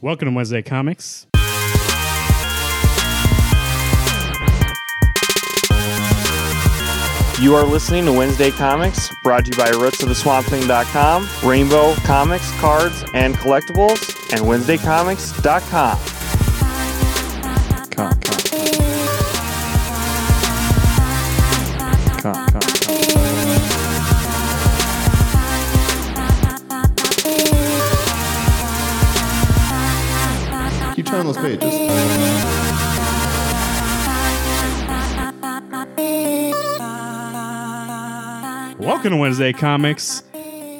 Welcome to Wednesday Comics. You are listening to Wednesday Comics, brought to you by rootsoftheswampthing.com, Rainbow Comics, Cards, and Collectibles, and WednesdayComics.com. Com, com. Com, com, com. Keep turning those pages. Welcome to Wednesday Comics.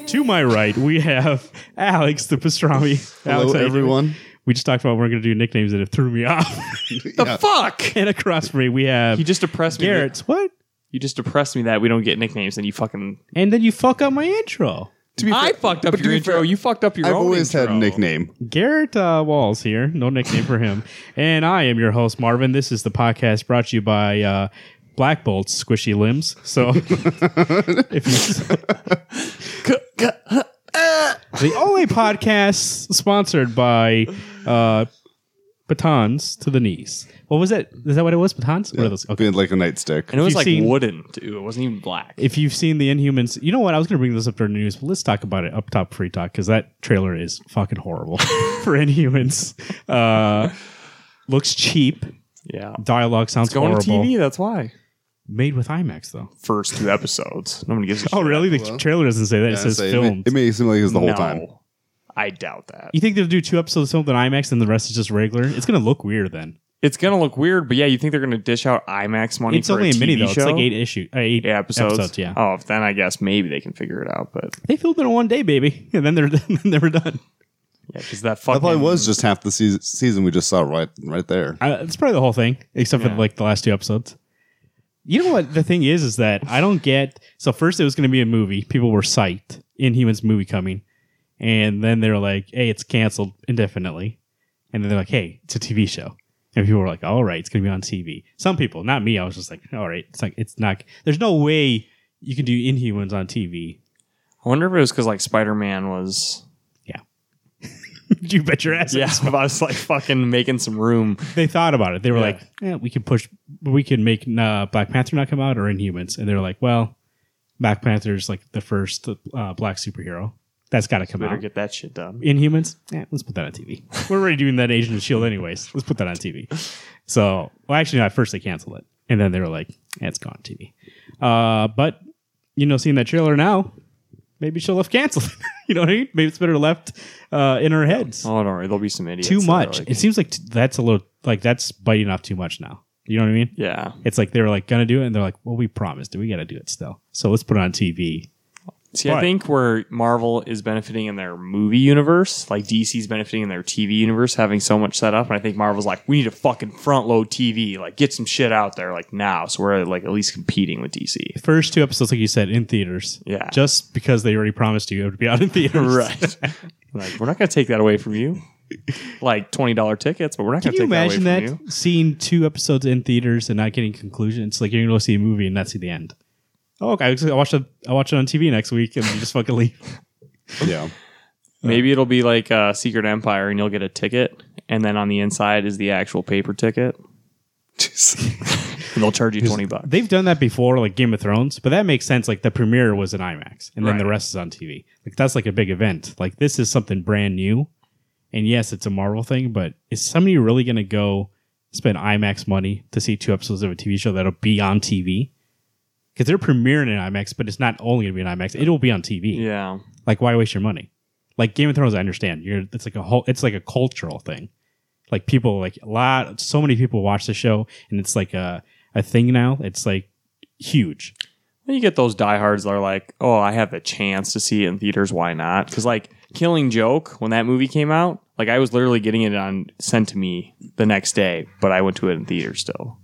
To my right, we have Alex the pastrami. Alex, Hello, how you doing? everyone. We just talked about we're going to do nicknames and it threw me off. The fuck! And across from me, we have You just depressed me. that- Garrett's. What? You just depressed me that we don't get nicknames, and you fucking. And then you fuck up my intro. To be I fair- fucked up but to your be intro. fair, you fucked up your I've own always had a intro. nickname. Garrett uh, Walls here. No nickname for him. And I am your host, Marvin. This is the podcast brought to you by uh, Black Bolt's Squishy Limbs. So if you. the only podcast sponsored by uh, batons to the knees. What was that? Is that what it was? Batons? What are those? Okay. Being like a nightstick. And it was You've like seen- wooden, too. It wasn't even black. If you've seen the Inhumans, you know what? I was going to bring this up during the news, but let's talk about it up top free talk because that trailer is fucking horrible for Inhumans. Uh, looks cheap. yeah. Dialogue sounds It's going horrible. to TV. That's why. Made with IMAX though. First two episodes. No one gives a Oh, shit. really? The trailer doesn't say that. it Yeah, says so may- filmed. It may seem like it's the whole No. time. I doubt that. you think they'll do two episodes filmed in IMAX and the rest is just regular? It's going to look weird then. It's gonna look weird, but yeah, you think they're gonna dish out IMAX money? It's for only a, TV mini though. Show? It's like eight issue, uh, eight Yeah, episodes. Yeah. Oh, if then I guess maybe they can figure it out, but They filmed it in one day, baby, and then they're then they were done. yeah, because that That fucking probably was just half the season, season we just saw right right there. Uh, it's probably the whole thing, except Yeah. for like the last two episodes. You know what the thing is is that I don't get. So first it was going to be a movie. People were psyched. Inhumans movie coming, and then they were like, "Hey, it's canceled indefinitely," and then they're like, "Hey, it's a TV show." And people were like, "All right, it's going to be on TV." Some people, not me. I was just like, "All right, it's like it's not." There's no way you can do Inhumans on TV. I wonder if it was because like Spider Man was. you bet your ass. it Yeah, I was like fucking making some room. they thought about it. They were Yeah. like, eh, we could push, we could make uh, Black Panther not come out or Inhumans. And they were like, well, Black Panther's like the first uh, black superhero. That's got to come Better out. get that shit done. Inhumans, eh, let's put that on TV. we're already doing that Agent of S.H.I.E.L.D. E anyways. Let's put that on TV. So, well, actually, no, at first they canceled it. And then they were like, eh, it's gone TV. Uh, but, you know, seeing that trailer now, maybe she'll have canceled. you know what I mean? Maybe it's better left uh, in our heads Oh, don't worry, there'll be some idiots. too that are much. uh, like- it seems like t- that's a little like that's biting off too much now. You know what I mean? yeah, It's like they were like gonna do it, and they're like, "Well, we promised, we got to do it still. So let's put it on TV." see, I But- think where Marvel is benefiting in their movie universe, like DC's benefiting in their TV universe, having so much set up, and I think Marvel's like, we need to fucking front load TV, like get some shit out there, like now, so we're like at least competing with DC. The first two episodes, like you said, in theaters. Yeah. Just because they already promised you it would be out in theaters. right. like, we're not going to take that away from you. Like twenty dollar tickets, but we're not Can going to you take that away imagine from that, you. seeing two episodes in theaters and not getting conclusion? It's like you're gonna go see a movie and not see the end. Oh, okay. I watch it. I watch it on TV next week, and you just fucking leave. Yeah. Maybe it'll be like uh, Secret Empire, and you'll get a ticket, and then on the inside is the actual paper ticket, Jeez. and they'll charge you twenty bucks. They've done that before, like Game of Thrones, but that makes sense. Like the premiere was in IMAX, and then the Right. rest is on TV. Like that's like a big event. Like this is something brand new, and yes, it's a Marvel thing, but is somebody really going to go spend IMAX money to see two episodes of a TV show that'll be on TV? Because they're premiering in IMAX, but it's not only going to be in IMAX; it'll be on TV. Yeah, Like, why waste your money? Like Game of Thrones, I understand. You're it's like a whole it's like a cultural thing. Like people like a lot so many people watch the show and it's like a a thing now. It's like huge. Well, you get those diehards that are like, "Oh, I have the chance to see it in theaters. Why not?" Because like Killing Joke, when that movie came out, like I was literally getting it on sent to me the next day, but I went to it in theaters still.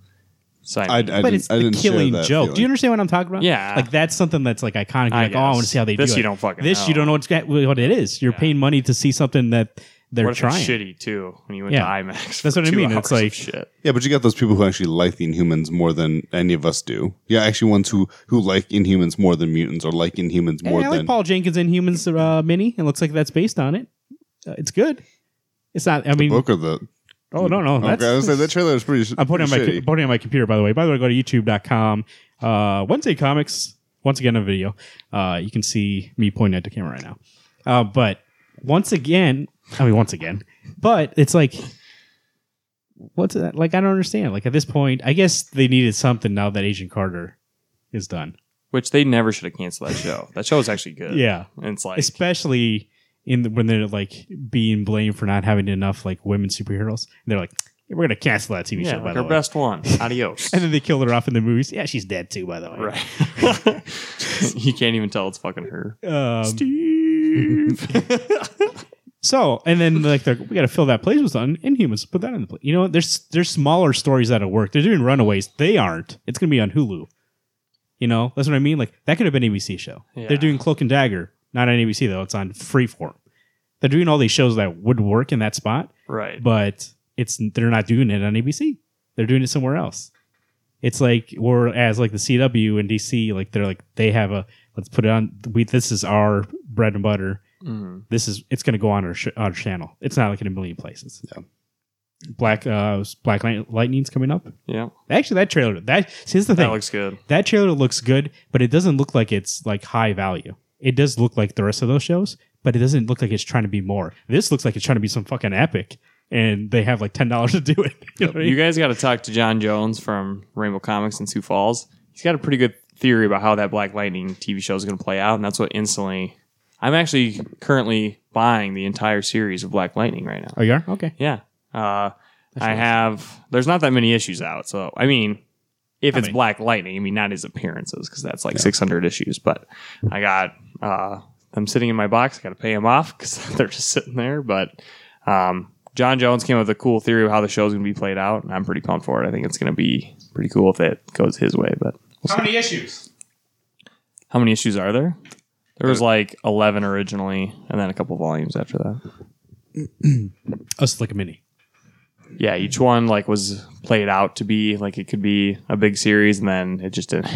So I, I, I mean, didn't, but it's I the didn't share killing that joke. Do you feeling. understand what I'm talking about? Yeah. Like that's something that's like iconic. You're I like, oh, I want to guess. see how they This do it. you don't fucking This you know. don't know what's got, what it is. You're paying money to see something that they're what if it's trying. shitty too when you went Yeah. to IMAX? That's for what I two mean. It's hours of like- shit. yeah, but you got those people who actually like the Inhumans more than any of us do. Yeah, actually, ones who who like Inhumans more than mutants or like Inhumans Hey, more I like than Paul Jenkins in Humans uh, mini. It looks like that's based on it. Uh, it's good. It's not. I mean, Book or the oh no, no. Okay, That's, I was saying that trailer was pretty. I'm putting it on my pretty putting it on my computer. By the way, by the way, go to YouTube.com. Uh, Wednesday comics. Once again, a video. Uh, you can see me pointing at the camera right now. Uh, but once again, I mean, once again, but it's like, what's that? Like, I don't understand. Like at this point, I guess they needed something now that Agent Carter is done. Which they never should have canceled that show. That show was actually good. Yeah, And it's like, especially in the, when they're like being blamed for not having enough like women superheroes. And they're like, we're gonna cancel that TV yeah, show. By like the our way. best one. Adios. And then they killed her off in the movies. Yeah, she's dead too, by the way. right. you can't even tell it's fucking her. Um, so, and then like they're, we got to fill that place with un- Inhumans. Put that in the place. You know, there's there's smaller stories that'll work. They're doing Runaways. They aren't. It's gonna be on Hulu. You know, that's what I mean. Like that could have been ABC show. Yeah. They're doing Cloak and Dagger. Not on ABC though. It's on Freeform. They're doing all these shows that would work in that spot, Right. but it's they're not doing it on ABC. They're doing it somewhere else. It's like whereas like the CW and DC, like they're like they have a let's put it on. We this is our bread and butter. Mhm. This is it's going to go on our sh- our channel. It's not like in a million places. Yeah. Black uh Black Light- Lightning's coming up. Yeah. Actually, that trailer that see, here's the That thing. looks good. that trailer looks good, but it doesn't look like it's like high value. It does look like the rest of those shows, but it doesn't look like it's trying to be more. This looks like it's trying to be some fucking epic, and they have like ten dollars to do it. You know what I mean? You guys got to talk to John Jones from Rainbow Comics in Sioux Falls. He's got a pretty good theory about how that Black Lightning TV show is going to play out, and that's what instantly. I'm actually currently buying the entire series of Black Lightning right now. oh, you are okay. Yeah, uh, I have. There's not that many issues out, so I mean, if How it's many? Black Lightning, I mean not his appearances because that's like 600 issues. But I got uh, them sitting in my box. I got to pay them off because they're just sitting there. But um, John Jones came up with a cool theory of how the show's going to be played out, and I'm pretty pumped for it. I think it's going to be pretty cool if it goes his way. But How many issues? how many issues are there? There was like 11 originally, and then a couple volumes after that. Us Oh, like a mini. yeah, each one like was played out to be like it could be a big series, and then it just didn't.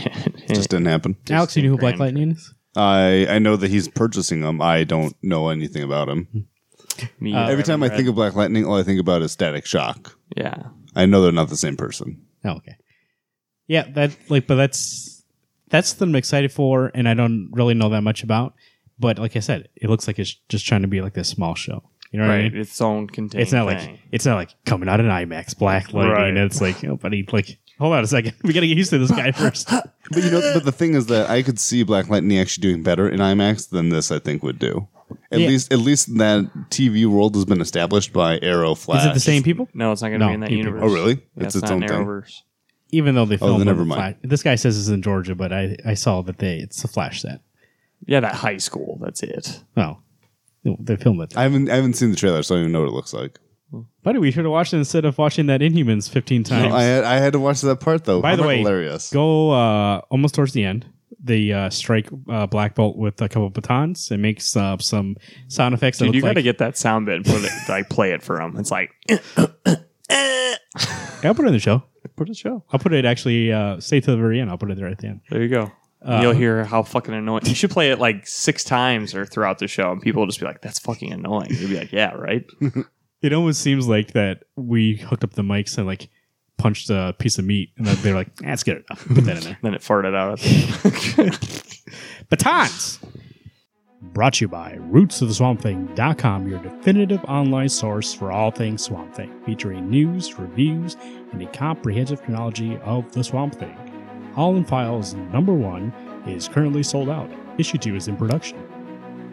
just didn't happen. Alex, you knew who Black Grand- Lightning is? I I know that he's purchasing them. I don't know anything about him. me Uh, Every time I think of Black Lightning, all I think about is Static Shock. yeah, I know they're not the same person. Oh, okay. Yeah, that like, but that's that's the I'm excited for, and I don't really know that much about. But like I said, it looks like it's just trying to be like this small show. You know what I right, mean? its own contained. it's not thing. like it's not like coming out in IMAX black lightning. Right. And it's like, oh, buddy, like hold on a second, we gotta get used to this guy first. But you know, but the thing is that I could see Black Lightning actually doing better in IMAX than this. I think would do. At Yeah. least, at least that TV world has been established by Arrow, Flash. Is it the same people? no, it's not going to No, be in that you people- universe. Oh, really? Yeah, it's it's, its not own an thing. Arrowverse. Even though they filmed Oh, then on never the mind. Flash- This guy says it's in Georgia, but I I saw that they it's a flash set. Yeah, that high school. That's it. Well, they filmed it. I haven't, I haven't seen the trailer, so I don't even know what it looks like. Buddy, we should have watched it instead of watching that Inhumans fifteen times. No, I had, I had to watch that part though. By the How way, hilarious. go uh, almost towards the end. They uh, strike uh, Black Bolt with a couple batons and makes uh, some sound effects. Dude, that you look got to like, get that sound bit and put it like play it for him. It's like I'll put it in the show. put a show. I'll put it actually uh, stay to the very end. I'll put it there at the end. Uh, There you go. And You'll hear how fucking annoying. You should play it like six times or throughout the show, and people will just be like, "That's fucking annoying." You'll be like, "Yeah, right." It almost seems like that we hooked up the mics and like punched a piece of meat, and then they're like, "That's good enough. Put that in there." then it farted out. at them. batons. Brought to you by rootsoftheswampthing.com, your definitive online source for all things Swamp Thing, featuring news, reviews, and a comprehensive chronology of the Swamp Thing. Holland Files number one is currently sold out. Issue two is in production.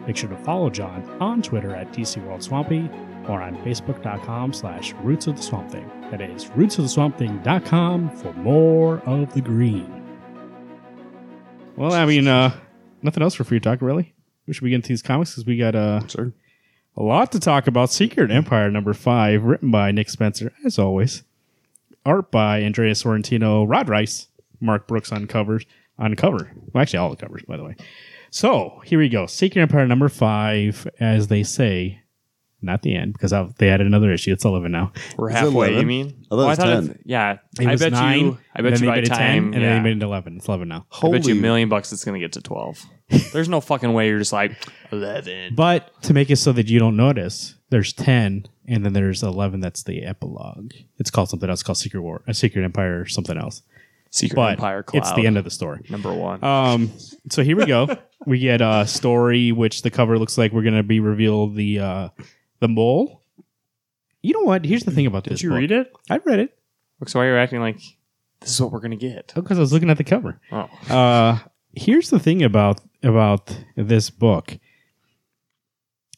Make sure to follow John on Twitter at DCWorldSwampy or on Facebook.com slash Roots of the Swamp Thing. That is rootsoftheswampthing.com for more of the green. Well, I mean, uh, nothing else for free talk, really. We should begin to these comics because we got uh, Sure. a lot to talk about. Secret Empire number five, written by Nick Spencer, as always. Art by Andrea Sorrentino, Rod Rice, Mark Brooks on covers. On cover. Well, actually, all the covers, by the way. So here we go. Secret Empire number five, as they say, not the end, because I've, they added another issue. It's 11 now. We're Is it halfway. 11? You mean? I thought it was 10. it's- yeah. It I was bet nine, you. I then bet they you by made it 10, and time. yeah. then they made it 11. It's 11 now. I bet you a Holy- million bucks it's gonna get to twelve. There's no fucking way you're just like eleven. But to make it so that you don't notice, there's 10 and then there's eleven that's the epilogue. It's called something else. It's called Secret War, a Secret Empire, or something else. Secret But Empire Cloud. it's the end of the story. number one. Um, so here we go. we get a story, which the cover looks like we're gonna be revealed the uh, the mole. You know what? Here's the thing about Did this. you read it? I read it So why you're acting like this is what we're gonna get? because I was looking at the cover. Oh, Uh, here's the thing about about this book.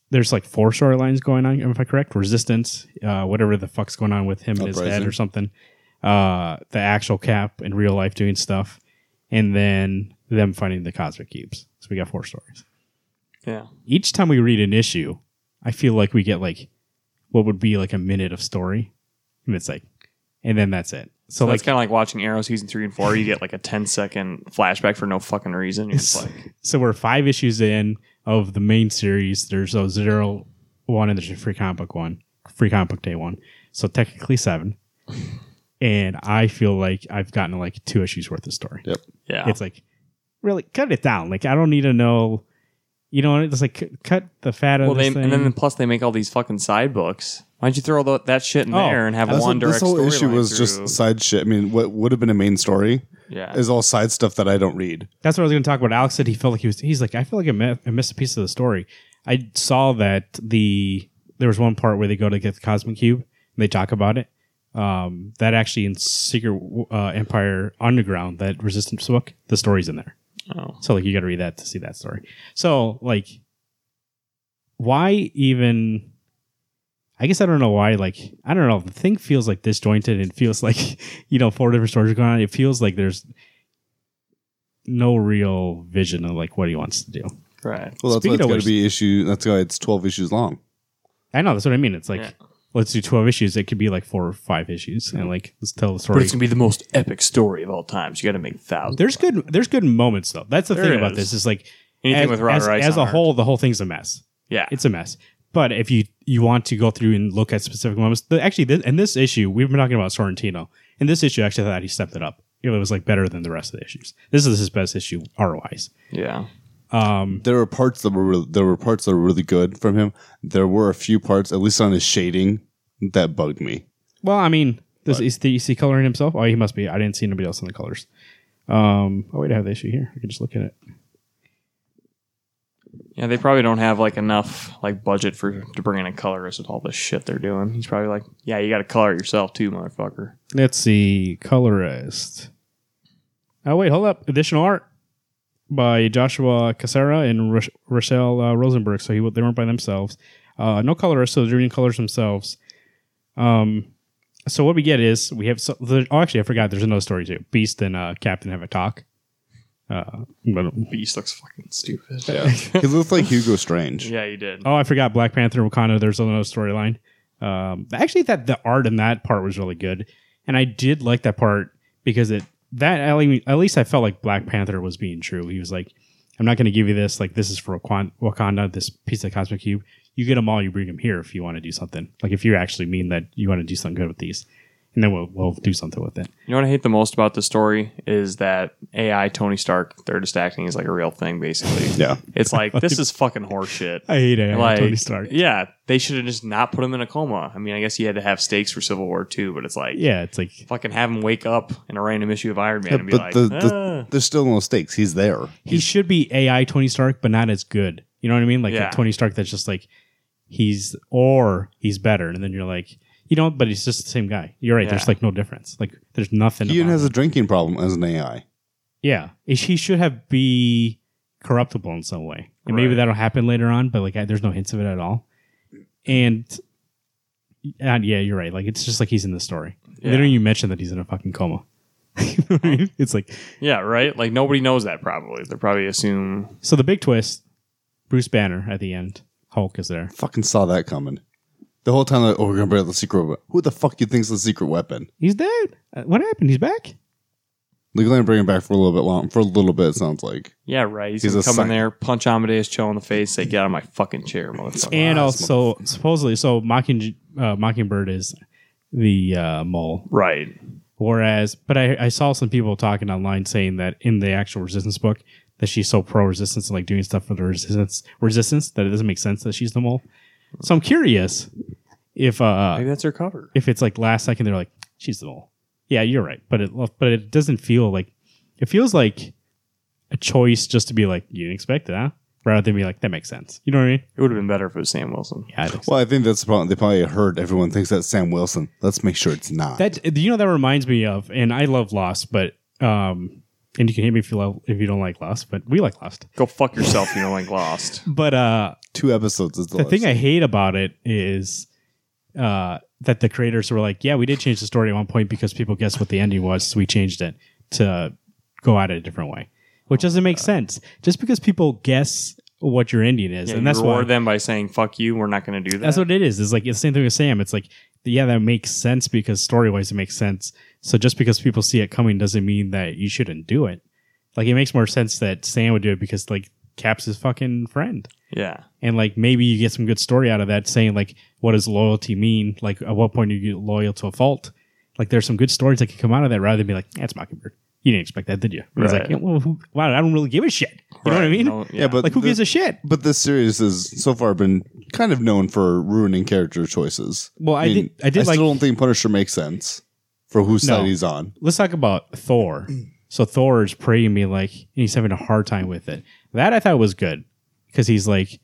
There's like four storylines going on, if I correct. Resistance, uh, whatever the fuck's going on with him and his dad Uprising. or something. Uh, the actual Cap in real life doing stuff, and then them finding the cosmic cubes. So we got four stories. yeah. Each time we read an issue, I feel like we get like what would be like a minute of story, and it's like, and then that's it. So, So like that's kind of like watching Arrow season three and four. You get like a 10 second flashback for no fucking reason. You're just It's- like, so we're five issues in of the main series. There's a zero one and there's a free comic book one, free comic book day one. So technically seven. And I feel like I've gotten like two issues worth of story. yeah, It's like really cut it down. Like I don't need to know. You know, it's like c- cut the fat out Well, of they this thing. and then plus they make all these fucking side books. Why don't you throw tho- that shit in Oh, there and have That's one what- this direct whole issue storyline was through? just side shit. I mean, what would have been a main story yeah. is all side stuff that I don't read. That's what I was going to talk about. Alex said he felt like he was. He's like, I feel like I, mi- I missed a piece of the story. I saw that the there was one part where they go to get the cosmic cube and they talk about it. Um, that actually in Secret uh, Empire Underground, that Resistance book, the story's in there. oh. So like, you got to read that to see that story. So like, why even? I guess I don't know why. Like, I don't know. The thing feels like disjointed and feels like you know four different stories are going on. It feels like there's no real vision of like what he wants to do. right. Well, that's why Speaking it's of got which- to be issue. That's why it's twelve issues long. I know that's what I mean. It's like Yeah. let's do twelve issues. It could be like four or five issues, and like let's tell the But story. it's gonna be the most epic story of all time. So you got to make thousands. There's good. There's good moments though. That's the There thing is. about this. Is like Anything as, with Ron as, Rice as on a art. whole, the whole thing's a mess. Yeah. it's a mess. But if you you want to go through and look at specific moments, the, actually, this, in this issue, we've been talking about Sorrentino. In this issue, I actually, thought he stepped it up. It was like better than the rest of the issues. This is his best issue R wise. yeah. Um, There were parts that were re- there were parts that were really good from him. There were a few parts, at least on his shading, that bugged me. well, I mean, this is the, is he coloring himself? Oh, he must be. I didn't see anybody else in the colors. Um, oh wait, I have the issue here. I can just look at it. Yeah, they probably don't have like enough like budget for to bring in a colorist with all this shit they're doing. He's probably like, yeah, you got to color it yourself too, motherfucker. Let's see, colorist. Oh wait, hold up. Additional art by Joshua Casera and Roch- Rochelle uh, Rosenberg. So he wa- they weren't by themselves. Uh, no colorist, so they're doing colors themselves. Um, so what we get is we have. So there, oh, actually, I forgot. There's another story too. Beast and uh, Captain have a talk. Uh, but- Beast looks fucking stupid. Yeah, he looked like Hugo Strange. yeah, you did. oh, I forgot Black Panther Wakanda. There's another storyline. Um, actually, that the art in that part was really good, and I did like that part because it that at lea- at least I felt like Black Panther was being true. He was like, "I'm not going to give you this. Like this is for Wakan- Wakanda. This piece of cosmic cube. You get them all. You bring them here if you want to do something. Like if you actually mean that you want to do something good with these, and then we'll we'll do something with it." You know what I hate the most about this story is that AI Tony Stark, they're just acting as like a real thing, basically. Yeah, It's like this is fucking horseshit. I hate it. Like, Tony Stark. Yeah, they should have just not put him in a coma. I mean, I guess he had to have stakes for Civil War too, but it's like, Yeah, it's like fucking have him wake up in a random issue of Iron Man Yeah, and be but like, the, the, "Ah." there's still no stakes. He's there. he should be AI Tony Stark, but not as good. You know what I mean? Like a Yeah. Tony Stark that's just like he's or he's better, and then you're like, you know, but he's just the same guy. You're right. There's Yeah. like no difference. Like there's nothing. He even about has him. a drinking problem as an AI. yeah. Is- He should have be corruptible in some way, and maybe Right. that'll happen later on. But like, I, there's no hints of it at all. And, and yeah, you're right. Like it's just like he's in the story. Yeah. They don't even mention that he's in a fucking coma. it's like yeah, right. Like nobody knows that probably. They probably assume so the big twist. Bruce Banner at the end. Hulk is there. Fucking saw that coming. The whole time, like, oh, we're gonna bring out the secret. weapon. Who the fuck you think's the secret weapon? He's dead. Uh, What happened? He's back. They're gonna bring him back for a little bit long. For a little bit, it sounds like. yeah, right. He's, He's gonna a come in psych- there, punch Amadeus Cho in the face, say, "Get out of my fucking chair, motherfucker." And Wow, also, supposedly, so Mocking uh, Mockingbird is the uh, mole. right. Whereas, but I, I saw some people talking online saying that in the actual Resistance book that she's so pro Resistance and like doing stuff for the Resistance Resistance that it doesn't make sense that she's the mole. So I'm curious if uh Maybe that's her cover. if it's like last second, they're like, she's the mole. Yeah, you're right. But it but it doesn't feel like it feels like a choice just to be like, you didn't expect it, huh? Rather than be like, that makes sense. You know what I mean? It would have been better if it was Sam Wilson. Yeah, I think so. Well, I think that's the problem. They probably heard everyone thinks that's Sam Wilson. Let's make sure it's not. That you know that reminds me of, and I love Lost, but um, and you can hate me if you love if you don't like Lost, but we like Lost. Go fuck yourself. You know, like Lost. But uh, Two episodes is the, the last. thing I hate about it is uh, that the creators were like, yeah, we did change the story at one point because people guessed what the ending was, so we changed it to go at it a different way, which doesn't make sense. Just because people guess what your ending is, Yeah, and that's you reward why them by saying "fuck you." We're not going to do that. that's what it is. It's like it's the same thing with Sam. It's like yeah, that makes sense because story wise it makes sense. So just because people see it coming doesn't mean that you shouldn't do it. Like it makes more sense that Sam would do it because like Cap's his fucking friend yeah, and like maybe you get some good story out of that saying like what does loyalty mean like at what point are you loyal to a fault like there's some good stories that can come out of that rather than be like that's mockingbird you didn't expect that did you and it's Right. like yeah, well, who, wow i don't really give a shit you know what i Right. mean No, yeah. yeah, but like who the- gives a shit But this series has so far been kind of known for ruining character choices. Well, I did- I did I like- still don't think Punisher makes sense for whose No. side he's on. let's talk about thor so thor is praying me like and he's having a hard time with it that i thought was good because he's like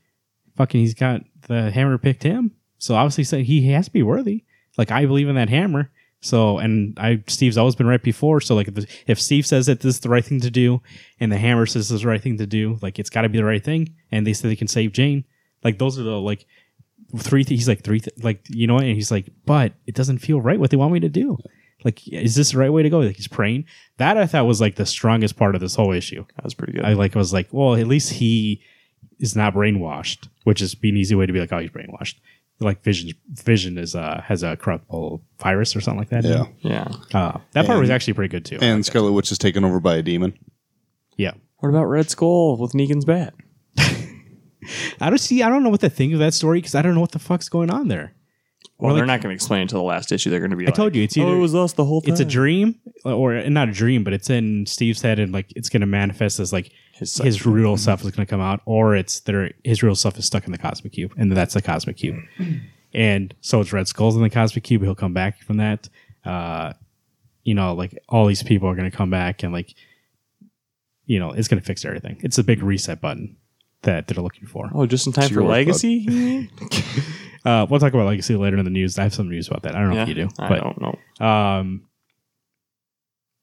fucking he's got the hammer picked him so obviously so he has to be worthy like i believe in that hammer so and i steve's always been right before so like if, the- if steve says that this is the right thing to do and the hammer says this is the right thing to do like it's got to be the right thing and they say they can save jane like those are the like three th- he's like three th- like you know what? and he's like but it doesn't feel right what they want me to do like is this the right way to go like he's praying that i thought was like the strongest part of this whole issue that was pretty good. I like I was like, well, at least he is not brainwashed, which is be an easy way to be like, oh, he's brainwashed. Like Vision, Vision is uh has a corruptible virus or something like that. Yeah. yeah. uh, that part was actually pretty good too. And Scarlet Witch is taken over by a demon. yeah, What about Red Skull with Negan's bat? I don't see. I don't know what to think of that story because I don't know what the fuck's going on there. Well, Or, like- they're not going to explain it until the last issue. They're going to be. I told you, it's either- oh, it was us the whole time. It's a dream, or not a dream, but it's in Steve's head, and like it's going to manifest as like His his, son. real self is going to come out, or it's their his real self is stuck in the cosmic cube, and that's the cosmic cube, and so it's Red Skull's in the cosmic cube. He'll come back from that. Uh, you know, like all these people are going to come back, and like you know, it's going to fix everything. It's a big reset button that they're looking for. Oh, just in time It's for your lifeblood. Legacy. Uh, we'll talk about legacy later in the news. I have some news about that. I don't know if you do, I but don't know. um,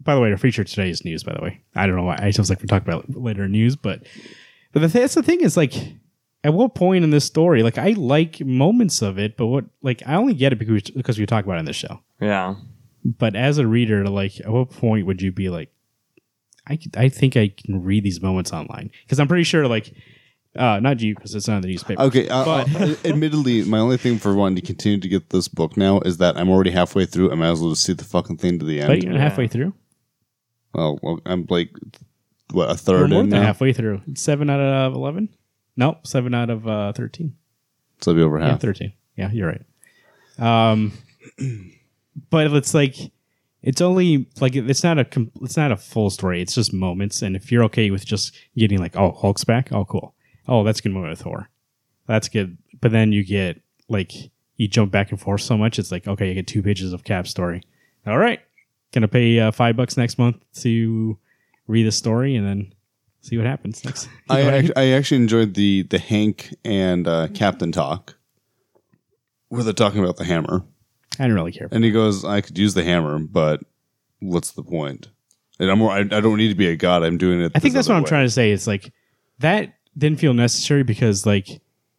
by the way, our feature today is news. By the way, I don't know why I was like we talk about it later in news, but but the th- that's the thing is like at what point in this story, like I like moments of it, but what like I only get it because we, because we talk about it in this show. Yeah, But as a reader, like at what point would you be like, I could- I think I can read these moments online because I'm pretty sure like uh not you because it's not in the newspaper. Okay. Uh, But- uh, admittedly, my only thing for wanting to continue to get this book now is that I'm already halfway through. I might as well just see the fucking thing to the But end. you're halfway through. Oh, well, I'm like, what, a We're third more in than now? halfway through. It's seven out of eleven. Nope, seven out of uh, thirteen. So I'll be over Yeah, half. 13. Yeah, you're right. Um, but it's like it's only like it's not a com- it's not a full story. It's just moments, and if you're okay with just getting like, oh, Hulk's back, oh, cool, oh, that's a good moment with Thor, that's good. But then you get like you jump back and forth so much, it's like okay, you get two pages of Cap story. All right, gonna pay uh, five bucks next month to read the story, and then see what happens next. I, act- I actually enjoyed the the Hank and uh, Captain talk where they're talking about the hammer. I don't really care. And he goes, I could use the hammer, but what's the point? And I'm, I, I don't need to be a god. I'm doing it. I think that's what I'm trying to say. It's like that didn't feel necessary because like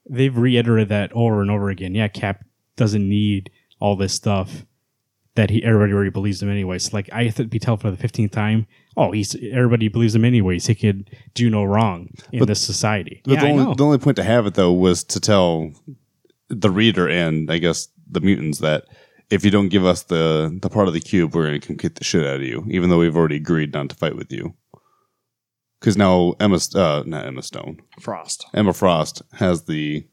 they've reiterated that over and over again. Yeah, Cap doesn't need all this stuff that he everybody already believes him anyways. Like I would be telling for the fifteenth time, oh, he's everybody believes him anyways. He could do no wrong in But- this society. But Yeah, the, I only, know. the only point to have it, though, was to tell the reader and I guess the mutants that if you don't give us the, the part of the cube, we're going to come kick the shit out of you, even though we've already agreed not to fight with you. Because now Emma, St- uh, not Emma Stone, Frost. Emma Frost has the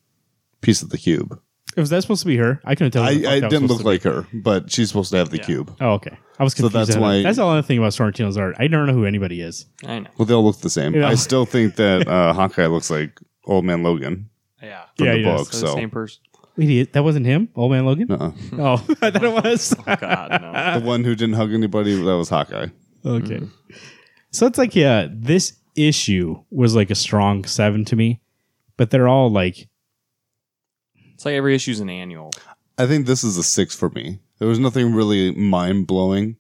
piece of the cube. was that supposed to be her? I couldn't tell. who I, the fuck I that was didn't supposed look to be. like her, but she's supposed to have the Yeah. cube. Oh, okay. I was So confused. that's that's why- why. That's the only thing about Sorrentino's art. I don't know who anybody is. I know. Well, they all look the same. Yeah. I still think that uh, Hawkeye looks like Old Man Logan Yeah. from Yeah, the he does. book. So the So same person. Wait, he- that wasn't him, Old Man Logan. Uh-uh. Oh, I thought it was. Oh, God, no. Uh, The one who didn't hug anybody, that was Hawkeye. Okay. So it's like, yeah, this issue was like a strong seven to me, but they're all like, It's like every issue's an annual. I think this is a six for me. There was nothing really mind blowing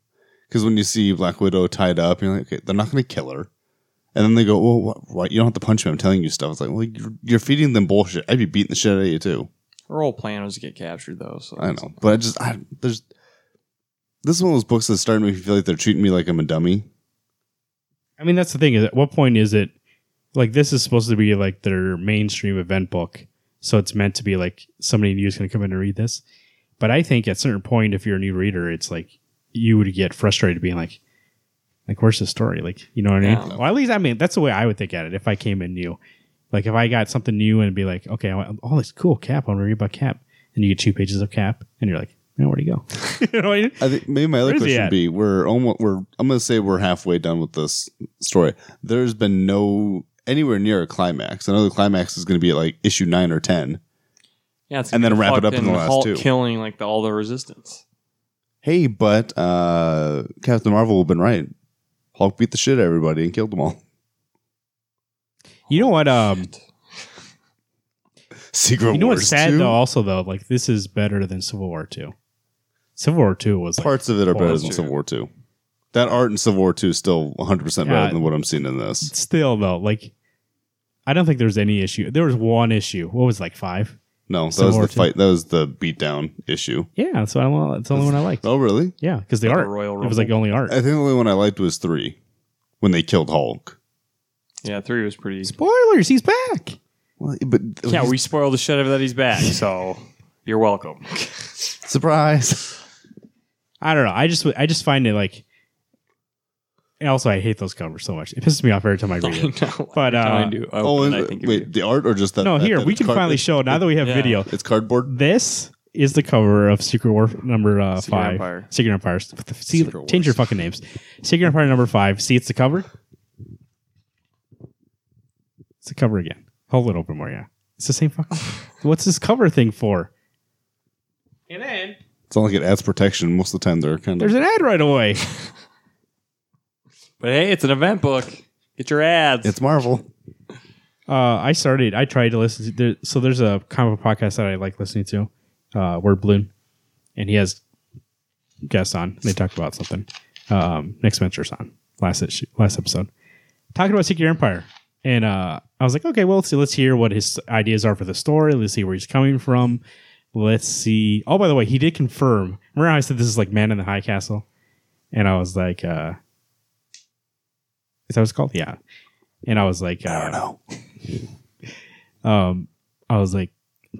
because when you see Black Widow tied up, you're like, okay, they're not going to kill her. And then they go, well, what, why You don't have to punch me. I'm telling you stuff. It's like, well, you're, you're feeding them bullshit. I'd be beating the shit out of you too. Our whole plan was to get captured though. So I know, but I just I, there's this is one of those books that started to make me feel like they're treating me like I'm a dummy. I mean, that's the thing. Is at what point is it like this is supposed to be like their mainstream event book? So it's meant to be like somebody new is going to come in and read this. But I think at a certain point, if you're a new reader, it's like you would get frustrated being like, like where's the story? Like you know what I mean? Yeah. Well, at least I mean that's the way I would think at it if I came in new. Like if I got something new and be like, okay, I want all this cool Cap. I want to read about Cap, and you get two pages of Cap, and you're like, now where'd he go? you know what I mean? I think maybe my other Where's he question at? would be we're almost we're I'm gonna say we're halfway done with this story. There's been no anywhere near a climax. I know the climax is gonna be at like issue nine or ten. yeah, it's And then gonna be wrap it fucked up in the and last Hulk two. killing like the, all the resistance. Hey, but uh Captain Marvel would have been right. Hulk beat the shit out of everybody and killed them all. You know what? Um, Secret you know Wars what's sad 2? though also though like this is better than civil war 2 civil war 2 was like, Parts of it are better that's than true. Civil War Two. That art in Civil War Two is still 100 percent Yeah. better than what I'm seeing in this. still though like i don't think there was any issue there was one issue what was it, like five No, that Civil was War the two. fight. That was the beatdown issue. yeah that's what i want that's the only one i liked Oh, really? yeah because the Like a art Royal it was like Rumble. only I art think the only one I liked was three, when they killed Hulk. Yeah, three was pretty. spoilers he's back Well, but Yeah, we spoiled the shit out of that. He's back, so you're welcome. surprise. i don't know i just i just find it like and also i hate those covers so much it pisses me off every time i read it But, uh, I do. Oh, and and, wait, the art or just that? no that- here that we it's can card- finally it's- show now that we have Yeah. video It's cardboard. this is the cover of Secret War number uh, Secret five. Empire. Secret Empire. See, Secret change your fucking names. Secret Empire number five. See, it's the cover. It's the cover again. Hold it open more. Yeah, it's the same fucking. What's this cover thing for? And then It's not like it adds protection. Most of the time, they're kind of. there's an ad right away. But hey, it's an event book. Get your ads. it's Marvel. Uh, I started. I tried to listen to. There, so there's a comic book podcast that I like listening to, uh, Word Balloon, and he has guests on. They talk about something. Um, Nick Spencer's on last issue, last episode, talking about Secret Empire, and uh, I was like, okay, well, let's see, let's hear what his ideas are for the story. Let's see where he's coming from. Let's see. Oh, by the way, he did confirm. Remember how I said this is like Man in the High Castle, and I was like, uh, is that what it's called? Yeah. And I was like, uh, I don't know. um, I was like,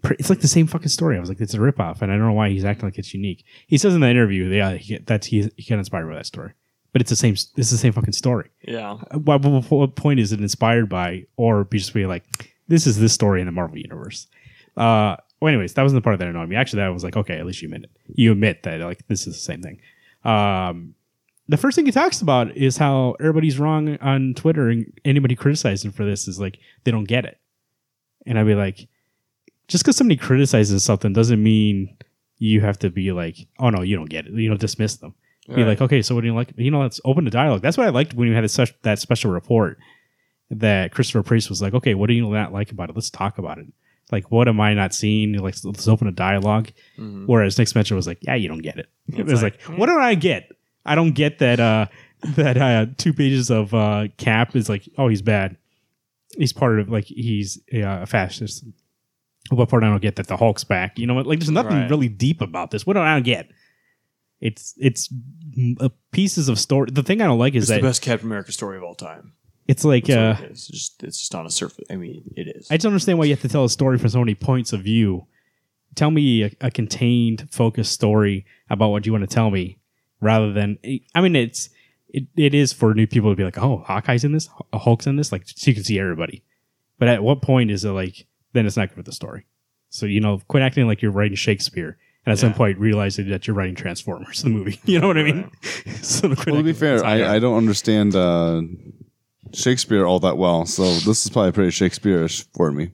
pr- it's like the same fucking story. I was like, it's a ripoff, and I don't know why he's acting like it's unique. He says in that interview, yeah, he, that's he, he got inspired by that story, but it's the same. It's the same fucking story. yeah, Uh, What, what- what point is it inspired by, or be just be like, this is this story in the Marvel universe? Uh, well, anyways, that wasn't the part that annoyed me. Actually, that was like, okay, at least you admit it. You admit that like this is the same thing. Um, the first thing he talks about is how everybody's wrong on Twitter, and anybody criticizing for this is like they don't get it. And I'd be like, just because somebody criticizes something doesn't mean you have to be like, oh no, you don't get it. You don't dismiss them. be like, okay, so what do you like? You know, let's open the dialogue. That's what I liked when we had a such that special report that Christopher Priest was like, okay, what do you not like about it? Let's talk about it. Like, what am I not seeing? Like, let's open a dialogue. Mhm. Whereas Nick Spencer was like, yeah, you don't get it. It It's was like, like, "Mm." what do I get? I don't get that uh that uh two pages of uh Cap is like, oh he's bad. He's part of like he's uh, a fascist. What part I don't get that the Hulk's back. You know what? Like there's nothing Right. really deep about this. What do I get? It's it's mm, uh, pieces of story. The thing I don't like is it's that the best Captain America story of all time. it's like uh, That's what it is. It's just it's just on a surface. I mean, it is. I just don't understand why you have to tell a story from so many points of view. Tell me a, a contained, focused story about what you want to tell me, rather than I mean, it's it, it is for new people to be like, oh, Hawkeye's in this, H- Hulk's in this, like so you can see everybody. But at what point is it like then it's not good for the story? So you know, quit acting like you're writing Shakespeare, and at some Yeah. point realize that you're writing Transformers, the movie. You know what I mean? so quit Well, to be acting like fair, it's not good. I, I don't understand uh, Shakespeare all that well, so this is probably pretty Shakespeareish for me.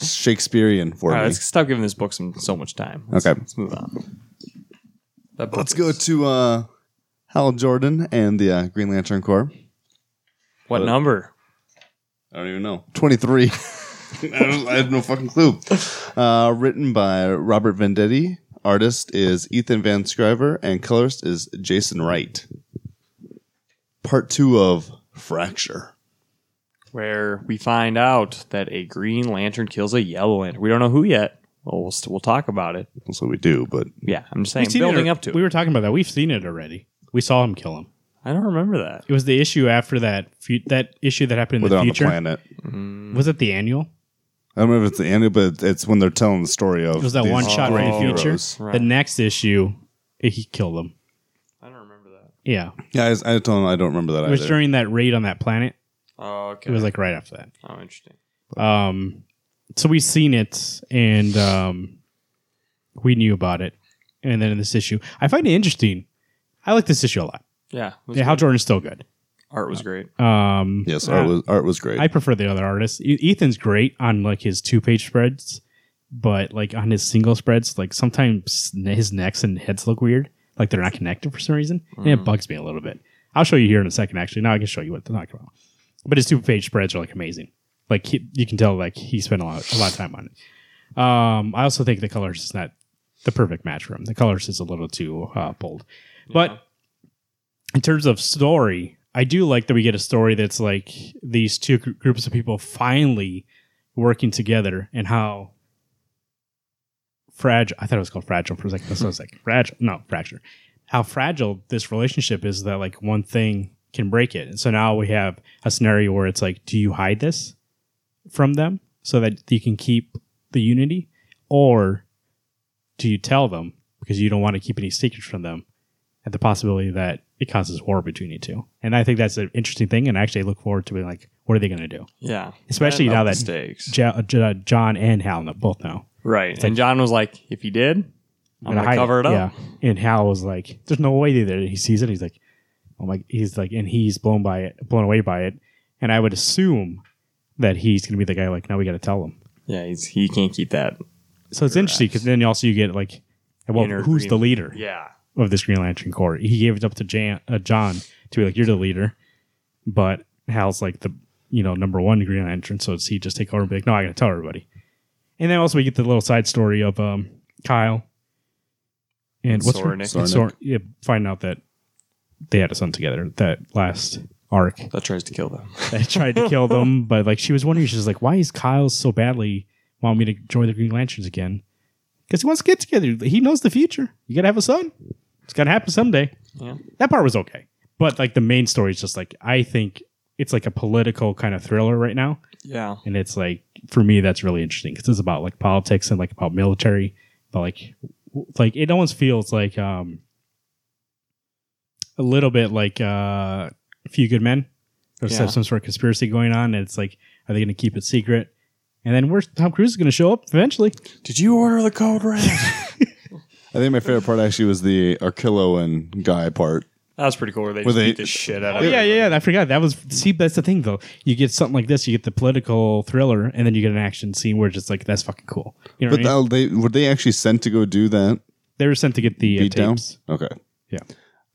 Shakespearean for Oh, All right, me. let's stop giving this book some so much time. Let's, Okay. let's move on. That book Let's go is- to uh, Hal Jordan and the uh, Green Lantern Corps. what number? I don't even know. 23. I, don't- I have no fucking clue. Uh, written by Robert Vendetti. Artist is Ethan Van Scriver, and colorist is Jason Wright. Part two of Fracture. where we find out that a green lantern kills a yellow lantern. We don't know who yet. Well, we'll, st- we'll talk about it. That's what we do, but Yeah, I'm just We've saying, seen building it, up to We it. were talking about that. We've seen it already. We saw him kill him. I don't remember that. It was the issue after that fu- that issue that happened in we're there the on the future. planet. was it the annual? I don't know if it's the end, but it's when they're telling the story of. It was that these one shot great from the great future. heroes. Right. The next issue, eh, he killed them. I don't remember that. Yeah, Yeah, I, was- I told him I don't remember that it was either. during that raid on that planet. Oh, okay. It was like right after that. oh, interesting. Um, so we've seen it, and um, we knew about it. And then in this issue, I find it interesting. I like this issue a lot. Yeah, it was Yeah, Hal good. Jordan's still good. art was great. Um, yes, art was art was great. I prefer the other artists. E- Ethan's great on like his two page spreads, but like on his single spreads, like sometimes n- his necks and heads look weird, like they're not connected for some reason, and it bugs me a little bit. I'll show you here in a second. Actually, now I can show you what they're talking about. But his two page spreads are like amazing. Like he, you can tell, like he spent a lot, a lot of time on it. Um, I also think the colors is not the perfect match for him. The colors is a little too uh, bold, but in terms of story, I do like that we get a story that's like these two gr- groups of people finally working together and how fragile. I thought it was called fragile for a second. So I was like, fragile. No, fracture. How fragile this relationship is that like one thing can break it. And so now we have a scenario where it's like, do you hide this from them so that you can keep the unity? Or do you tell them because you don't want to keep any secrets from them? at the possibility that it causes war between you two. And I think that's an interesting thing. And actually, I look forward to being like, what are they going to do? Yeah, Especially now that mistakes. Jo- Jo- John and Hal know- both know. right, and John was like, "If he did, I'm And gonna I- cover it up." Yeah. And Hal was like, there's no way that he sees it. He's like, oh my, he's like, and he's blown by it, blown away by it. And I would assume that he's going to be the guy like, now we got to tell him. Yeah, he's, he can't keep that. So it's interesting because then also you get like, well, Inner who's the agreement. leader? Yeah, of this Green Lantern Corps. He gave it up to Jan, uh, John to be like, "You're the leader," but Hal's like the you know number one Green Lantern, so it's he just take over and be like, "No, I gotta tell everybody." And then also we get the little side story of um, Kyle and what's her- Sornik. and Sor- yeah, finding out that they had a son together. That last arc that tries to kill them. that tried to kill them, but like she was wondering, she's like, "Why is Kyle so badly wanting me to join the Green Lanterns again?" Because he wants to get together. He knows the future. You gotta have a son. It's gonna happen someday Yeah, that part was okay. But like the main story is just like I think it's like a political kind of thriller right now, yeah, and it's like for me that's really interesting because it's about like politics and like about military, but like w- like it almost feels like um a little bit like uh Few Good Men. There's Yeah. some sort of conspiracy going on, and it's like are they going to keep it secret? And then where's Tom Cruise is going to show up eventually? Did you order the code red? I think my favorite part actually was the Arkillo and Guy part. that was pretty cool. Where they Were just they- beat the shit out Oh of yeah, everybody. yeah, yeah. I forgot that was. See, that's the thing though. You get something like this, you get the political thriller, and then you get an action scene where it's just like that's fucking cool. You know, But what I mean? that, they were they actually sent to go do that they were sent to get the uh, beat down? tapes. Okay. Yeah.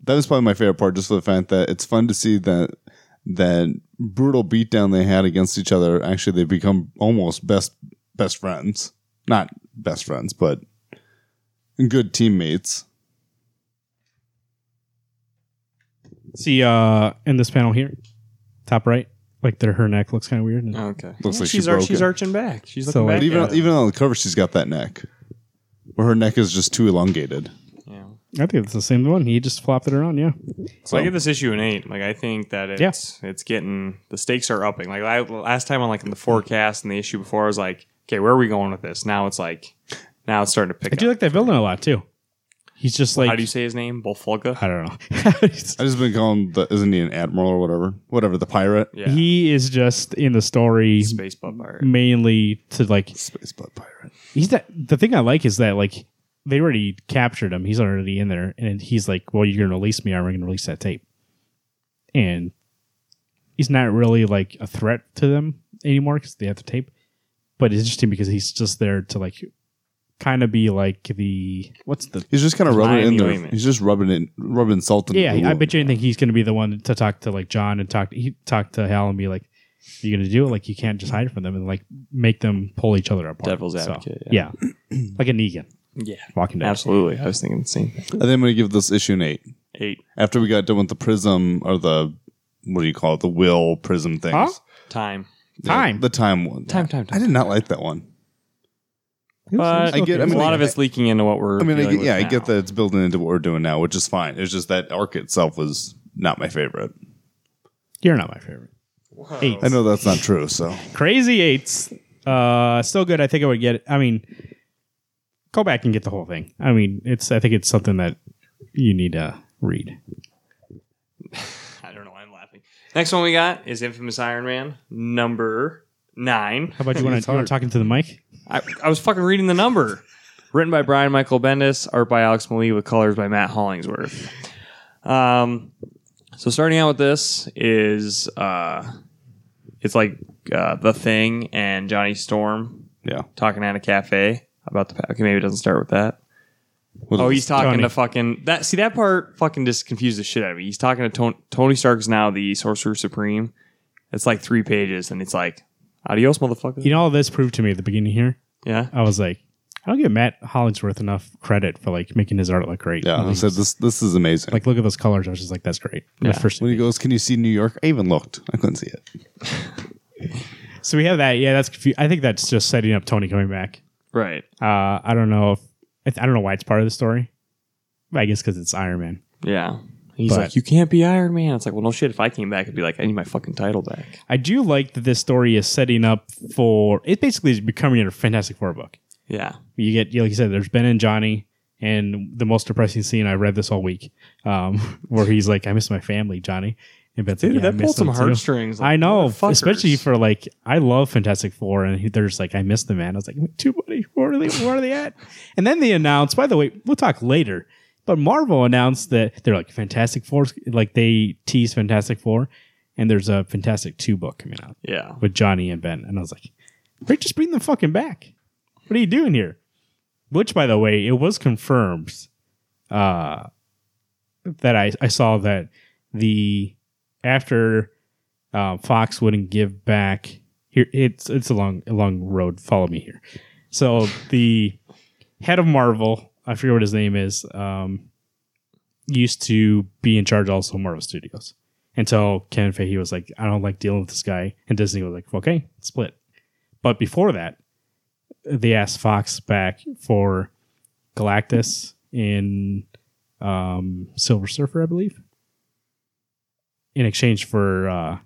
That was probably my favorite part, just for the fact that it's fun to see that that brutal beatdown they had against each other. Actually, they become almost best best friends. Not best friends, but good teammates. See, uh, in this panel here, top right, like their her neck looks kind of weird. And Okay. Looks like she she's, ar- broke she's it. arching back. She's So, looking back. like, But even at it. even on the cover, she's got that neck, where her neck is just too elongated. yeah. I think it's the same one. He just flopped it around. Yeah, So I give this issue an eight. Like I think that it's it's getting the stakes are upping. Like I, last time on like in the forecast and the issue before, I was like, okay, where are we going with this? Now it's like, now it's starting to pick I up. do like that villain a lot too. He's just like How do you say his name? Uh, Bolfulga. I don't know. I just been calling the isn't he an admiral or whatever, whatever the pirate Yeah. He is just in the story Space bug pirate. mainly to like space blood pirate. he's that the thing I like is that like they already captured him. He's already in there, and he's like, "Well, you're gonna release me. I'm gonna release that tape." And he's not really like a threat to them anymore because they have the tape. But it's interesting because he's just there to like kind of be like the what's the He's just kind of rubbing it in Miami there. Wayman. He's just rubbing it, rubbing salt in. yeah. the I bet you anything he's going to be the one to talk to like John and talk he talk to Hal and be like, "You're going to do it. Like you can't just hide from them and like make them pull each other apart." Devil's So, advocate, yeah, like a Negan Yeah. Walking Dead. Absolutely. I was thinking the same thing. I think I'm gonna give this issue an eight. Eight After we got done with the prism or the what do you call it? The will prism things. Huh? time. The- Time. The time one. Time, time, time. I did not like that one. But I get- I mean, a lot I- of it's leaking into what we're. I mean, I dealing get, with yeah, I now. get that it's building into what we're doing now, which is fine. It's just that arc itself was not my favorite. You're not my favorite. Eight. I know that's not true. So Crazy eights. Uh, still good. I think I would get it. I mean, go back and get the whole thing. I mean, it's. I think it's something that you need to read. I don't know. why I'm laughing. Next one we got is Infamous Iron Man number nine. How about you want to talk into the mic? I, I was fucking reading the number. Written by Brian Michael Bendis, art by Alex Malik, with colors by Matt Hollingsworth. Um, so starting out with this is uh, it's like uh, the Thing and Johnny Storm yeah. talking at a cafe about the. pa- Okay, maybe it doesn't start with that. What Oh, is- he's talking Tony. to fucking that. See that part fucking just confused the shit out of me. He's talking to Tony, Tony Stark's now the Sorcerer Supreme. It's like three pages, and it's like, adios, motherfucker. You know, all this proved to me at the beginning here. yeah, I was like, I don't give Matt Hollingsworth enough credit for like making his art look great. yeah. I like, said this. This is amazing. like, look at those colors. I was just like, that's great. The Yeah. first- when he goes, can you see New York? I even looked. I couldn't see it. so we have that. Yeah, that's. Confu- I think that's just setting up Tony coming back. right. Uh, I don't know if I th- I don't know why it's part of the story. But I guess because it's Iron Man. Yeah. He's But- like, you can't be Iron Man. It's like, well, no shit. If I came back, I'd be like, I need my fucking title back. I do like that this story is setting up for it. Basically, is becoming a Fantastic Four book. Yeah. You get, like you said, there's Ben and Johnny, and the most depressing scene I read this all week, um, where he's like, "I miss my family, Johnny," and Ben's like, Dude, "Yeah, I that miss pulled some them too." heartstrings. I know, motherfuckers. especially for like I love Fantastic Four, and he- they're just like I miss the man. I was like, too buddy, where are they? Where are they at? and then they announced. By the way, we'll talk later. But Marvel announced that they're like Fantastic Four, like they tease Fantastic Four, and there's a Fantastic Two book coming out Yeah. with Johnny and Ben, and I was like, "Great, just bring them fucking back. What are you doing here?" Which, by the way, it was confirmed uh, that I, I saw that the after uh, Fox wouldn't give back here. It's it's a long a long road. Follow me here. So the head of Marvel, I forget what his name is, um, used to be in charge also of Marvel Studios until Kevin Feige was like, I don't like dealing with this guy, and Disney was like, okay, split. But before that, they asked Fox back for Galactus in um, Silver Surfer, I believe, in exchange for uh,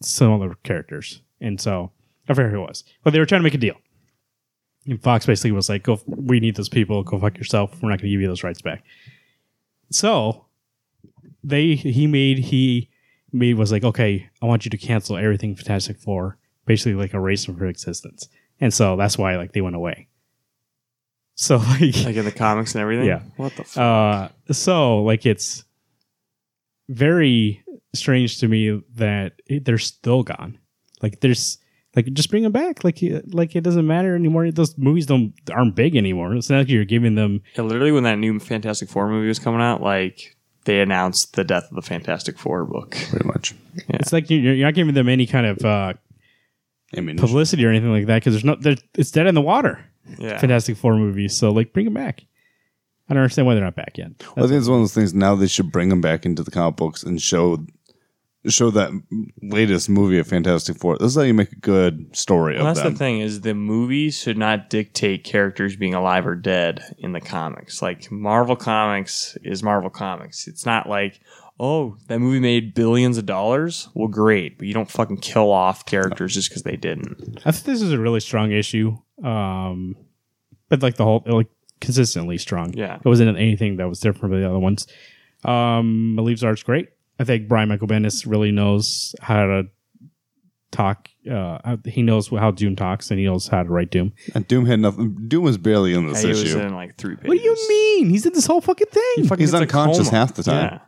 some other characters. And so I forget who it was, but they were trying to make a deal. And Fox basically was like, "Go, we need those people. Go fuck yourself. We're not going to give you those rights back." So they he made he made was like, "Okay, I want you to cancel everything Fantastic Four, basically like erase them from existence." And so that's why like they went away. So like Like in the comics and everything. Yeah. What the fuck? uh, so like it's very strange to me that it, they're still gone. Like there's like just bring them back. Like you- like it doesn't matter anymore. Those movies don't aren't big anymore. It's not like you're giving them. Yeah, literally, when that new Fantastic Four movie was coming out, like, they announced the death of the Fantastic Four book. Pretty much. It's like you're, you're not giving them any kind of uh, I mean, publicity or anything like that because there's no. There's, it's dead in the water. Yeah. Fantastic Four movies. So like bring them back. I don't understand why they're not back yet. I think it's one of those things. Now they should bring them back into the comic books and show show that latest movie of Fantastic Four. This is how you make a good story Well, of that's them. the thing is the movies should not dictate characters being alive or dead in the comics. Like Marvel Comics is Marvel Comics. It's not like, oh, that movie made billions of dollars. Well, great, but you don't fucking kill off characters just because they didn't. I think this is a really strong issue. Um, but like the whole like consistently strong. Yeah. it wasn't anything that was different from the other ones. Um, Malieve's art's great. I think Brian Michael Bendis really knows how to talk. Uh, he knows how Doom talks, and he knows how to write Doom. And Doom had nothing. Doom was barely in this It was issue. in like three pages. What do you mean? He's in this whole fucking thing. He fucking He's gets a unconscious coma. half the time.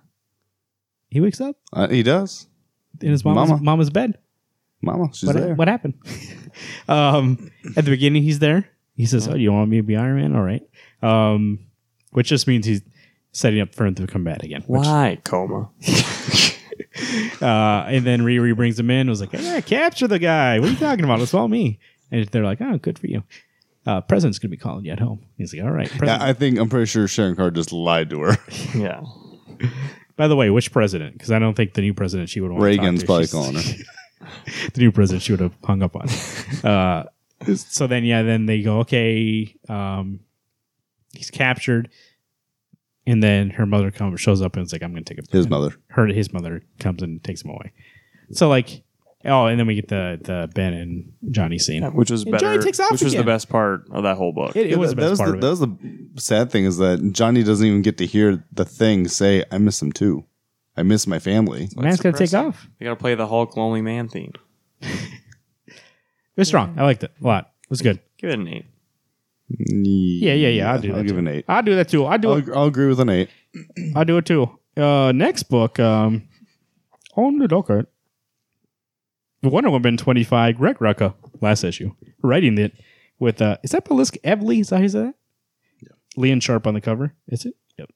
He wakes up. Uh, he does. in his mama's, Mama. mama's bed. Mama, she's What, there. what happened? um, at the beginning, he's there. He says, "Oh, you want me to be Iron Man? All right." Um, which just means he's setting up for him to come back again. which- Why coma? uh, and then Riri brings him in. and Was like, "Yeah, capture the guy. What are you talking about? It's all me." And they're like, "Oh, good for you." Uh, president's gonna be calling you at home. He's like, "All right." Yeah, President. I think I'm pretty sure Sharon Carter just lied to her. Yeah. By the way, which president? Because I don't think the new president she would want. Reagan's to talk probably to. She's- calling her. the new president she would have hung up on. Uh, so then, yeah, then they go, okay, um, he's captured, and then her mother comes, shows up, and it's like, I'm going to take him. His mother. her, his mother comes and takes him away. So like, oh, and then we get the the Ben and Johnny scene. Which was And better. Johnny takes off which was the again. best part of that whole book. It, it was the that best was part the, of that it. was the sad thing is that Johnny doesn't even get to hear the thing say, "I miss him too. I miss my family." Man's got to take depressing. off. You gotta play the Hulk Lonely Man theme. It was strong. I liked it a lot. It was good. Give it an eight. Yeah, yeah, yeah. I'll do that. I'll give too. an eight. I'll do that too. I'll do it. I'll, I'll agree with an eight. I'll do it too. Uh, next book, um, on the docket, Wonder Woman 25, Greg Rucka, last issue, writing it with, uh, is that Belisk Evely? Is that how you say that? Leon Sharp on the cover, is it? Yep.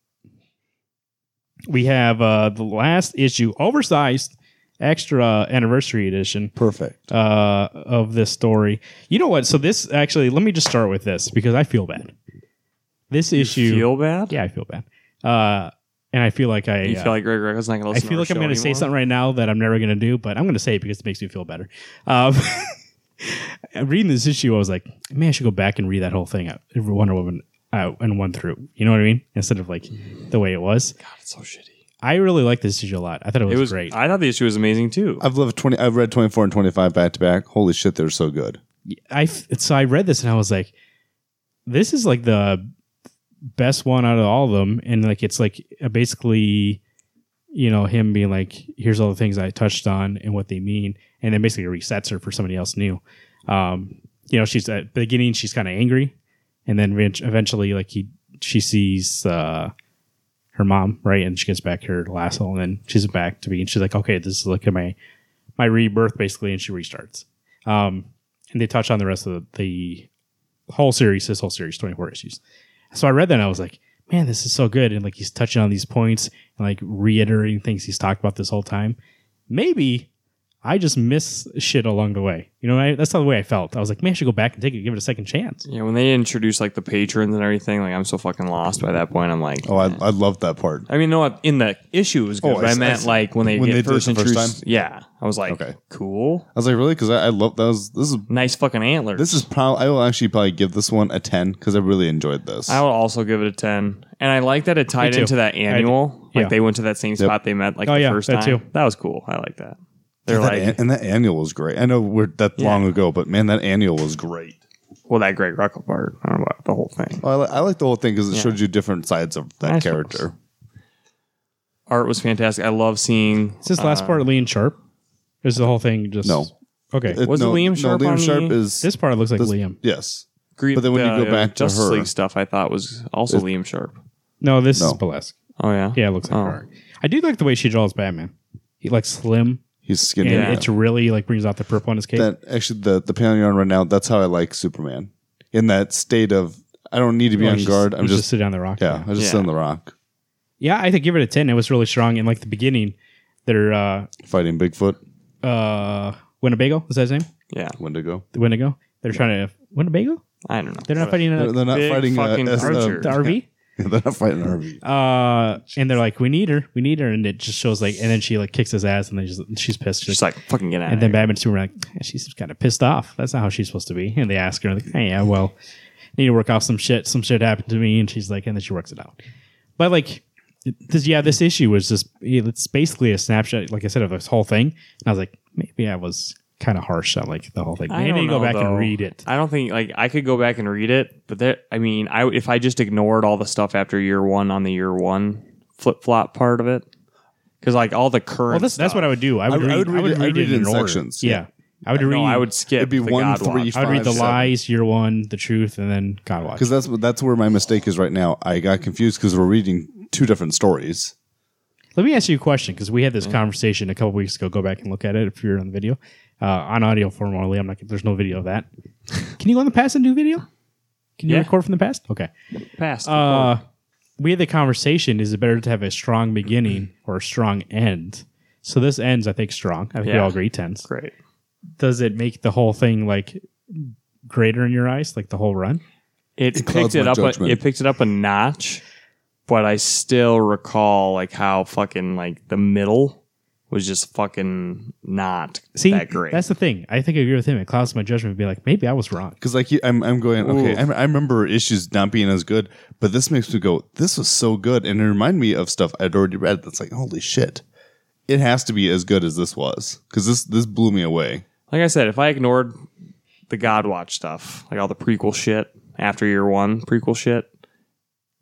We have uh, the last issue, oversized, extra uh, anniversary edition Perfect. uh, of this story. You know what? So this actually, let me just start with this because I feel bad. This issue, You feel bad? yeah, I feel bad. Uh, and I feel like I, You uh, feel like Greg Rucka's not gonna I listen. feel to our like I'm show going to say anymore? something right now that I'm never going to do, but I'm going to say it because it makes me feel better. Um, reading this issue, I was like, man, I should go back and read that whole thing out, Wonder Woman out and one through. You know what I mean? Instead of like the way it was. God, it's so shitty. I really like this issue a lot. I thought it It was, was great. I thought the issue was amazing too. I've loved twenty. I've read twenty four and twenty five back to back. Holy shit, they're so good. I f- so I read this and I was like, this is like the best one out of all of them, and like it's like uh, basically, you know, him being like, here's all the things I touched on and what they mean, and then basically resets her for somebody else new. Um, you know, she's at the beginning she's kind of angry, and then ev- eventually like he she sees uh her mom right, and she gets back her lasso, and then she's back to being she's like, okay, this is like my my rebirth basically, and she restarts. Um, and they touch on the rest of the, the whole series, his whole series, 24 issues. So I read that and I was like, man, this is so good. And like he's touching on these points and like reiterating things he's talked about this whole time. Maybe I just miss shit along the way. You know, I, that's not the way I felt. I was like, man, I should go back and take it, give it a second chance. Yeah, when they introduced like the patrons and everything, like I'm so fucking lost by that point. I'm like, Oh, I, I loved that part. I mean, no, in the issue it was good, Oh, but I I, see- I meant see. like when they When get they did it first the first introduced. Yeah, I was like, Okay. cool, I was like, really? Because I, I love that was this is nice fucking antlers. this is probably I will actually probably give this one a ten because I really enjoyed this. I would also give it a ten, and I like that it tied too. into that annual. yeah. Like they went to that same spot they met like Oh, the yeah, first that time. too. That was cool. I like that. They're That like, an- and that annual was great. I know we're that long ago, but man, that annual was great. well, that Greg Rucka part. I don't know about the whole thing. Oh, I, li- I like the whole thing because it Yeah. showed you different sides of that I suppose. character. Art was fantastic. I love seeing. Is this last part Lean Sharp? Is the whole thing just. No. Okay. It- Was it Liam Sharp Liam on Sharp the- is this part looks like this- Liam. yes. Gre- but then when you the, go back to uh, Justice her- League stuff, I thought was also Liam Sharp. No, this is No. Belesk. Oh yeah, Yeah, it looks like Oh. her. I do like the way she draws Batman. He like slim He's and skinny. Yeah. it's really like brings out the purple on his cape. That actually the the panel you're on right now. That's how I like Superman in that state of I don't need to be Oh, Or on just- guard. or I'm just, sitting on the rock. yeah, I just sit Yeah. on the rock yeah. I think give it a ten. It was really strong. And like the beginning, they're uh, fighting Bigfoot, uh, Winnebago. Is that his name? yeah. Wendigo. The Winnebago. They're trying to Winnebago. I don't know. They're not Whatever. fighting They're, a, they're not big fighting uh, fucking as- uh, archer. the RV. they're not fighting Harvey. Uh, and they're like, we need her, we need her, and it just shows like, and then she like kicks his ass, and then she's, she's pissed. She's Just like, like fucking get out. and then Batman and Superman are like, "Eh, she's kind of pissed off. That's not how she's supposed to be. And they ask her, like, hey, yeah, well, need to work off some shit. Some shit happened to me, and she's like, and then she works it out. But like, this, yeah, this issue was just it's basically a snapshot, like I said, of this whole thing. And I was like, maybe I was kind of harsh on like the whole thing. Maybe I need to go back though. and read it. I don't think like I could go back and read it, but there. I mean, I if I just ignored all the stuff after year one on the year one flip flop part of it, because like all the current. Well, that's that's what I would do. I would, I- I read, would read it- I'd read it in order. sections, Yeah. yeah. I would read. No, I would skip. It'd be the one, God three, Watch. I would read five, the seven. lies, year one, the truth, and then God watch. Because that's that's where my mistake is right now. I got confused because we're reading two different stories. Let me ask you a question because we had this conversation a couple weeks ago. Go back and look at it if you're on the video, uh, on audio form only. I'm not. There's no video of that. Can you go in the past and do video? Can you Yeah. record from the past? Okay. Past. Uh, we had the conversation: is it better to have a strong beginning or a strong end? So this ends, I think, strong. I think we Yeah. all agree, tense. great. Does it make the whole thing like greater in your eyes, like the whole run? It, It clouds picked it my up. A, judgment. it picked it up a notch, but I still recall like how fucking like the middle was just fucking not See, that great. that's the thing. I think I agree with him. It clouds my judgment. Be like, maybe I was wrong. Because like you- I'm, I'm going okay. Ooh. I'm, I remember issues not being as good, but this makes me go, "This was so good," and it reminded me of stuff I'd already read. That's like, holy shit, it has to be as good as this was because this this blew me away. like I said, if I ignored the God Watch stuff, like all the prequel shit after year one prequel shit,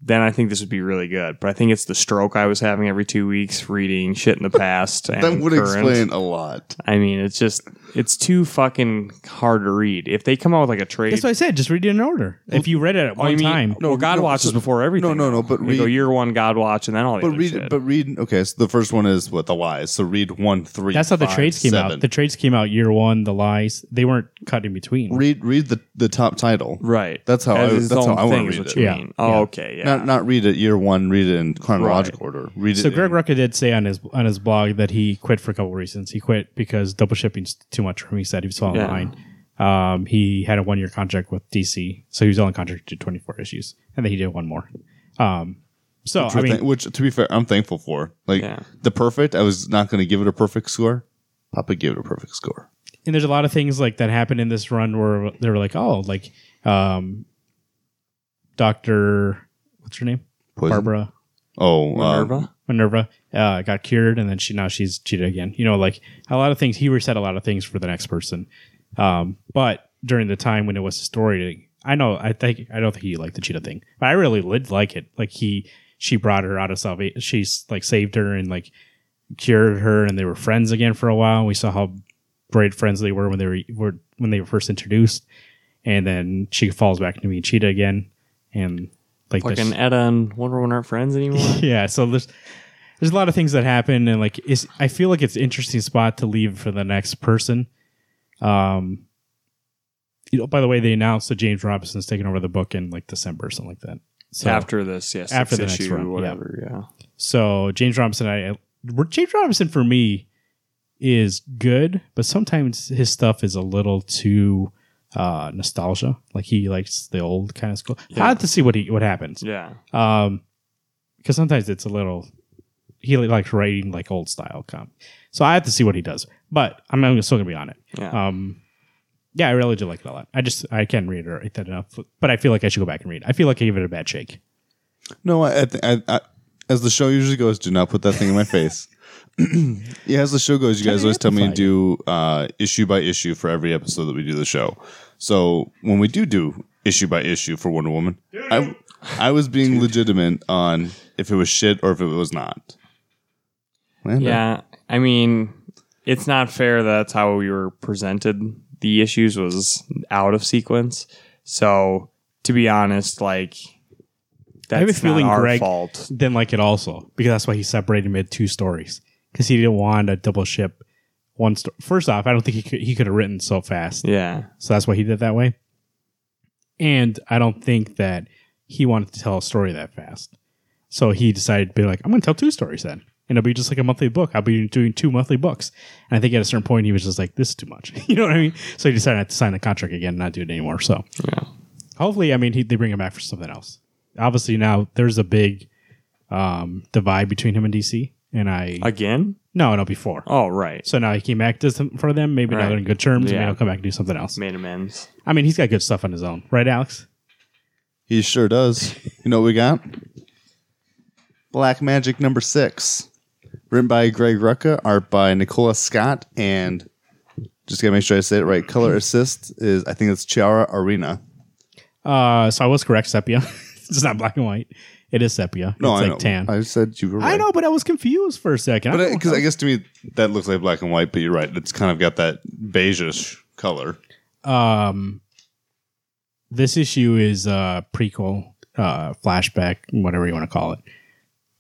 then I think this would be really good. But I think it's the stroke I was having every two weeks reading shit in the past. and that would current. explain a lot. I mean, it's just it's too fucking hard to read. If they come out with like a trade, That's what I said. Just read it in order. If you read it at Oh, one you mean- time, well, God no, Watch so- is before everything. no, no, no, though. but They read- go year one God Watch, and then all the But other read, shit. but read. Okay, so the first one is what the lies. So read one, three. that's how the five, trades came seven. out. The trades came out year one. The lies they weren't cut in between. read read the the top title. right, That's how As I- its that's how own I wanna thing is read it. what you Yeah. mean. Oh, Yeah. okay, yeah. Not not read it year one. Read it in chronological order. Read it. So Greg in, Rucka did say on his on his blog that he quit for a couple reasons. He quit because double shipping's too much for him. He said he was falling Yeah. behind. Um, he had a one year contract with DC, so he was only contracted to twenty four issues, and then he did one more. Um, so I which, mean, which to be fair, I'm thankful for. Like Yeah. the perfect, I was not going to give it a perfect score. Papa gave it a perfect score. and there's a lot of things like that happened in this run where they were like, oh, like, um, Doctor, what's her name, Poison? Barbara Oh, uh, Minerva. Minerva uh, got cured, and then she now she's cheated again. You know, like a lot of things. He reset a lot of things for the next person. Um, but during the time when it was a story, I know I think I don't think he liked the cheetah thing, but I really did like it. Like he, she brought her out of salvation. She's like saved her and like cured her, and they were friends again for a while. We saw how great friends they were when they were, were when they were first introduced, and then she falls back to being cheetah again, and like this- Fucking Edda and Wonder Woman aren't friends anymore. yeah so there's there's a lot of things that happen and like it's i feel like it's an interesting spot to leave for the next person um you know, by the way they announced that james robinson's taking over the book in like december or something like that so after this, yes, After after the the next issue, run, yeah. whatever. Yeah. so james robinson i I- james robinson for me is good but sometimes his stuff is a little too uh nostalgia like he likes the old kind of school Yeah. i have to see what he what happens yeah, um because sometimes it's a little he li- likes writing like old style comp so i have to see what he does but i'm, I'm still gonna be on it yeah, um yeah i really do like it a lot i just i can't reiterate that enough but i feel like i should go back and read it. i feel like i gave it a bad shake No, I, I, thi- I, I, as the show usually goes, do not put that thing in my face. yeah, as the show goes, you guys always tell me to do uh, issue by issue for every episode that we do the show. So when we do do issue by issue for Wonder Woman, I, I was being legitimate on if it was shit or if it was not. Lando. yeah. I mean, it's not fair. that That's how we were presented. The issues was out of sequence. So to be honest, like that's I have a feeling not our Greg- fault. didn't like it also because that's why he separated mid two stories because he didn't want a double ship one sto- first off i don't think he could he could have written so fast Yeah, So that's why he did it that way. And I don't think that he wanted to tell a story that fast. So he decided to be like, I'm going to tell two stories then. And it'll be just like a monthly book. I'll be doing two monthly books. And I think at a certain point, he was just like, this is too much. you know what I mean? So he decided not to sign the contract again and not do it anymore. So yeah. hopefully, I mean, he, they bring him back for something else. Obviously, now there's a big um, divide between him and DC. And I, Again? no, no, before. Oh, right. So now he came back to some, for them. Maybe now Right. they're in good terms. Maybe Yeah. he'll come back and do something else. Made amends. I mean, he's got good stuff on his own, right, Alex? He sure does. You know what we got? Black Magic number six. Written by Greg Rucka, art by Nicola Scott, and just gotta make sure I say it right. Color assist is I think it's Chiara Arena. Uh, so I was correct, sepia. it's not black and white. It is sepia. No, it's I like know. tan. I, I said you were right. know, but I was confused for a second. I But don't because know. I guess to me that looks like black and white, but you're right. It's kind of got that beigeish color. um, this issue is uh, a prequel, uh, flashback, whatever you want to call it,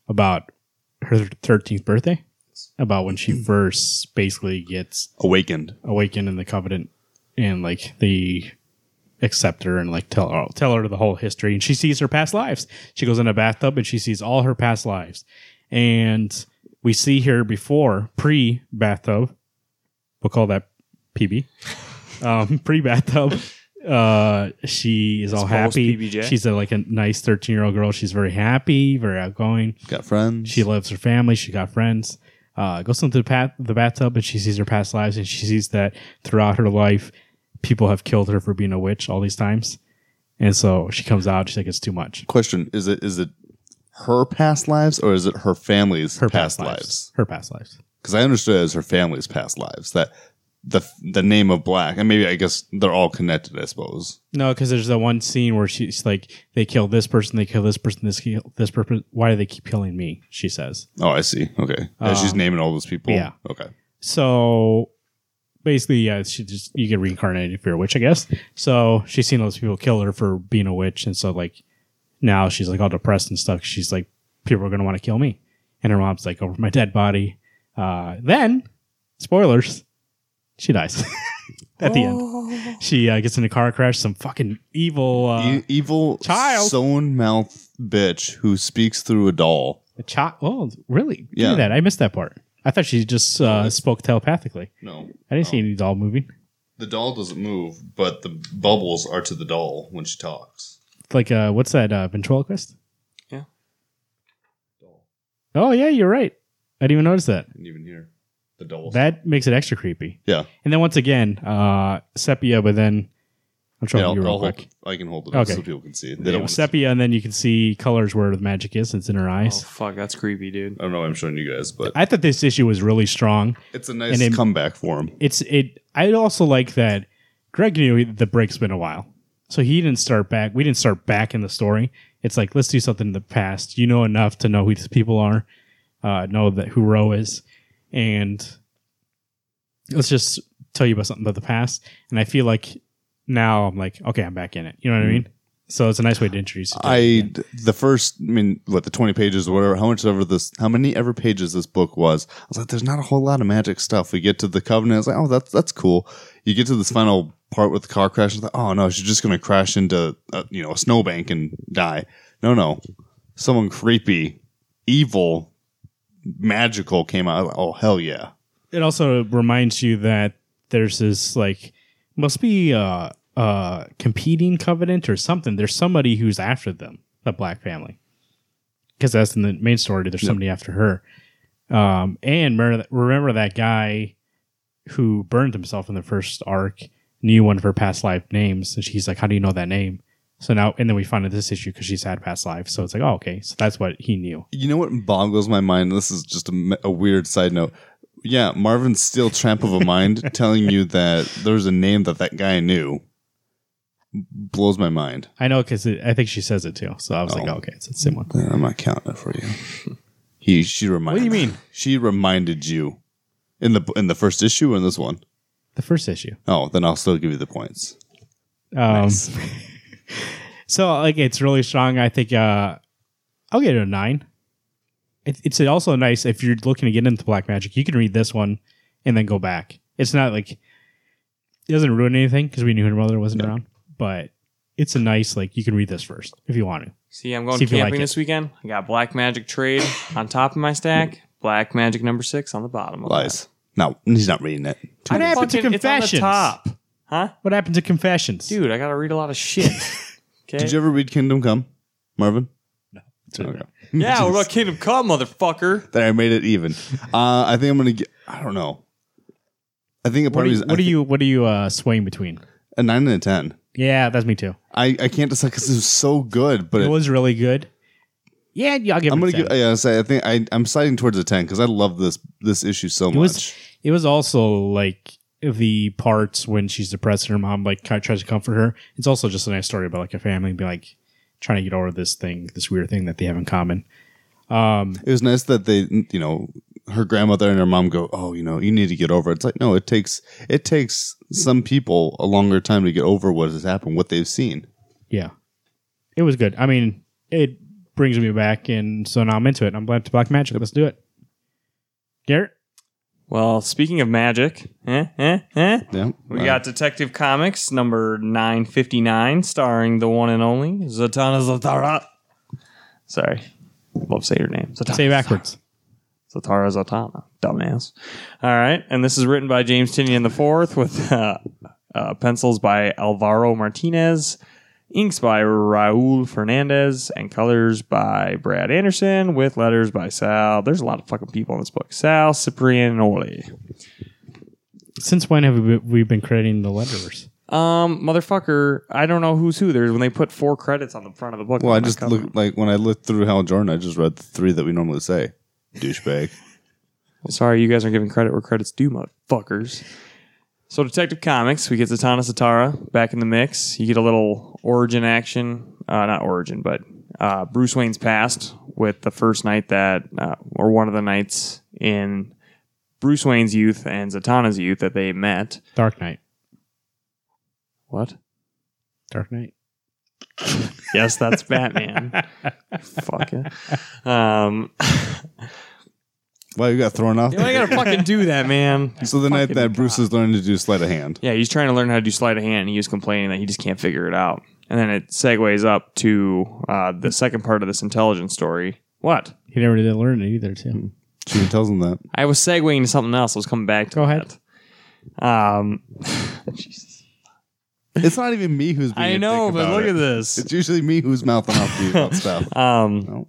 about her thirteenth birthday, about when Hmm. she first basically gets Awakened. awakened in the covenant, and like they accept her and like tell her, tell her the whole history, and she sees her past lives. She goes in a bathtub and she sees all her past lives, and we see her before pre bathtub. We'll call that PB. Um, pre bathtub. Uh, she is all It's almost happy. PBJ. She's a, like a nice thirteen year old girl. She's very happy, very outgoing. Got friends. She loves her family. She got friends. Uh, goes into the, pat- the bathtub and she sees her past lives and she sees that throughout her life, people have killed her for being a witch all these times. And so she comes out. She's like, it's too much. Question: Is it is it her past lives or is it her family's Her past, lives? Her past lives. Because I understood it as her family's past lives that the the name of Black and maybe I guess they're all connected. I suppose. No, because there's that one scene where she's like, they kill this person, they kill this person, this kill this person. Why do they keep killing me? She says. Oh, I see. Okay, And she's naming all those people. Uh, yeah. Okay. So basically, yeah, she just you get reincarnated if you're a witch, I guess. So she's seen all those people kill her for being a witch, and so like now she's like all depressed and stuff. She's like, people are gonna want to kill me, and her mom's like, over my dead body. Uh, then, spoilers, she dies at the end. She uh, gets in a car crash. Some fucking evil uh, E- evil child. sewn mouth bitch who speaks through a doll. child. Oh, really? Give Yeah. me that I missed that part. I thought she just uh, spoke telepathically. No, I didn't see any doll movie. the doll doesn't move, but the bubbles are to the doll when she talks. like uh what's that uh ventriloquist Yeah. oh yeah you're right i didn't even notice that And even here, the doll. that makes it extra creepy yeah, and then once again uh sepia but then i'm trying yeah to I'll, you real I'll hold, quick I can hold it up Okay. so people can see. it. They It don't was wanna see- sepia and then you can see colors where the magic is it's in her Oh eyes fuck, that's creepy, dude. I don't know. why I'm showing you guys, but i thought this issue was really strong it's a nice and it- comeback for him. it's it i also like that greg knew the break's been a while so he didn't start back we didn't start back in the story it's like let's do something in the past you know enough to know who these people are uh, know that who Roe is and let's just tell you about something about the past and i feel like now i'm like okay i'm back in it you know what i mean so it's a nice way to introduce it to I the first, I mean, what the twenty pages or whatever, how much ever this, how many ever pages this book was. I was like, there's not a whole lot of magic stuff. We get to the covenant, it's like, oh, that's that's cool. You get to this final part with the car crash, it's like, oh no, she's just gonna crash into a, you know a snowbank and die. No, no, someone creepy, evil, magical came out. I was like, oh hell yeah, it also reminds you that there's this like must be uh uh competing covenant or something there's somebody who's after them the black family because that's in the main story there's somebody after her um and remember that, remember that guy who burned himself in the first arc knew one of her past life names and she's like how do you know that name so now and then we find out this issue because she's had past life so it's like oh okay so that's what he knew You know what boggles my mind? This is just a, me- a weird side note. Yeah, Marvin's still tramp of a mind telling you that there's a name that that guy knew. Blows my mind. i know because i think she says it too so i was like oh, Oh. okay it's the same one Uh, I'm not counting it for you. He, she reminded. What do you mean? She reminded you in the in the first issue or in this one? the first issue Oh, then I'll still give you the points. Um, so like it's really strong. I think uh, I'll get it a nine. It, it's also nice if you're looking to get into black magic, you can read this one and then go back. It's not like it doesn't ruin anything because we knew her mother wasn't around, but it's a nice like you can read this first if you want to. See, I'm going See if you camping like it. this weekend. I got Black Magic Trade on top of my stack, Black Magic number six on the bottom. Of Lies. No, he's not reading it. What That. happened to Fucking- confessions? It's on the top, huh? What happened to confessions? Dude, I gotta read a lot of shit. Okay. Did you ever read Kingdom Come, Marvin? Okay. yeah, what about Kingdom Come, motherfucker? That I made it even. Uh, I think I'm gonna get. I don't know. I think a what part do of me you is- I what do thi- you what are you uh, swaying between? a nine and a ten. Yeah, that's me too. I, I can't decide because it was so good, but It it- was really good. Yeah, yeah, I'll give I'm it. a gonna 10. give. Yeah, say I think I I'm siding towards a ten because I love this this issue so much. was- It was also like the parts when she's depressed and her mom like kind of tries to comfort her. It's also just a nice story about like a family and be like trying to get over this thing, this weird thing that they have in common. Um, it was nice that they you know her grandmother and her mom go, oh, you know, you need to get over. it. It's like no, it takes it takes some people a longer time to get over what has happened, what they've seen. yeah, it was good. I mean, it brings me back, and so now I'm into it. I'm glad to Black Magic. Let's do it. Garrett, Well, speaking of magic, eh, eh, eh, Yeah. we got Detective Comics number 959, starring the one and only Zatanna Zatara. Sorry. Love say your name. Zatanna say it backwards. Zatara Zatanna. Dumbass. All right. And this is written by James Tinian the Fourth with uh, uh, pencils by Alvaro Martinez, inks by Raul Fernandez, and colors by Brad Anderson with letters by Sal. There's a lot of fucking people in this book. Sal, Ciprian, and Ole. Since when have we been, we been crediting the letters? Um, motherfucker, I don't know who's who. There's when they put four credits on the front of the book. Well, I on the just cover. look like when I looked through Hal Jordan, I just read the three that we normally say. Douchebag. Sorry, you guys aren't giving credit where credit's due, motherfuckers. So, Detective Comics, we get Zatanna Satara back in the mix. You get a little origin action, uh, not origin, but uh, Bruce Wayne's past with the first night that, uh, or one of the nights in Bruce Wayne's youth and Zatanna's youth that they met. Dark Knight. What? Dark Knight. Yes, that's Batman. Fuck it. Um, Wow, you got thrown off. you know, I gotta fucking do that, man. so the night that Bruce is learning to do sleight of hand. Yeah, he's trying to learn how to do sleight of hand, and he was complaining that he just can't figure it out. And then it segues up to uh, the second part of this intelligence story. What? He never did learn it either, too. She tells him that. I was segueing to something else. I was coming back to Go ahead. that. Um, It's not even me who's being I know, but look at this. this. It's usually me who's mouthing off to you about stuff. Um, No.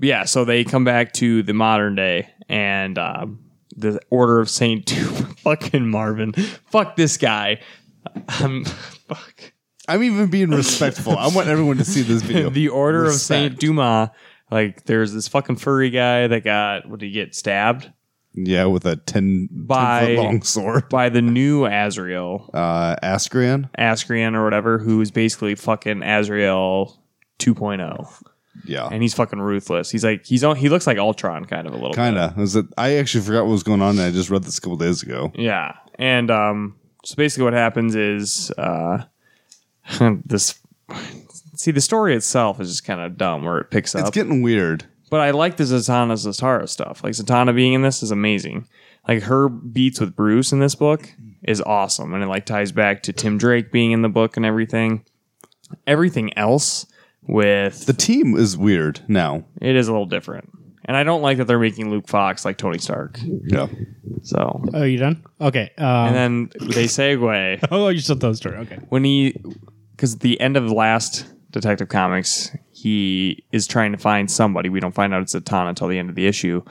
yeah, so they come back to the modern day and um, the Order of Saint fucking Marvin. Fuck this guy. Um, fuck. I'm even being respectful. I want everyone to see this video. the Order of Respect. Saint Dumas. Like, there's this fucking furry guy that got what did he get stabbed yeah, with a 10, 10 By- foot long sword. by the new Azrael, Uh, Ascrian. Ascrian or whatever, who is basically fucking Azrael 2.0, Yeah. and he's fucking ruthless. He's like he's on, he looks like Ultron kind of a little. bit. Kind of. Is it? I actually forgot what was going on. And I just read this a couple days ago. Yeah. And um, so basically what happens is uh, this see the story itself is just kind of dumb where it picks It's up. getting weird. but I like the Zatanna Zatara stuff. Like Zatanna being in this is amazing. Like her beats with Bruce in this book is awesome and it like ties back to Tim Drake being in the book and everything. Everything else with The team is weird now. it is a little different. And I don't like that they're making Luke Fox like Tony Stark. Yeah. So Oh, you done? Okay. Um, and then they segue oh, you still told the story. Okay. when he because the end of the last detective comics he is trying to find somebody we don't find out it's a ton until the end of the issue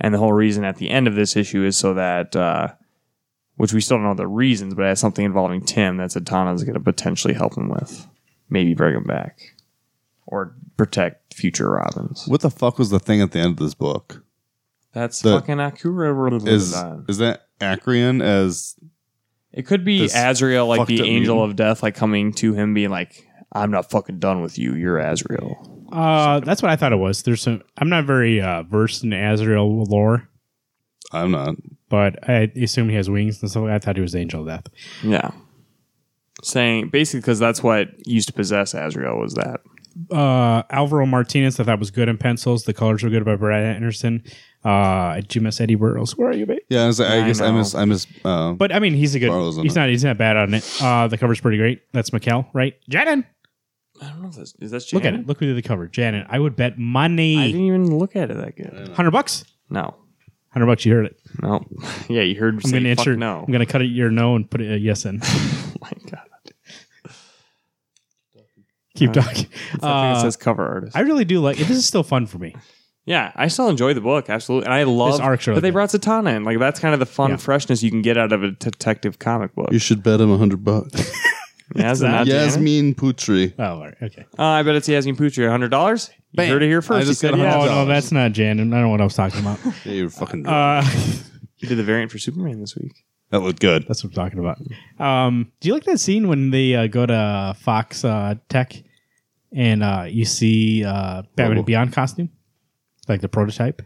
and the whole reason at the end of this issue is so that uh, which we still don't know the reasons but it has something involving tim that Zatanna is going to potentially help him with maybe bring him back or protect future robins What the fuck was the thing at the end of this book? that's The- fucking akura Is is that Acrian as It could be This Azrael, like fucked the up angel mutant. of death, like coming to him, being like, "I'm not fucking done with you. You're Azrael." Uh, that's what I thought it was. There's some. I'm not very uh, versed in Azrael lore, I'm not. but I assume he has wings and stuff. I thought he was the Angel of Death. Yeah, saying basically because that's what used to possess Azrael was that. Uh, Alvaro Martinez, I thought was good in pencils. The colors were good by Brad Anderson. Uh, did you miss Eddie Burrows? Where are you, babe? Yeah, I, was, I Yeah, I guess I, know. miss I miss uh, But I mean, he's a good. Burrows on he's it. not. He's not bad on it. Uh, the cover's pretty great. That's Mikkel, right? Jaden, I don't know if that's is that look at Janet? it. Look who did the cover. Jaden. I would bet I money. didn't even look at it that good. Hundred bucks. No, Hundred bucks. You heard it. no. yeah, you heard. I'm me gonna Oh say, fuck answer. No, I'm gonna cut it your no and put it a yes in. my god. Keep talking. It's that thing Uh, that says cover artist. I really do like. This is still fun for me. yeah, I still enjoy the book absolutely, and I love. arc's really but they good. brought Zatanna in. Like that's kind of the fun Yeah. freshness you can get out of a detective comic book. you should bet him a hundred bucks. Yeah, is it not Janet? Yasmin Putri. Oh, all right. Okay. Uh, I bet it's Yasmin Putri, hundred dollars. You Bam. heard it here I first. He just got said Oh yes. $100. no, that's not Jan. I don't know what I was talking about. Yeah, you're fucking Uh, He did the variant for Superman this week. that looked good. that's what I'm talking about. Um, do you like that scene when they uh, go to Fox uh, Tech and uh, you see uh, Batman Whoa. and Beyond costume, like the prototype?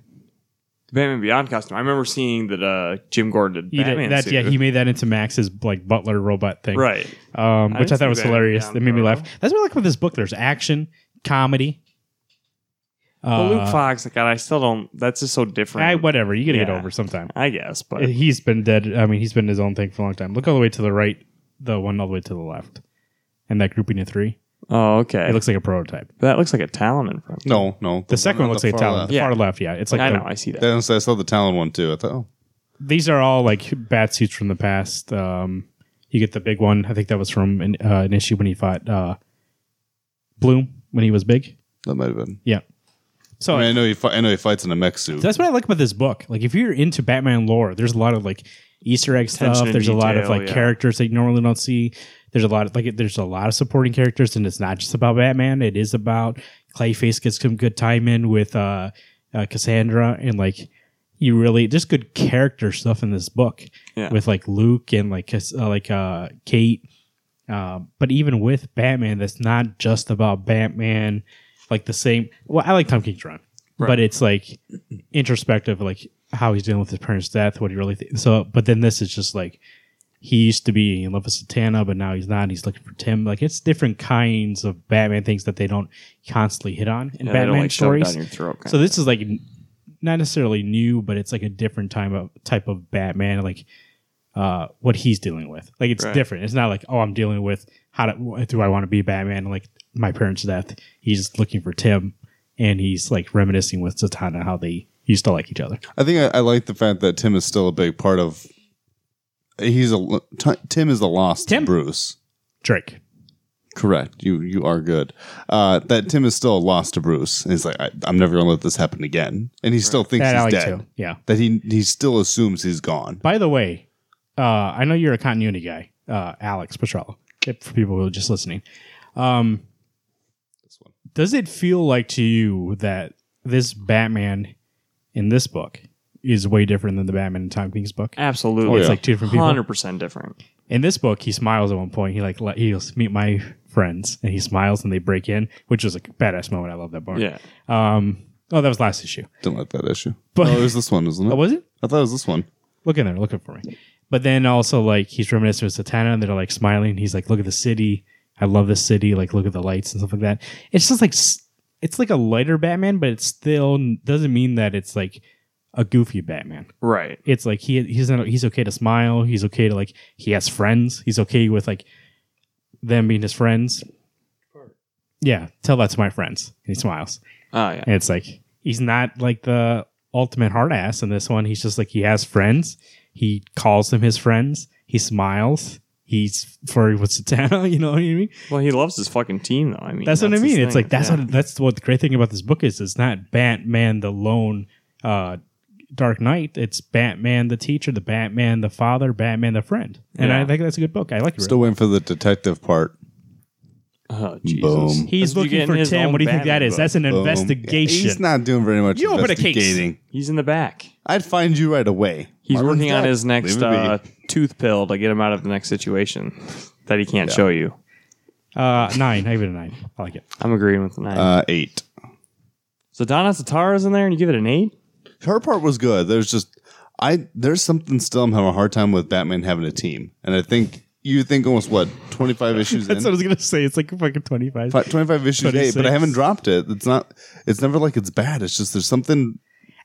The Batman Beyond costume. I remember seeing that uh, Jim Gordon did He did- Batman that, suit. yeah, he made that into Max's like butler robot thing, right. Um, which I, didn't thought see was Batman hilarious. Beyond That made me laugh. Proto. That's what I like about this book. There's action, comedy, Well, Luke Uh, Fox, God, I still don't. That's just so different. I, whatever, you gotta get Yeah. over sometime. I guess, but He's been dead. I mean, he's been his own thing for a long time. Look all the way to the right, the one all the way to the left, and that grouping of three. oh, okay. It looks like a prototype. that looks like a talon in front. No, no. The second one looks like a far Talon. left. The Yeah. far left, yeah. It's like I the- know. I see that. Then I saw- I saw the Talon one too. I thought, oh, these are all like bat suits from the past. Um, you get the big one. I think that was from an, uh, an issue when he fought uh, Bloom when he was big. that might have been. Yeah. So I, mean, I know he. Fi- I know he fights in a mech suit. So that's what I like about this book. Like, if you're into Batman lore, there's a lot of like Easter egg Attention stuff. to There's a lot of detail, like yeah. characters that you normally don't see. There's a lot of like there's a lot of supporting characters, and it's not just about Batman. It is about Clayface gets some good time in with uh, uh Cassandra, and like you really there's good character stuff in this book Yeah. with like Luke and like Cass- uh, like uh Kate. Uh, but even with Batman, that's not just about Batman. Like the same. Well, I like Tom King's run, Right. but it's like introspective, like how he's dealing with his parents' death, what he really thinks. So, but then this is just like he used to be in love with Satana, but now he's not. and He's looking for Tim. Like it's different kinds of Batman things that they don't constantly hit on in Yeah, they don't, Batman like, shove it stories. down your throat. So this is like n- not necessarily new, but it's like a different time of type of Batman, like uh, what he's dealing with. Like it's Right. different. It's not like oh, I'm dealing with how do, do I want to be Batman? Like my parents' death. He's looking for Tim, and he's like reminiscing with Zatanna how they used to like each other. I think I, I like the fact that Tim is still a big part of. He's a lo- t- Tim is the lost Tim? Bruce. Drake. Correct. You you are good. Uh, that Tim is still lost to Bruce. And he's like, I, I'm never gonna let this happen again. And he still thinks That I he's like dead. too. Yeah. That he he still assumes he's gone. By the way, uh, I know you're a continuity guy, uh, Alex Petrella, for people who are just listening. Um, This one. does it feel like to you that this Batman in this book is way different than the Batman in Tom King's book? absolutely, It's like two different people. hundred percent different. In this book, he smiles at one point. He like let, he goes, meet my friends, and he smiles, and they break in, which was a badass moment. I love that part. Yeah, Um. Oh, that was last issue. Didn't like that issue. But- But oh, it was this one, isn't it? Oh, was it? I thought it was this one. look in there, looking for me. But then also like he's reminiscing with Satana and they're like smiling. He's like, look at the city. I love this city. Like look at the lights and stuff like that. It's just like s- it's like a lighter Batman, but it still n- doesn't mean that it's like a goofy Batman. right. It's like he he's not, he's okay to smile. He's okay to like he has friends. He's okay with like them being his friends. Yeah, tell that to my friends. And he smiles. Oh yeah, And it's like he's not like the ultimate hard ass in this one. He's just like he has friends. He calls them his friends. He smiles. He's furry with Satana. You know what I mean? Well, he loves his fucking team, though. I mean, That's, what I his mean. It's thing. like that's Yeah. what that's what the great thing about this book is. It's not Batman the lone uh, Dark Knight. It's Batman the teacher, the Batman the father, Batman the friend. And Yeah. I think that's a good book. I like it. Still waiting for the detective part. Oh, Jesus. Boom. He's That's what you get looking in for his Tim. own What do you think Batman that is? book. That's an Boom. investigation. Um, He's not doing very much You open a case. investigating. He's in the back. I'd find you right away. He's Marvin's working on dead. his next Leave it be. uh, tooth pill to get him out of the next situation that he can't show you. uh, nine. I give it a nine. I like it. I'm agreeing with the nine. uh, eight. so Donna Satara's in there, and you give it an eight. her part was good. There's just I there's something still I'm having a hard time with Batman having a team, and I think you think almost what 25 issues in. That's what I was gonna say. It's like fucking twenty five. Fi- 25 issues eight, but 26. I haven't dropped it. It's not. It's never like it's bad. It's just there's something.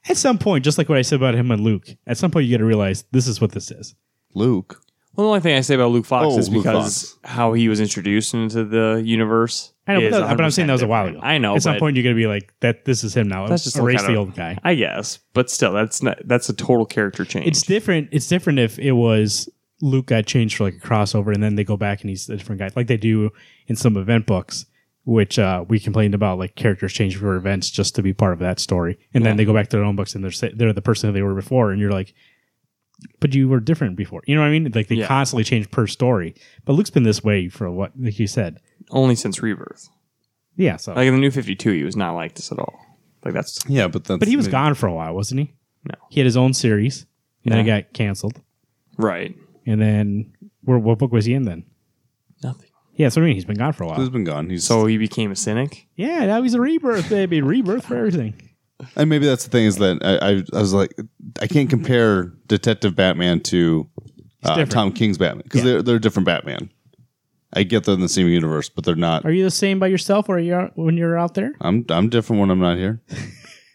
At some point, just like what I said about him and Luke, at some point you gotta realize this is what this is. Luke. Well, the only thing I say about Luke Fox Oh, is Luke because how he was introduced into the universe. I know, but, is that- but I'm 100% saying that was a while ago. different. I know. At some but point you're gonna be like, that this is him now. That's just some erase kind the of- old guy. I guess, but still, that's not that's a total character change. It's different. It's different if it was Luke got changed for like a crossover and then they go back and he's a different guy, like they do in some event books, which uh, we complained about, like characters change for events just to be part of that story, and then they go back to their own books and they're sa- they're the person that they were before, and you're like, but you were different before. You know what I mean? Like they Yeah. constantly change per story. But Luke's been this way for what, like you said, only since Rebirth. yeah. So, Like in the New Fifty Two, he was not like this at all. Like that's Yeah, but that's but he was maybe- gone for a while, wasn't he? No. he had his own series, and then Yeah. it got canceled, right. and then where, what book was he in then? Nothing. Yeah, so I mean, he's been gone for a while. He's been gone. He's So he became a cynic. Yeah, now he's a rebirth, baby. rebirth for everything. and maybe that's the thing is that I, I I was like I can't compare Detective Batman to uh, different. Tom King's Batman because Yeah. they're they're different Batman. I get they're in the same universe, but they're not. Are you the same by yourself or are you out- when you're out there? I'm I'm different when I'm not here.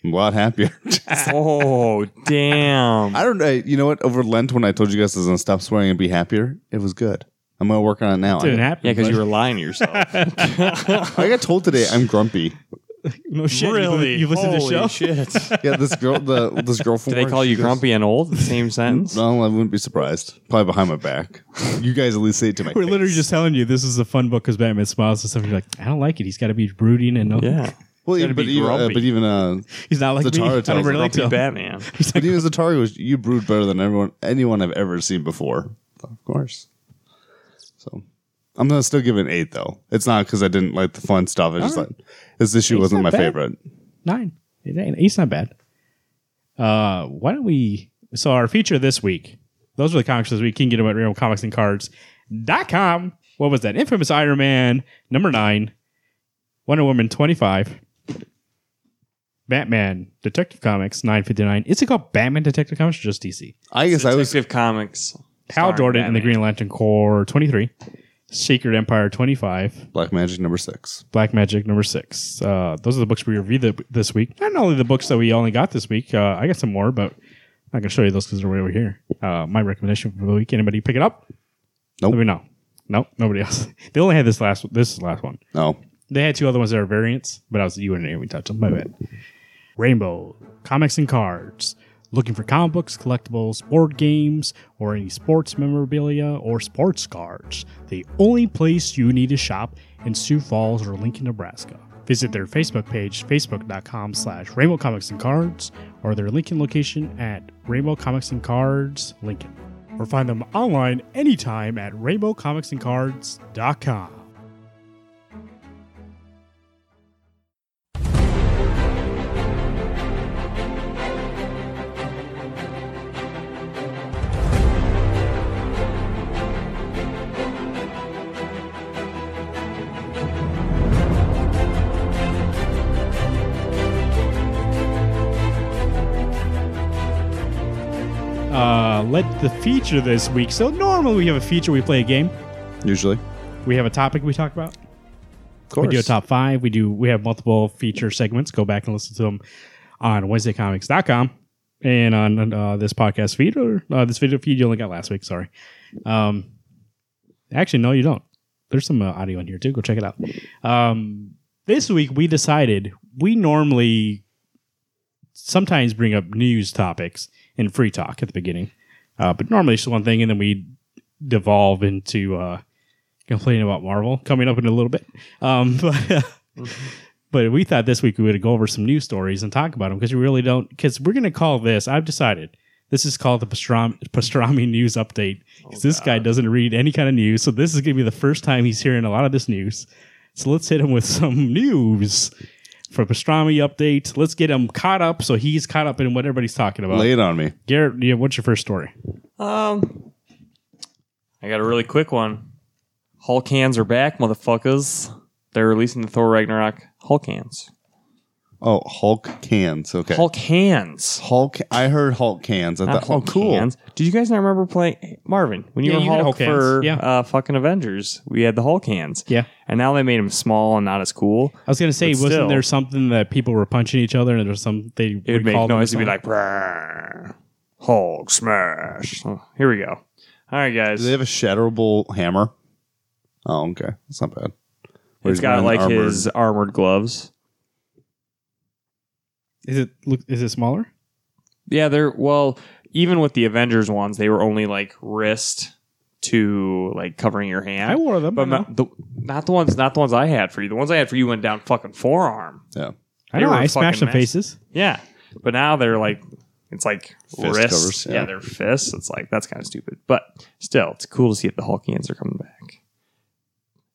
I'm a lot happier. oh damn! I don't know. You know what? Over Lent, when I told you guys I was gonna stop swearing and be happier, it was good. I'm gonna work on it now. Didn't I, happen. Yeah, because but- you were lying to yourself. I got told today I'm grumpy. no shit. Really? You listened to the Holy show? Shit. Yeah, this girl, the this girl from Do they work, call she you goes- grumpy and old? The same sentence. No, I wouldn't be surprised. Probably behind my back. You guys at least say it to my We're face. literally just telling you this is a fun book because Batman smiles and stuff. You're like, I don't like it. He's got to be brooding and no, Yeah. well, gotta but, be even, uh, grumpy. but even uh, he's not like It's a me. I Tara don't tells relate Grumpy to him. Batman. He's but like, even Zatari goes, you brewed better than everyone anyone I've ever seen before. Of course. So I'm gonna still give it an eight though. It's not because I didn't like the fun stuff. I just All right. like this issue Eight's wasn't my not bad. favorite. nine. It ain't, it's not bad. Uh, why don't we? So our feature this week. Those were the comics this week. You can get them at realcomicsandcards.com. What was that? Infamous Iron Man number nine, Wonder Woman twenty five, Batman Detective Comics nine fifty nine. Is it called Batman Detective Comics or just DC? I guess I was Detective Comics. Hal starring Jordan and the Batman. Green Lantern Corps twenty three, Secret Empire twenty five, Black Magic number six. Black Magic number six. Uh, those are the books we reviewed th this week. Not only the books that we only got this week. Uh, I got some more, but I'm not gonna show you those because they're way over here. Uh, my recommendation for the week. Anybody pick it up? Nope. Let me know. Nope. Nobody else. They only had this last. This is the last one. No. They had two other ones that are variants, but I was you and Amy touched them. My bad. Rainbow comics and cards. Looking for comic books, collectibles, board games, or any sports memorabilia or sports cards. The only place you need to shop in Sioux Falls or Lincoln, Nebraska. Visit their Facebook page, facebook.com slash Rainbow Comics and Cards, or their Lincoln location at Rainbow Comics and Cards, Lincoln. Or find them online anytime at rainbowcomicsandcards.com. uh, let the feature this week. So normally we have a feature, we play a game, Usually. we have a topic we talk about. Of course. We do a top five. We do we have multiple feature segments. Go back and listen to them on WednesdayComics.com and on uh, this podcast feed or uh, this video feed you only got last week. Sorry. Um, actually, no, you don't. There's some uh, audio in here too. Go check it out. Um, this week we decided we normally sometimes bring up news topics in free talk at the beginning, uh, but normally it's just one thing, and then we devolve into uh, complaining about Marvel coming up in a little bit. Um, but but we thought this week we would go over some news stories and talk about them because we really don't. Because we're going to call this. I've decided this is called the pastrami, pastrami news update because this guy doesn't read any kind of news. So this is going to be the first time he's hearing a lot of this news. So let's hit him with some news for pastrami update. Let's get him caught up so he's caught up in what everybody's talking about. Lay it on me. Garrett, yeah, what's your first story? Um, I got a really quick one. Hulk hands are back, motherfuckers. They're releasing the Thor Ragnarok Hulk hands. Oh, Hulk cans. Okay. Hulk. Hulk hands. I heard Hulk cans. I Not thought, oh, Hulk cool. hands. Did you guys not remember playing Marvin when you Yeah, were you had Hulk Hulk, hands. for Yeah. uh, fucking Avengers? We had the Hulk hands. Yeah. and now they made him small and not as cool. I was gonna say, But wasn't still. there something that people were punching each other, and there was some they It would make recalled them or noise. It'd be something? like "Brrr, Hulk smash. Oh, here we go. All right, guys. Do they have a shatterable hammer? Oh, okay. That's not bad. Or He's he's got wearing like armored- his armored gloves. Is it look? Is it smaller? Yeah, they're well, even with the Avengers ones, they were only like wrist to like covering your hand. I wore them. but I know. not the, not the ones, not the ones I had for you. The ones I had for you went down fucking forearm. Yeah. I they know. were I smashed fucking some massive. faces. Yeah, but now they're like it's like Fist wrist. covers, yeah. yeah. they're fists. It's like that's kind of stupid, but still, it's cool to see that the Hulk hands are coming back.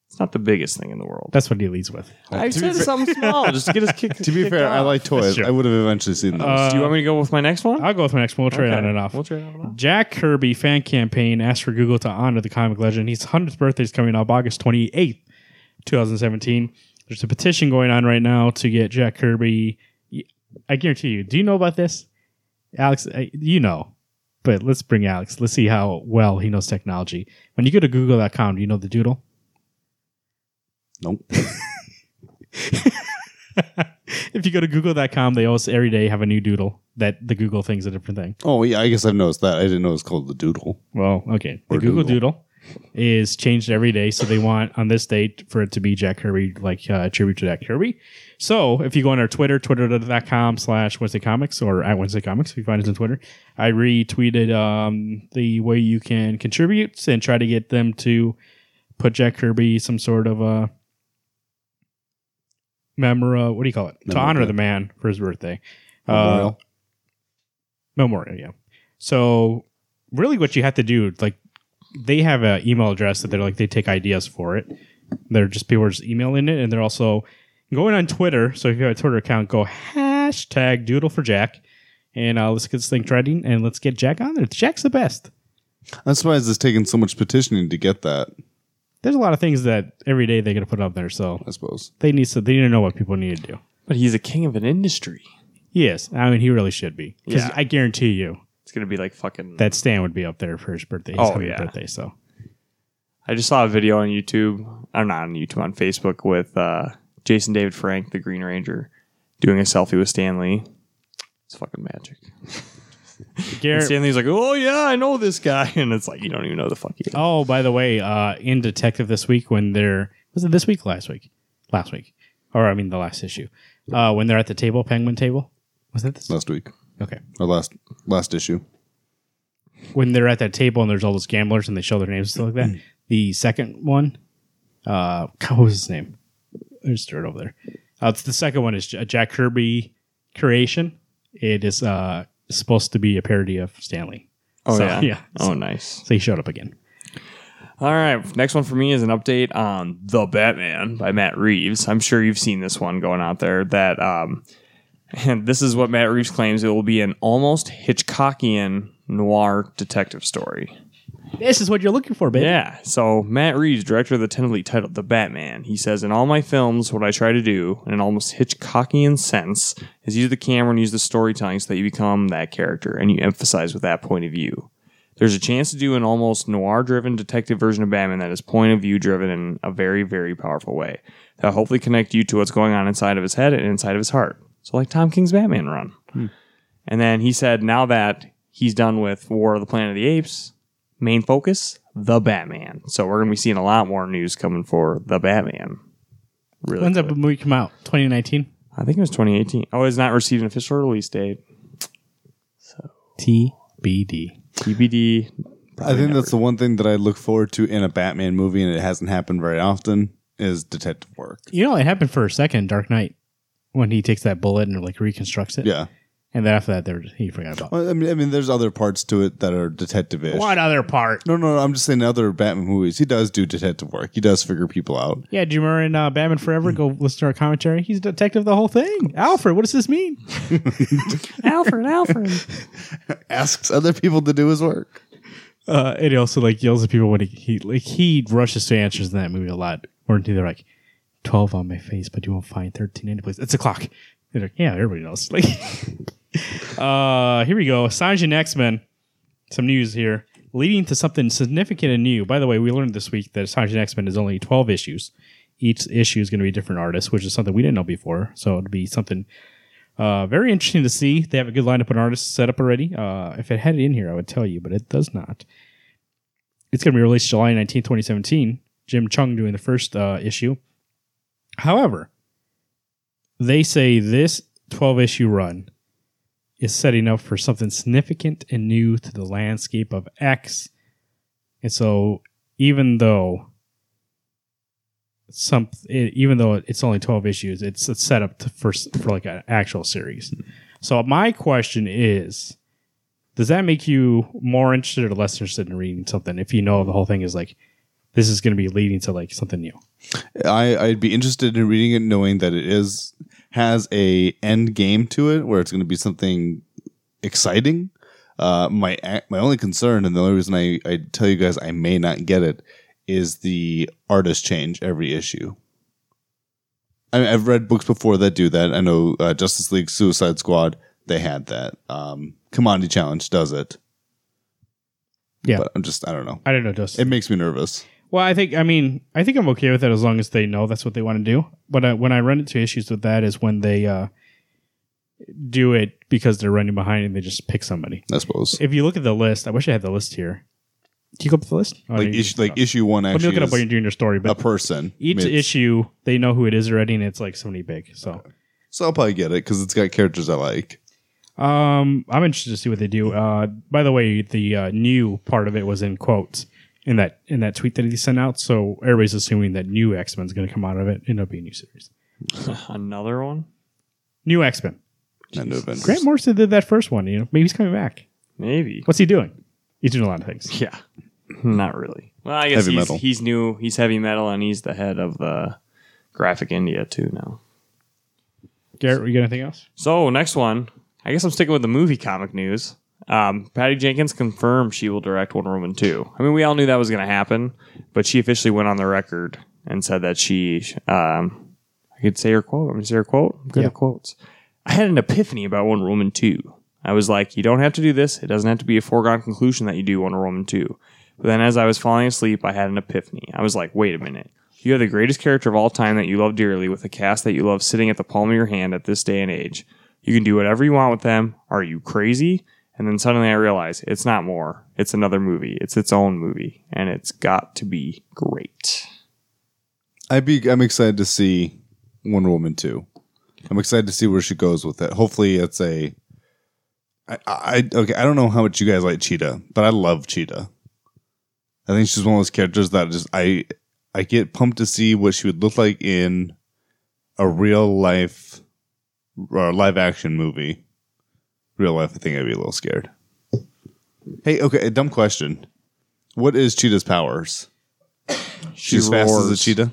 It's not the biggest thing in the world. That's what he leads with. To I be said fair- something small just to get us kicked. To be fair, I like toys. true. I would have eventually seen those. Uh, Oh, Do you want me to go with my next one? I'll go with my next one. We'll trade Okay. on and off. We'll trade on and off. Jack Kirby fan campaign asked for Google to honor the comic legend. His 100th birthday is coming up August 28th, 2017. There's a petition going on right now to get Jack Kirby. I guarantee you. Do you know about this? Alex, I- you know. But let's bring Alex. Let's see how well he knows technology. When you go to google.com, do you know the doodle? Nope. If you go to google.com, they always every day have a new doodle that the Google thing's a different thing. Oh yeah, I guess I've noticed that. I didn't know it's called the doodle. Well, okay. The Or Google Doodle. Doodle. is changed every day, so they want on this date for it to be Jack Kirby, like uh, tribute to Jack Kirby. So if you go on our Twitter, twitter.com slash Wednesday Comics or at Wednesday Comics, if you find us on Twitter, I retweeted um, the way you can contribute and try to get them to put Jack Kirby some sort of a memora. What do you call it? to Memorial. honor the man for his birthday. Uh, Memorial. Memorial, yeah. So really what you have to do, like they have an email address that they're like they take ideas for it. They're just people are just emailing it and they're also going on Twitter. So if you have a Twitter account, go hashtag doodle for Jack. And uh, let's get this thing trending and let's get Jack on there. Jack's the best. I'm surprised it's taken so much petitioning to get that. There's a lot of things that every day they're gonna put up there, so I suppose. they need to they need to know what people need to do. But he's a king of an industry. Yes, I mean he really should be because Yeah. I guarantee you It's gonna be like fucking. that Stan would be up there for his birthday. His Oh, coming yeah. birthday. So I just saw a video on YouTube. I'm not on YouTube on Facebook with uh, Jason David Frank, the Green Ranger, doing a selfie with Stan Lee. It's fucking magic. And Garrett, Stan Lee's like, oh yeah, I know this guy, and it's like you don't even know the fuck he is. Oh, by the way, uh, in Detective this week when they're was it this week, last week, last week, or I mean the last issue, uh, when they're at the table, penguin table, was that this? Last week. Okay, Or last last issue. when they're at that table and there's all those gamblers and they show their names and stuff like that. the second one, uh, God, what was his name? There's dirt over there. Uh, it's the second one is J- Jack Kirby creation. It is uh, supposed to be a parody of Stanley. Oh So, yeah. yeah. Oh nice. So he showed up again. All right. Next one for me is an update on The Batman by Matt Reeves. I'm sure you've seen this one going out there that um and this is what Matt Reeves claims it will be an almost Hitchcockian noir detective story. This is what you're looking for, baby. Yeah. So Matt Reeves, director of the tentatively titled The Batman, he says, In all my films, what I try to do, in an almost Hitchcockian sense, is use the camera and use the storytelling so that you become that character and you emphasize with that point of view. There's a chance to do an almost noir driven detective version of Batman that is point of view driven in a very, very powerful way. That'll hopefully connect you to what's going on inside of his head and inside of his heart. So like Tom King's Batman run. And then he said, now that he's done with War of the Planet of the Apes, main focus, the Batman. So we're going to be seeing a lot more news coming for the Batman. Really? When's that good. movie come out? 2019. I think it was 2018. Oh, it's not received an official release date. TBD. TBD. I think that's the one thing that I look forward to in a Batman movie, and it hasn't happened very often, is detective work. You know, it happened for a second, Dark Knight, when he takes that bullet and like reconstructs it. Yeah. And then after that, there he forgot about. it. Well, I mean, I mean, there's other parts to it that are detective ish. What other part? No, no, no, I'm just saying other Batman movies. He does do detective work. He does figure people out. Yeah, do you remember in uh, Batman Forever? Go listen to our commentary. He's a detective of the whole thing. Alfred, what does this mean? Alfred, Alfred. Asks other people to do his work. Uh, and he also like yells at people when he, he like he rushes to answers in that movie a lot. Or they're like twelve on my face, but you won't find thirteen anyplace. It's a clock. They're like, yeah, everybody knows. Like, uh, here we go. Sanjay and X Men. Some news here, leading to something significant and new. By the way, we learned this week that Sanjay and X Men is only twelve issues. Each issue is going to be a different artist, which is something we didn't know before. So it'll be something uh, very interesting to see. They have a good lineup and artists set up already. Uh, if it had it in here, I would tell you, but it does not it's going to be released July 19, 2017. Jim Chung doing the first uh, issue. However, they say this 12 issue run is setting up for something significant and new to the landscape of X. And so, even though some, it, even though it's only 12 issues, it's, it's set up to, for s- for like an actual series. So, my question is does that make you more interested or less interested in reading something if you know the whole thing is like this is going to be leading to like something new I, I'd be interested in reading it, knowing that it is has a end game to it, where it's going to be something exciting. Uh, my a- my only concern, and the only reason I, I tell you guys I may not get it, is the artist change every issue. I mean, I've read books before that do that. I know uh, Justice League Suicide Squad they had that. Um, Commodity Challenge does it. Yeah. but I'm just I don't know. i don't know just It makes me nervous. Well, I think I mean I think I'm okay with it as long as they know that's what they want to do. But I, when I run into issues with that is when they uh, do it because they're running behind and they just pick somebody. I suppose. If you look at the list, I wish I had the list here. Can you go up the list? Oh, like no, you issue, can- like issue one let me actually look it up is while you're doing your story. a But person. each I mean, it's- issue, they know who it is already, and it's like somebody big. So So I'll probably get it because it's got characters I like. um, I'm interested to see what they do. Uh, by the way, the uh, new part of it was in quotes in that in that tweet that he sent out. So everybody's assuming that new X Men's going to come out of it. and It'll be a new series. Another one? New X Men. End of Avengers. Grant Morrison did that first one. You know, maybe he's coming back. Maybe. What's he doing? He's doing a lot of things. Yeah. Not really. Well, I guess Heavy he's, metal. he's new. He's heavy metal and he's the head of the Graphic India too now. Garrett, you got anything else? So next one, I guess I'm sticking with the movie comic news. Um, Patty Jenkins confirmed she will direct Wonder Woman 2. I mean, we all knew that was going to happen, but she officially went on the record and said that she, um, I could say her quote. I'm going to say her quote. I'm good Yeah. at quotes. I had an epiphany about Wonder Woman 2. I was like, you don't have to do this. It doesn't have to be a foregone conclusion that you do Wonder Woman 2. But then as I was falling asleep, I had an epiphany. I was like, wait a minute. You have the greatest character of all time that you love dearly with a cast that you love sitting at the palm of your hand at this day and age. You can do whatever you want with them. Are you crazy? And then suddenly I realize it's not more. It's another movie. It's its own movie. And it's got to be great. I'd be. I'm excited to see Wonder Woman two. I'm excited to see where she goes with it. Hopefully, it's a. I, I okay. I don't know how much you guys like Cheetah, but I love Cheetah. I think she's one of those characters that just I I get pumped to see what she would look like in a real life or live action movie. Real life, I think I'd be a little scared. Hey, okay, a dumb question. What is Cheetah's powers? She She's fast as a roars. cheetah.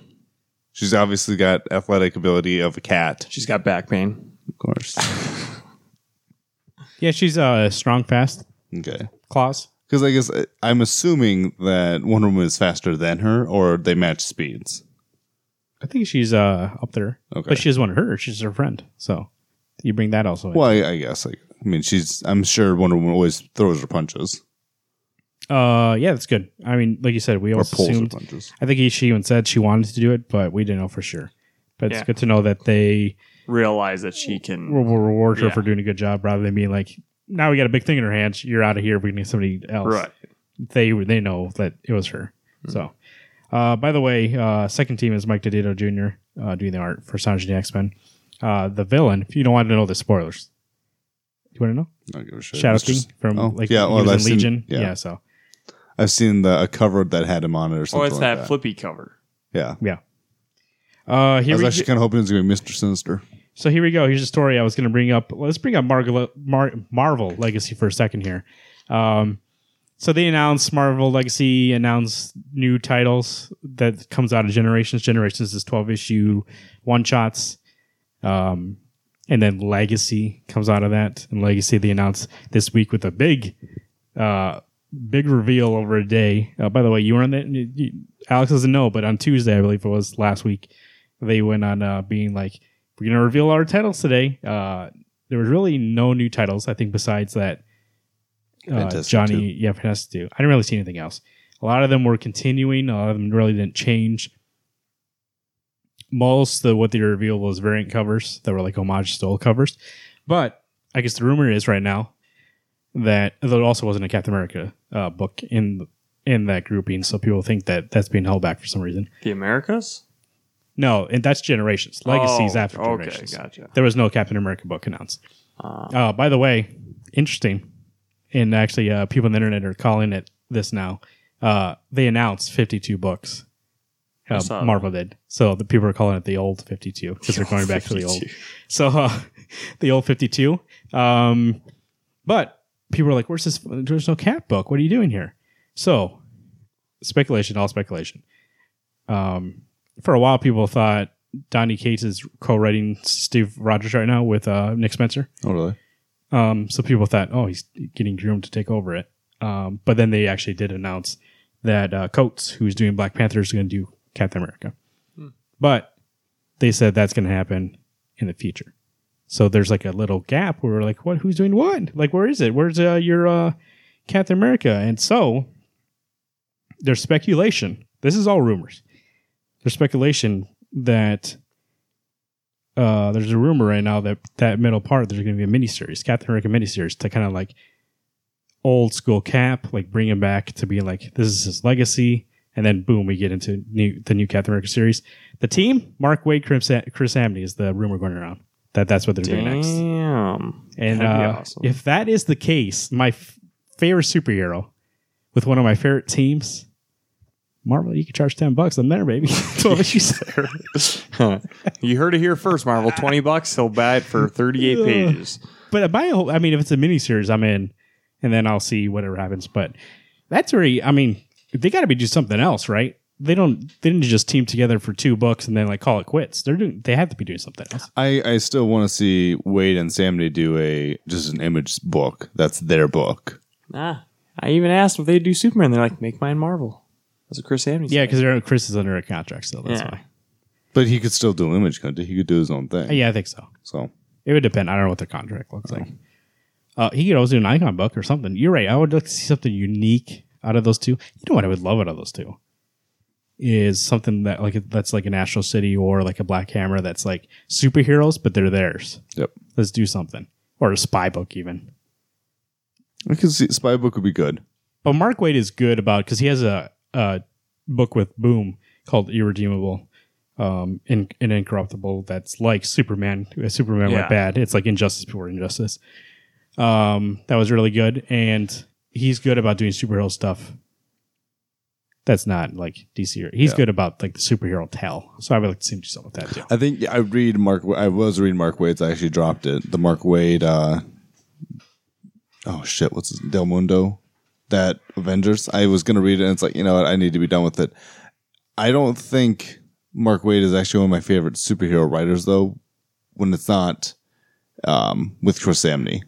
She's obviously got athletic ability of a cat. She's got back pain. Of course. Yeah, she's uh, strong, fast okay. claws. Because I guess uh, I'm assuming that Wonder Woman is faster than her, or they match speeds. I think she's uh, up there, Okay. but she doesn't want to hurt her. She's her friend, so you bring that also. in. Well, I, I guess. Like, I mean, she's. I'm sure Wonder Woman always throws her punches Uh, yeah, that's good. I mean, like you said, we or always pulls her assumed. punches. I think he, she even said she wanted to do it, but we didn't know for sure. But Yeah. it's good to know that they Realize that she can. will will reward her Yeah. for doing a good job, rather than being like, "Now we got a big thing in her hands. You're out of here. We need somebody else." Right. Hmm. they they know that it was her. So, uh, by the way, uh, second team is Mike DeDito Jr. Uh, doing the art for Sanji X Men. Uh, the villain, if you don't want to know the spoilers, you want to know I don't give a shit. Shadow It's King just- from Uh, oh, like yeah, he well, was I've in seen- Legion. yeah. yeah, so I've seen the a cover that had him on it or Oh, something. it's like that flippy cover. Yeah. Uh, I here was we actually kind of hoping it was going to be Mr. Sinister. so here we go. Here's a story I was going to bring up. Let's bring up Marvel, Mar- Marvel Legacy for a second here. Um, so they announced Marvel Legacy announced new titles that comes out of Generations. Generations is 12 issue one shots. Um, and then Legacy comes out of that. And Legacy they announced this week with a big uh, big reveal over a day. Uh, by the way, you were on that. you- you- Alex doesn't know, but on Tuesday, I believe it was last week, they went on uh, being like, "We're gonna reveal our titles today." Uh, there was really no new titles, I think, besides that. Uh, Fantastic Johnny, Two. yeah, Fantastic Two. I didn't really see anything else. A lot of them were continuing. A lot of them really didn't change. Most of what they revealed was variant covers that were like homage to old covers, but I guess the rumor is right now that there also wasn't a Captain America uh, book in in that grouping, so people think that that's being held back for some reason. The Americas? No, and that's Generations. Legacies Oh, after Okay, Generations. gotcha. There was no Captain America book announced. Uh, Uh, by the way, interesting, and actually, uh, people on the internet are calling it this now. Uh, they announced 52 books. I Uh, saw that. Marvel did. So the people are calling it the old 52 because they're going back to the old. 52. So uh, the old 52. Um, but people are like, where's this? There's no cat book. What are you doing here? So speculation, all speculation. Um, for a while, people thought Donnie Cates is co-writing Steve Rogers right now with uh, Nick Spencer. Oh, really? Um, so people thought, oh, he's getting groomed to take over it. Um, but then they actually did announce that uh, Coates, who's doing Black Panther, is going to do Captain America. But they said that's going to happen in the future. So there's like a little gap where we're like, what? Who's doing what? Like, where is it? Where's uh, your uh, Captain America? And so there's speculation This is all rumors. There's speculation that uh, there's a rumor right now that that middle part there's going to be a miniseries, Captain America miniseries, to kind of like old school Cap, like bring him back to be like this is his legacy, and then boom, we get into new, the new Captain America series. The team, Mark Wade, Chris, Chris Amney is the rumor going around that that's what they're doing next. Damn. And That'd be uh, awesome. if that is the case, my f- favorite superhero with one of my favorite teams, Marvel, you can charge 10 bucks. I'm there, baby. That's what you said. you heard it here first, Marvel. Twenty bucks, he'll buy it for thirty-eight pages. But my whole, I mean, if it's a miniseries, I'm in, and then I'll see whatever happens. But that's very, I mean, they got to be do something else, right? They don't, they didn't just team together for two bucks and then like call it quits. They're doing, they have to be doing something else. I, I still want to see Wade and Samney do a just an image book. That's their book. Nah. I even asked if they'd do Superman. They're like, make mine Marvel. That's what Chris Amney. Yeah, said. because Chris is under a contract, so that's Yeah. why. But he could still do image content. He could do his own thing. Yeah, I think so. So It would depend. I don't know what their contract looks like. Uh, he could always do an icon book or something. You're right. I would like to see something unique out of those two. You know what I would love out of those two is something that like that's like an Astral City or like a Black Hammer that's like superheroes, but they're theirs. Yep. Let's do something or a spy book even. I could see spy book would be good. But Mark Wade is good about because he has a, a book with Boom called Irredeemable, um, and, and Incorruptible. That's like Superman. If Superman Yeah. went bad. It's like Injustice before Injustice. Um, that was really good, and he's good about doing superhero stuff. That's not like DC. Or, he's Yeah. good about like the superhero tell. So I would like to see him do something with that too. I think I read Mark. I was reading Mark Wade's. I actually dropped it. The Mark Wade. Uh, oh shit! What's his, Del Mundo? That Avengers. I was gonna read it, and it's like you know what? I need to be done with it. I don't think Mark Wade is actually one of my favorite superhero writers, though. When it's not um, with Chris Samney,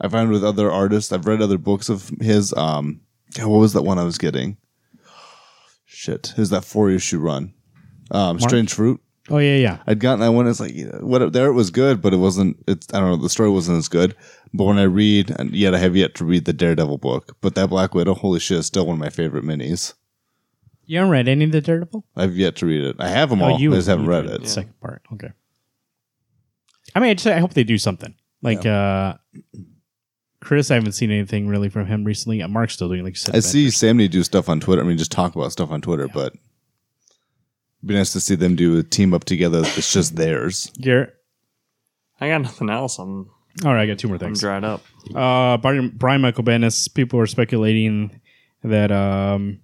I find with other artists. I've read other books of his. Um, God, what was that one I was getting? Shit, it was that four issue run? Um, Strange Fruit. Oh yeah, yeah. I'd gotten that one. It's like you know, what there it was good, but it wasn't. It's I don't know. The story wasn't as good. But when I read, and yet I have yet to read the Daredevil book. But that Black Widow, holy shit, is still one of my favorite minis. You haven't read any of the Daredevil? I've yet to read it. I have them all. I just haven't Oh, you read The it. Second part. Okay. I mean, I just I hope they do something. Like uh Chris, I haven't seen anything really from him recently. Uh, Mark's still doing like you said. I see Samney do stuff on Twitter. I mean, just talk about stuff on Twitter, but it'd be nice to see them do a team up together that's just theirs. Garrett. I got nothing else. I'm, All right, I got two more I'm things. dried up. Uh, Brian, Brian Michael Bendis. People are speculating that um,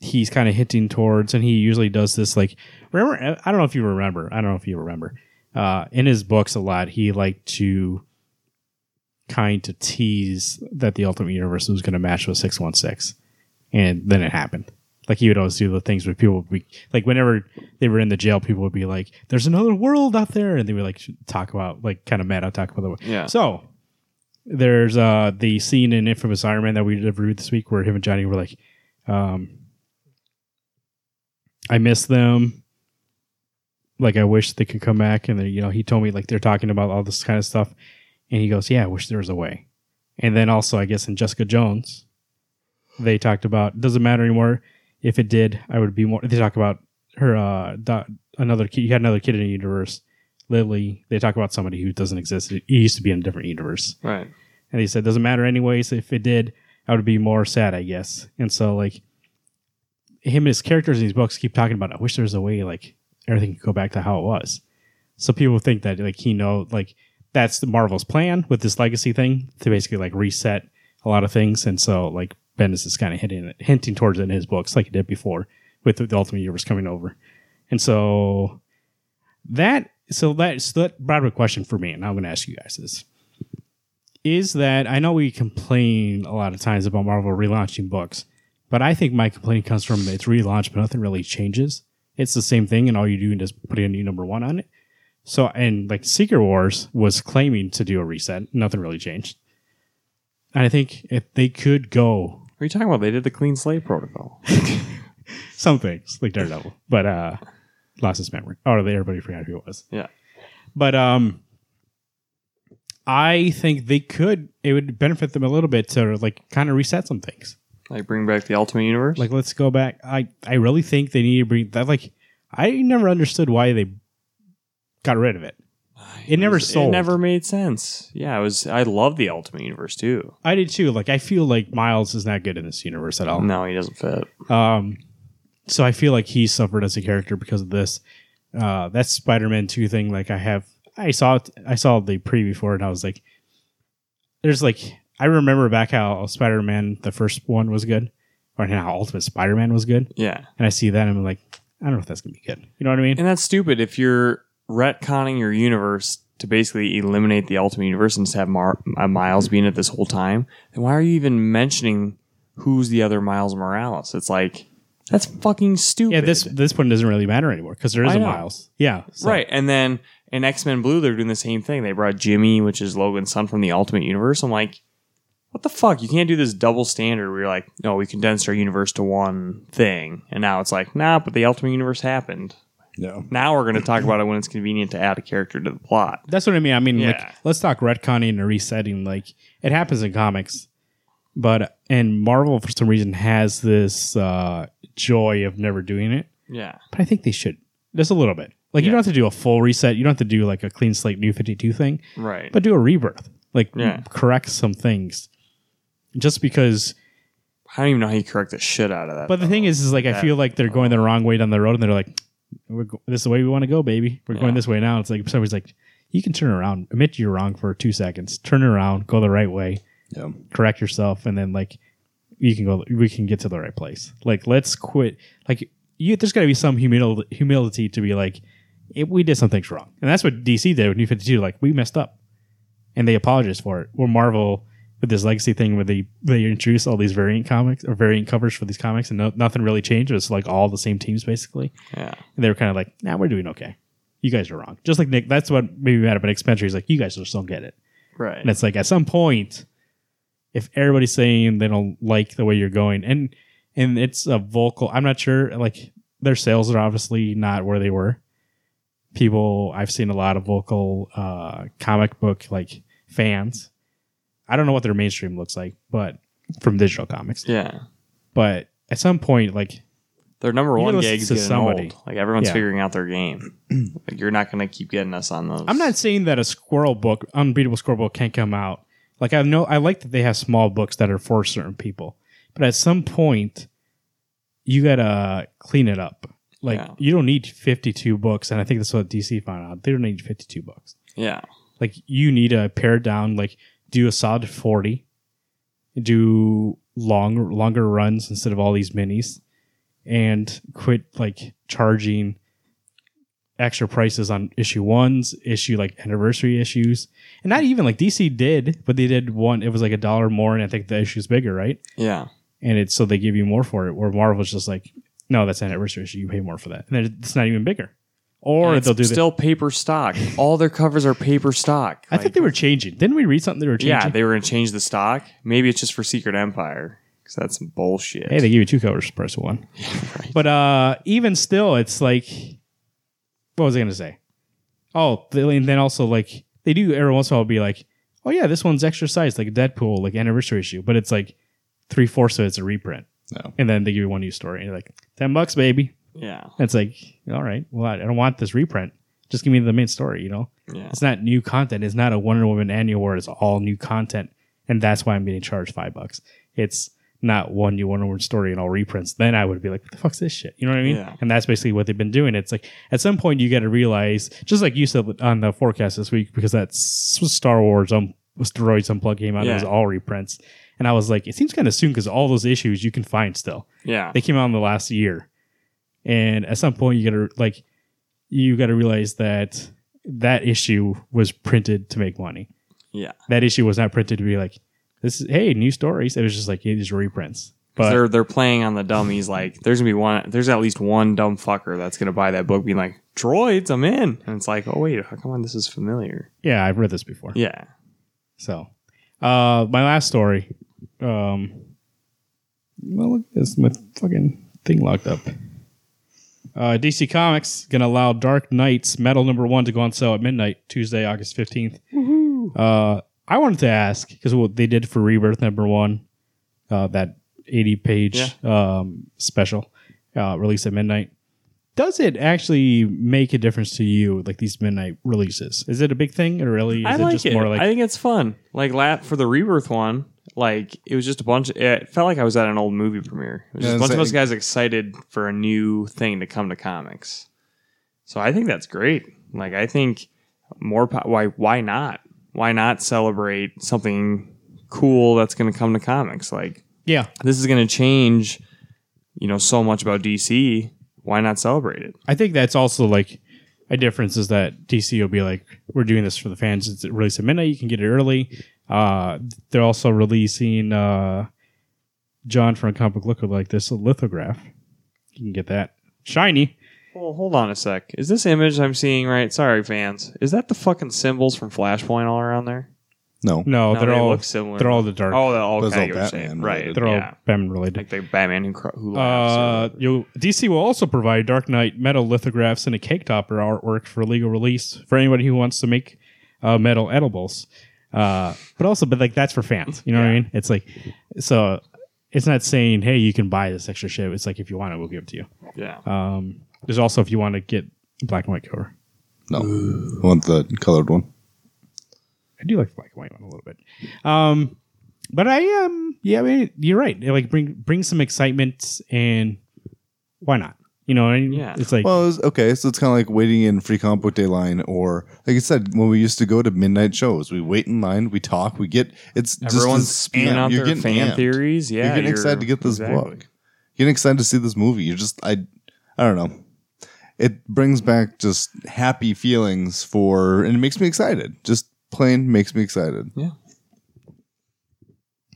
he's kind of hinting towards, and he usually does this. Like, remember? I don't know if you remember. I don't know if you remember. Uh, in his books, a lot he liked to kind to tease that the Ultimate Universe was going to match with six one six, and then it happened. Like he would always do the things where people would be like, whenever they were in the jail, people would be like, "There's another world out there," and they would like talk about like kind of meta talk about the world. Yeah. So there's uh the scene in Infamous Iron Man that we did reviewed this week where him and Johnny were like, um, I miss them. Like I wish they could come back, and then you know he told me like they're talking about all this kind of stuff, and he goes, "Yeah, I wish there was a way." And then also, I guess in Jessica Jones, they talked about doesn't matter anymore. If it did, I would be more. They talk about her uh da- another kid. You had another kid in the universe, Lily. They talk about somebody who doesn't exist. He used to be in a different universe. Right. And he said, doesn't matter anyways. If it did, I would be more sad, I guess. And so, like, him and his characters in these books keep talking about, I wish there was a way, like, everything could go back to how it was. So people think that, like, he know, like, that's the Marvel's plan with this legacy thing to basically, like, reset a lot of things. And so, like, Bendis is kind of hinting, hinting towards it in his books, like he did before with the Ultimate Universe coming over. And so that, so that, so that brought up a question for me, and I'm going to ask you guys this is that I know we complain a lot of times about Marvel relaunching books, but I think my complaint comes from it's relaunched, but nothing really changes. It's the same thing, and all you do is put a new number one on it. So, and like Secret Wars was claiming to do a reset, nothing really changed. And I think if they could go What are you talking about? They did the clean slate protocol. some things like Daredevil, but uh, lost his memory. Oh, they everybody forgot who it was. Yeah. but um, I think they could. It would benefit them a little bit to like kind of reset some things. Like bring back the Ultimate Universe. Like, let's go back. I I really think they need to bring that. Like, I never understood why they got rid of it. It never was- sold. It never made sense. Yeah, I was. I love the Ultimate Universe too. I did too. Like, I feel like Miles is not good in this universe at all. No, he doesn't fit. Um, so I feel like he suffered as a character because of this. Uh, that Spider-Man Two thing, like I have, I saw, it, I saw the preview for it, and I was like, "There's like, I remember back how Spider-Man the first one was good, or how Ultimate Spider-Man was good, Yeah, and I see that, and I'm like, I don't know if that's gonna be good. You know what I mean? and that's stupid. If you're retconning your universe to basically eliminate the Ultimate Universe and just have Mar- uh, Miles being it this whole time, then why are you even mentioning who's the other Miles Morales? It's like that's fucking stupid. Yeah, this this one doesn't really matter anymore because there is I a know. Miles. Yeah, so- Right. And then in X Men Blue, they're doing the same thing. They brought Jimmy, which is Logan's son from the Ultimate Universe. I'm like, what the fuck? You can't do this double standard where you're like, no, we condensed our universe to one thing. And now it's like, nah, but the Ultimate Universe happened. No. Now we're going to talk about it when it's convenient to add a character to the plot. That's what I mean. I mean, like, Yeah. let's talk retconning and resetting. Like, it happens in comics, but and Marvel for some reason has this uh, joy of never doing it. Yeah. But I think they should just a little bit. Like, you Yeah. don't have to do a full reset. You don't have to do like a clean slate, new Fifty Two thing, Right. but do a rebirth. Like, Yeah. correct some things. Just because, I don't even know how you correct the shit out of that. but the thing is, is like I that- feel like they're going the wrong way down the road, and they're like, We're go- "This is the way we want to go, baby. We're Yeah. going this way now." It's like somebody's like, "You can turn around, admit you're wrong for two seconds, turn around, go the right way." Yeah. correct yourself and then like you can go we can get to the right place like let's quit like you there's got to be some humil- humility to be like "Eh, we did some things wrong and that's what dc did with new 52 like we messed up and they apologized for it or marvel with this legacy thing where they they introduce all these variant comics or variant covers for these comics and no, nothing really changed it's like all the same teams basically yeah. and they were kind of like nah we're doing okay you guys are wrong just like nick that's what made me mad about nick spencer he's like you guys just don't get it Right. and it's like at some point, if everybody's saying they don't like the way you're going, and and it's a vocal, I'm not sure. Like their sales are obviously not where they were. People, I've seen a lot of vocal uh, comic book like fans. I don't know what their mainstream looks like, but from digital comics. yeah. But at some point, like Their number You one gotta gig's listen getting to somebody. old. Like everyone's Yeah. figuring out their game. like you're not going to keep getting us on those. I'm not saying that a squirrel book, unbeatable squirrel book, can't come out. Like I know, I like that they have small books that are for certain people, but at some point, you gotta clean it up. Like Yeah. you don't need 52 books, and I think that's what DC found out. They don't need 52 books. Yeah. Like you need to pare it down. Like do a solid 40. Do long longer runs instead of all these minis, and quit like charging extra prices on issue ones, issue like anniversary issues, and not even like DC did, but they did one. It was like a dollar more, and I think the issue's bigger, right? Yeah. And it's so they give you more for it. Where Marvel's just like, no, that's an anniversary issue. You pay more for that, and then it's not even bigger. Or And it's they'll do the. still paper stock. All their covers are paper stock. I think they were changing. Didn't we read something they were changing? yeah, they were gonna change the stock. Maybe it's just for Secret Empire because that's some bullshit. hey, they give you two covers for the price of one. right. But uh, even still, it's like, what was I going to say? Oh, they- and then also like they do every once in a while be like, oh yeah, this one's extra size, like Deadpool, like anniversary issue, but it's like three fourths of it's a reprint, No. and then they give you one new story, and you're like, ten bucks, baby. yeah, And it's like, all right, well, I I don't want this reprint. Just give me the main story, you know. yeah, It's not new content. It's not a Wonder Woman annual where it's all new content, and that's why I'm getting charged five bucks. It's not one new Wonder Woman story and all reprints. Then I would be like, what the fuck's this shit? You know what I mean? Yeah. And that's basically what they've been doing. It's like at some point you got to realize, just like you said on the forecast this week, because that S- Star Wars um, steroids unplugged came out, it Yeah. was all reprints, and I was like, it seems kind of soon because all those issues you can find still yeah. they came out in the last year and at some point you gotta like you gotta realize that that issue was printed to make money Yeah. that issue was not printed to be like this is hey new stories it was just like hey, these are reprints but they're they're playing on the dummies. Like there's gonna be one. There's at least one dumb fucker that's gonna buy that book, being like, "Droids, I'm in," and it's like, "Oh wait, how come this is familiar?" yeah i've read this before Yeah, so uh my last story um well look at this my fucking thing locked up uh, DC Comics gonna allow Dark Knights Metal Number One to go on sale at midnight Tuesday, August fifteenth. Uh, I wanted to ask because what they did for Rebirth Number One, uh, that 80 page um, special uh, released at midnight. Does it actually make a difference to you, like these midnight releases? Is it a big thing, or really is I it like just it. more like I think it's fun. Like la- for the rebirth one, like it was just a bunch. it felt like I was at an old movie premiere. It was just Yeah, a bunch it's of us like- guys excited for a new thing to come to comics. So I think that's great. Like I think more. Po- why? Why not? Why not celebrate something cool that's going to come to comics? Like yeah? this is going to change, you know, so much about DC. Why not celebrate it? I think that's also like a difference is that DC will be like, we're doing this for the fans. It's released at midnight. You can get it early. Uh, they're also releasing uh, John from Comic Look like this a lithograph. You can get that shiny. Well, hold on a sec. Is this image I'm seeing right? Sorry, fans. Is that the fucking symbols from Flashpoint all around there? No. No, No, they're they all look similar. they're all the dark. Oh, they're all Those kind all of Batman, Batman right? related. they're yeah. all Batman related. like the Batman who, cr- who Uh, laughs. or- you'll, DC will also provide Dark Knight metal lithographs and a cake topper artwork for legal release for anybody who wants to make uh, metal edibles. Uh, but also, but like that's for fans. You know what I Yeah. mean? It's like so. It's not saying hey, you can buy this extra shit. It's like if you want it, we'll give it to Uh, you. yeah. Um, there's also if you want to get black and white cover. No. I want the colored one. I do like the black and white one a little bit. Um, but I am, yeah, I mean, you're right. It, like bring bring some excitement and why not? You know, what I mean? Yeah. It's like Well, it was, okay, so it's kind of like waiting in free comic book day line, or like I said, when we used to go to midnight shows, we wait in line, we talk, we get it's Everyone's just this spewing amp. out You're their getting fan amped. theories. Yeah, you're getting excited to get this exactly. book. You're getting excited to see this movie. You're just I, I don't know. It brings back just happy feelings for, and it makes me excited. Just plain makes me excited.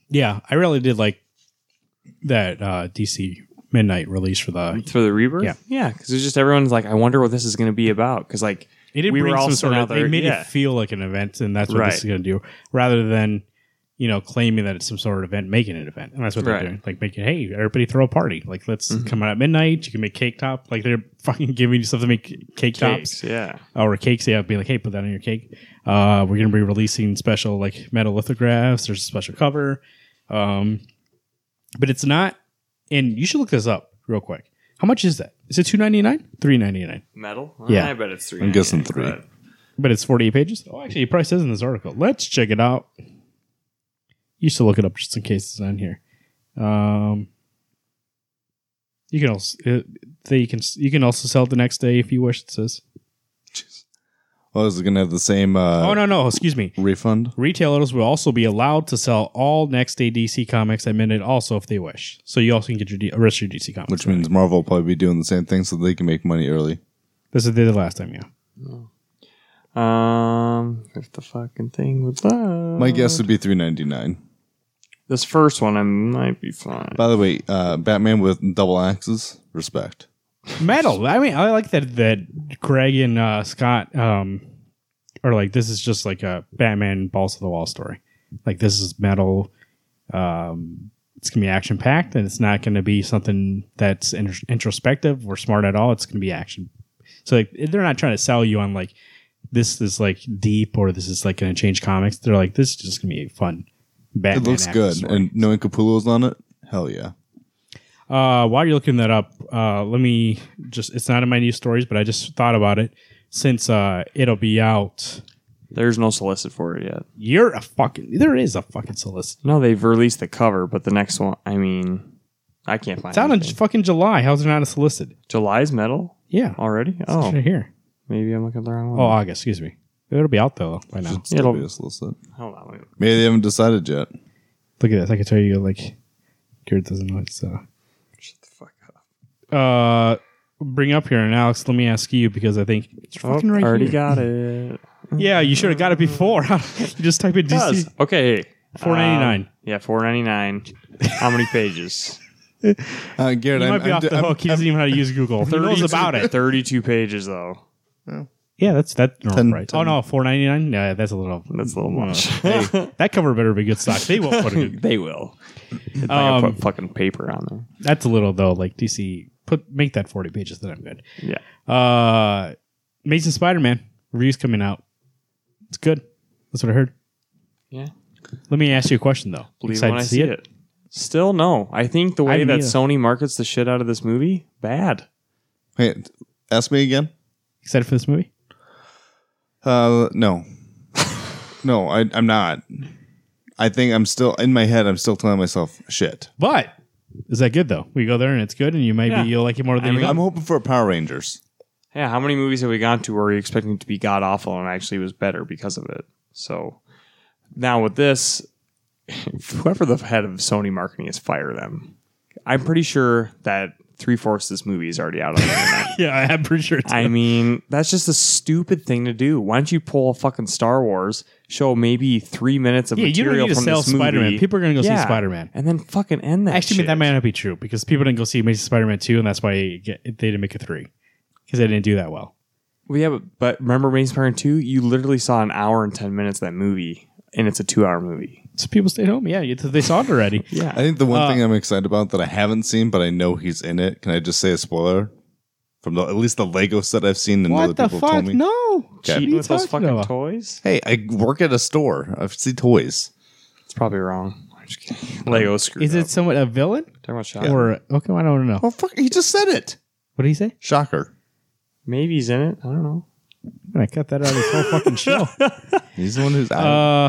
Yeah, I really did like that uh, DC Midnight release for the. for the rebirth. Yeah. yeah, because it's just everyone's like, I wonder what this is going to be about. Because like, It did We were bring all some sort sitting of. out there, they made yeah. it feel like an event, and that's what Right. this is going to do, rather than you know claiming that it's some sort of event, making an event, and that's what Right. Mm-hmm. they're doing. Like making, hey, everybody throw a party. Like let's come out at midnight. You can make cake top. Like they're fucking giving you something to make cake tops. cakes, yeah, or cakes. Yeah, be like, hey, put that on your cake. Uh, we're gonna be releasing special like metal lithographs. There's a special cover, um, but it's not. And you should look this up real quick. How much is that? Is it two ninety nine? Three ninety nine? metal. Yeah. I bet it's three. I'm guessing but- three. But it's forty eight pages. Oh, actually, it probably says in this article. Let's check it out. You should look it up just in case it's on here. Um, you can also uh, they can you can also sell it the next day if you wish. It says. Well, is it gonna have the same uh, oh no no! Excuse me. refund? Retailers will also be allowed to sell all next day DC comics at midnight, also if they wish. So you also can get your D- rest of your DC comics. Which means Marvel will probably be doing the same thing, so they can make money early. this is the last time, yeah. Um, if the fucking thing was that, My guess would be three ninety nine. this first one, I might be fine. By the way, uh, Batman with double axes, respect. Metal. I mean, I like that that Greg and uh, Scott um, are like this is just like a Batman balls to the wall story. Like this is metal. Um, it's gonna be action packed, and it's not gonna be something that's in- introspective or smart at all. It's gonna be action. So like, they're not trying to sell you on like this is like deep or this is like gonna change comics. They're like this is just gonna be fun. Batman it looks action good, story. and knowing Capullo's on it, hell yeah. Uh, while you're looking that up, uh, let me just—it's not in my news stories, but I just thought about it since uh, it'll be out. There's no solicit for it yet. You're a fucking. There is a fucking solicit. No, they've released the cover, but the next one, I mean, I can't find. It's out in anything. fucking July. How's it not a solicit? July's metal Yeah. already. It's Oh, right here. maybe I'm looking at the wrong one. Oh, August. Excuse me. It'll be out though by now. Should still It'll- be a solicit. hold on. Wait. Maybe they haven't decided yet. Look at this. I can tell you like, Garrett doesn't know it's. Uh, Shut the fuck up. uh, bring up here and Alex. Let me ask you because I think it's Oh, fucking right already here. got it. Yeah, you should have got it before. you just type in Does. DC. Okay. Four ninety nine. Um, yeah, four ninety nine. How many pages? Uh, Garrett, He I'm, might be I'm off do- the I'm- hook. He doesn't even know how to use Google. He knows about it. Thirty-two pages though. Yeah, that's that normal Ten- price. ten. Oh no, four ninety nine. Yeah, that's a little. That's a little much. That cover better be good stock. They won't put a good. they will. If I Um, put fucking paper on there. That's a little though. Like DC, put make that forty pages. Then I'm good. Yeah. Uh, Amazing Spider Man reviews coming out. It's good. That's what I heard. Yeah. Let me ask you a question though. Believe it Excited when I to see it. Still no. I think the I way that neither. Sony markets the shit out of this movie, bad. Hey, ask me again. Excited for this movie? Uh, no, no, I, I'm not. I think I'm still in my head. I'm still telling myself shit. But is that good though? We go there and it's good, and you maybe Yeah. you'll like it more than I you mean, thought. I'm hoping for a Power Rangers. Yeah, how many movies have we gone to where you're expecting it to be god awful and actually was better because of it? So now with this, whoever the head of Sony marketing is, fire them. I'm pretty sure that three fourths of this movie is already out on the internet. yeah, I'm pretty sure. It's I mean, that's just a stupid thing to do. Why don't you pull a fucking Star Wars, show maybe three minutes of yeah, you don't need material to from sell this movie, Spider Man. People are gonna go Yeah. see Spider Man. and then fucking end that. Actually, shit. that might not be true because people didn't go see Amazing Spider Man two, and that's why it get- they didn't make a three because they didn't do that well. Well, yeah, but, but remember Amazing Spider-Man 2? You literally saw an hour and 10 minutes of that movie, and it's a two-hour movie. So people stayed home. Yeah, you- they saw it already. Yeah. I think the one Uh, thing I'm excited about that I haven't seen, but I know he's in it. Can I just say a spoiler from the at least the Lego set I've seen and other people told me? No, Okay. Cheating with those fucking toys. toys? Hey, I work at a store. I see toys. It's probably wrong. I'm just kidding. Lego screwed Is up. it somewhat a villain Talking about Shaq. or okay? I don't know. Oh fuck! He just said it. What did he say? Shocker. Maybe he's in it. I don't know. I'm gonna cut that out of this whole fucking show. He's the one who's out.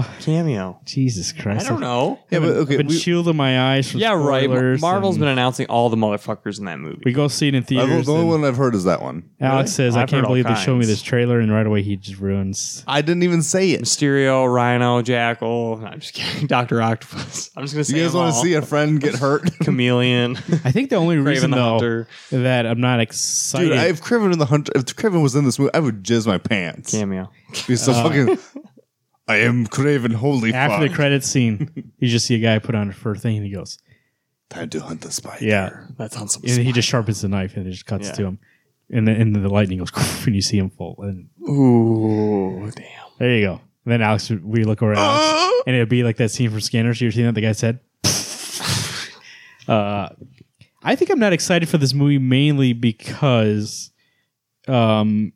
Uh, Cameo. Jesus Christ! know. yeah, but I've okay. been we- shielding my eyes from Yeah, right. spoilers Marvel's and been announcing all the motherfuckers in that movie. We go see it in I've- theaters. the only and one I've heard is that one. Alex says, I've "I can't heard all believe they showed me kinds. this trailer," and right away he just ruins. I didn't even say it. Mysterio, Rhino, Jackal. No, I'm just kidding. Doctor Octopus. I'm just gonna say. You guys want to see a friend get hurt? chameleon? I think the only reason Raven the though Hunter. that I'm not excited. Dude, I, if Criven in the Hunter, if Criven was in this movie, I would jizz my pants. Cameo. Be so fucking. I am Craven. Holy Uh, after fuck! the credit scene, you just see a guy put on a fur thing, and he goes, Time to hunt the spider. "Yeah," That's on some. and he just sharpens the knife and it just cuts Yeah. to him, and then and then the lightning goes, and you see him fall, and Ooh, damn. there you go. And then Alex, would- we look over at Ah! Alex, and it'd be like that scene from Scanners. You ever seen that? The guy said, uh, "I think I'm not excited for this movie mainly because um,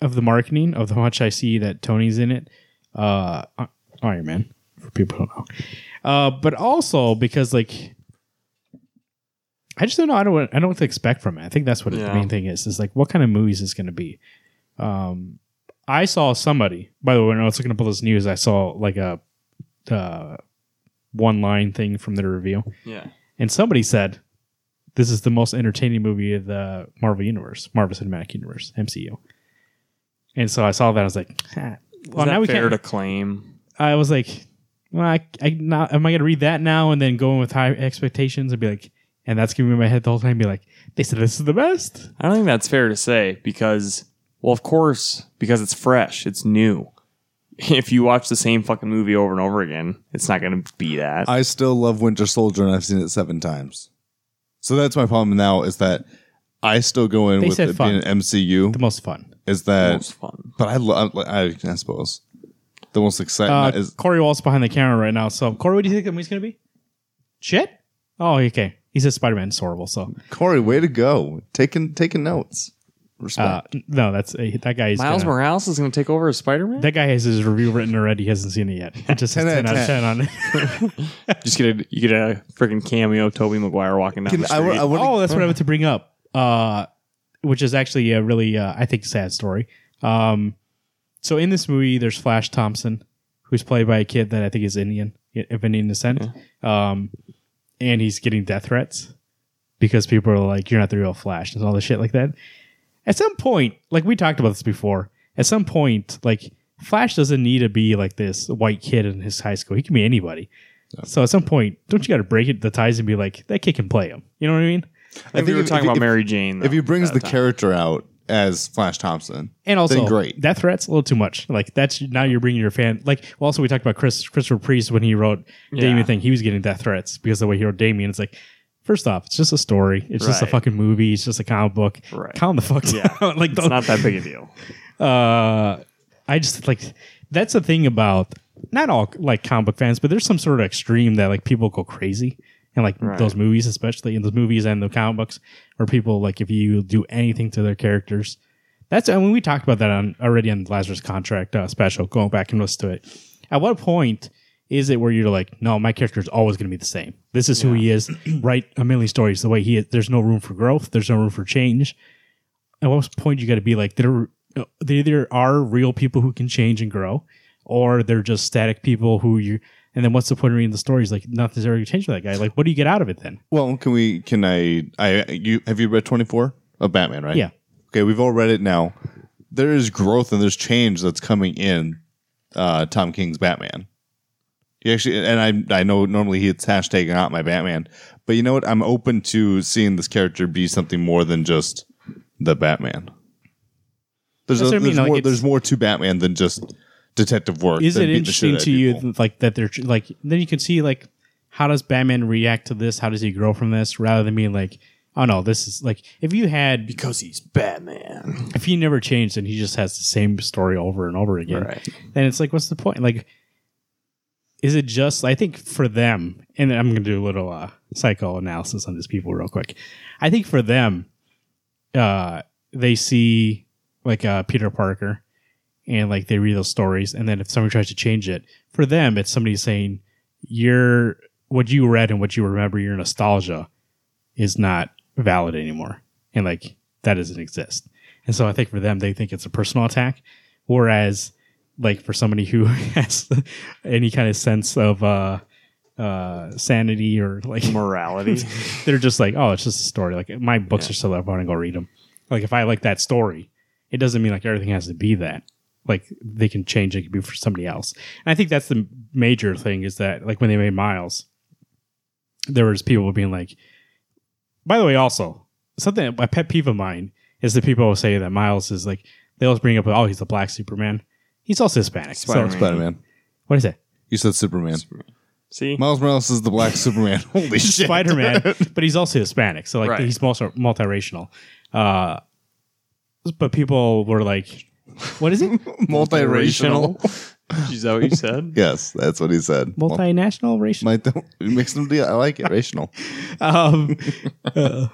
of the marketing of how much I see that Tony's in it, uh, I- Iron Man for people who don't know, uh, but also because like." I just don't know. I don't. I don't know what to expect from it. I think that's what the Yeah. main thing is. Is like, what kind of movie is this going to be? Um, I saw somebody. By the way, when I was looking up all this news, I saw like a uh, one line thing from their review, Yeah. and somebody said, "This is the most entertaining movie of the Marvel Universe, Marvel Cinematic Universe, MCU." And so I saw that. I was like, "Ah." "Well, Well, Is that now we fair can't." to claim. I was like, "Well, I, I not, am I going to read that now and then go in with high expectations and be like, and that's gonna be in my head the whole time, be like, they said this is the best." I don't think that's fair to say because, well, of course, because it's fresh, it's new. If you watch the same fucking movie over and over again, it's not going to be that. I still love Winter Soldier, and I've seen it seven times. So that's my problem now is that I still go in They with said it being fun. an MCU. The most fun. Is That that? was fun. But I love. I, I suppose the most exciting Uh, is Corey Wall's behind the camera right now. So, Corey, what do you think the movie's going to be? Shit? Oh, okay. He says Spider Man's horrible. So, Corey. Way to go! Taking taking notes. uh, Respect. no, that's uh, that guy is. Miles gonna- Morales is going to take over as Spider Man. That guy has his review written already. He hasn't seen it yet. It just says 10 10 out of 10 10 on it. Just get a you get a freaking cameo Toby Maguire walking down Can- the I, street. I wanna- oh, that's what I meant to bring up, uh, which is actually a really, uh, I think, sad story. Um, so in this movie, there's Flash Thompson, who's played by a kid that I think is Indian, of Indian descent, um, and he's getting death threats because people are like, "You're not the real Flash," and all this shit like that. At some point, like we talked about this before, at some point, like Flash doesn't need to be like this white kid in his high school. He can be anybody. So at some point, don't you got to break it the ties and be like, that kid can play him. You know what I mean? Uh, I think we were if- if- talking about if- Mary Jane. though, if he brings that the time. character out as Flash Thompson, And also, Then great. Death threats a little too much. Like that's now you're bringing your fan. Like well, also we talked about Chris Christopher Priest when he wrote Yeah. Damien thing. He was getting death threats because the way he wrote Damien. It's like, first off, it's just a story. It's just a Right. fucking movie. It's just a comic book. Right. Calm the fuck Yeah. down. like it's not that big a deal. uh, I just like that's the thing about not all like comic book fans, but there's some sort of extreme that like people go crazy and like Right. those movies, especially in those movies and the comic books, where people like if you do anything to their characters, that's I mean we talked about that on already on Lazarus Contract uh, special. Going back and listen to it, at what point Is it where you're like, no, my character is always going to be the same. This is who he is. Write a million stories the way he is. There's no room for growth. There's no room for change. At what point you got to be like, there, there either are real people who can change and grow, or they're just static people who you. And then what's the point of reading the stories? Like nothing's ever going to change for that guy. Like, what do you get out of it then? Well, can we? Can I? I you have you read twenty four of Batman, right? Yeah. Okay, we've all read it now. There is growth and there's change that's coming in uh, Tom King's Batman. He actually, and I I know normally he's hashtagging out my Batman, but you know what? I'm open to seeing this character be something more than just the Batman. There's, a, That's what I there's mean, like, more. it's- There's more to Batman than just detective work. is than it beat the interesting shit out of to you people. th- like that they're tr- like then you can see like how does batman react to this how does he grow from this rather than being like oh no this is like if you had because he's Batman. if he never changed and he just has the same story over and over again Right. then it's like what's the point like is it just i think for them and i'm gonna do a little uh psychoanalysis on these people real quick i think for them uh they see like uh peter parker and like they read those stories and then if somebody tries to change it for them it's somebody saying you're what you read and what you remember your nostalgia is not valid anymore and like that doesn't exist and so i think for them they think it's a personal attack whereas like for somebody who has any kind of sense of uh uh sanity or like Morality. they're just like, oh, it's just a story. Like my books are still up. I want to go read them. Like if I like that story, it doesn't mean like everything has to be that. Like they can change. It could be for somebody else. And I think that's the major thing is that like when they made Miles, there was people being like, by the way, also something a pet peeve of mine is that people will say that Miles is like they always bring up, oh, he's a black Superman. He's also Hispanic. Spider-Man. So Spider-Man. what is it? You said Superman. See, Miles Morales is the black Superman. Holy shit. Spider Man, but he's also Hispanic, so like Right. he's multi multiracial. Uh, but people were like, "What is it? Multiracial. Is that what you said? Yes, that's what he said. Multi- Multinational racial?" my th- it makes them deal. I like it. Rational. Um, uh,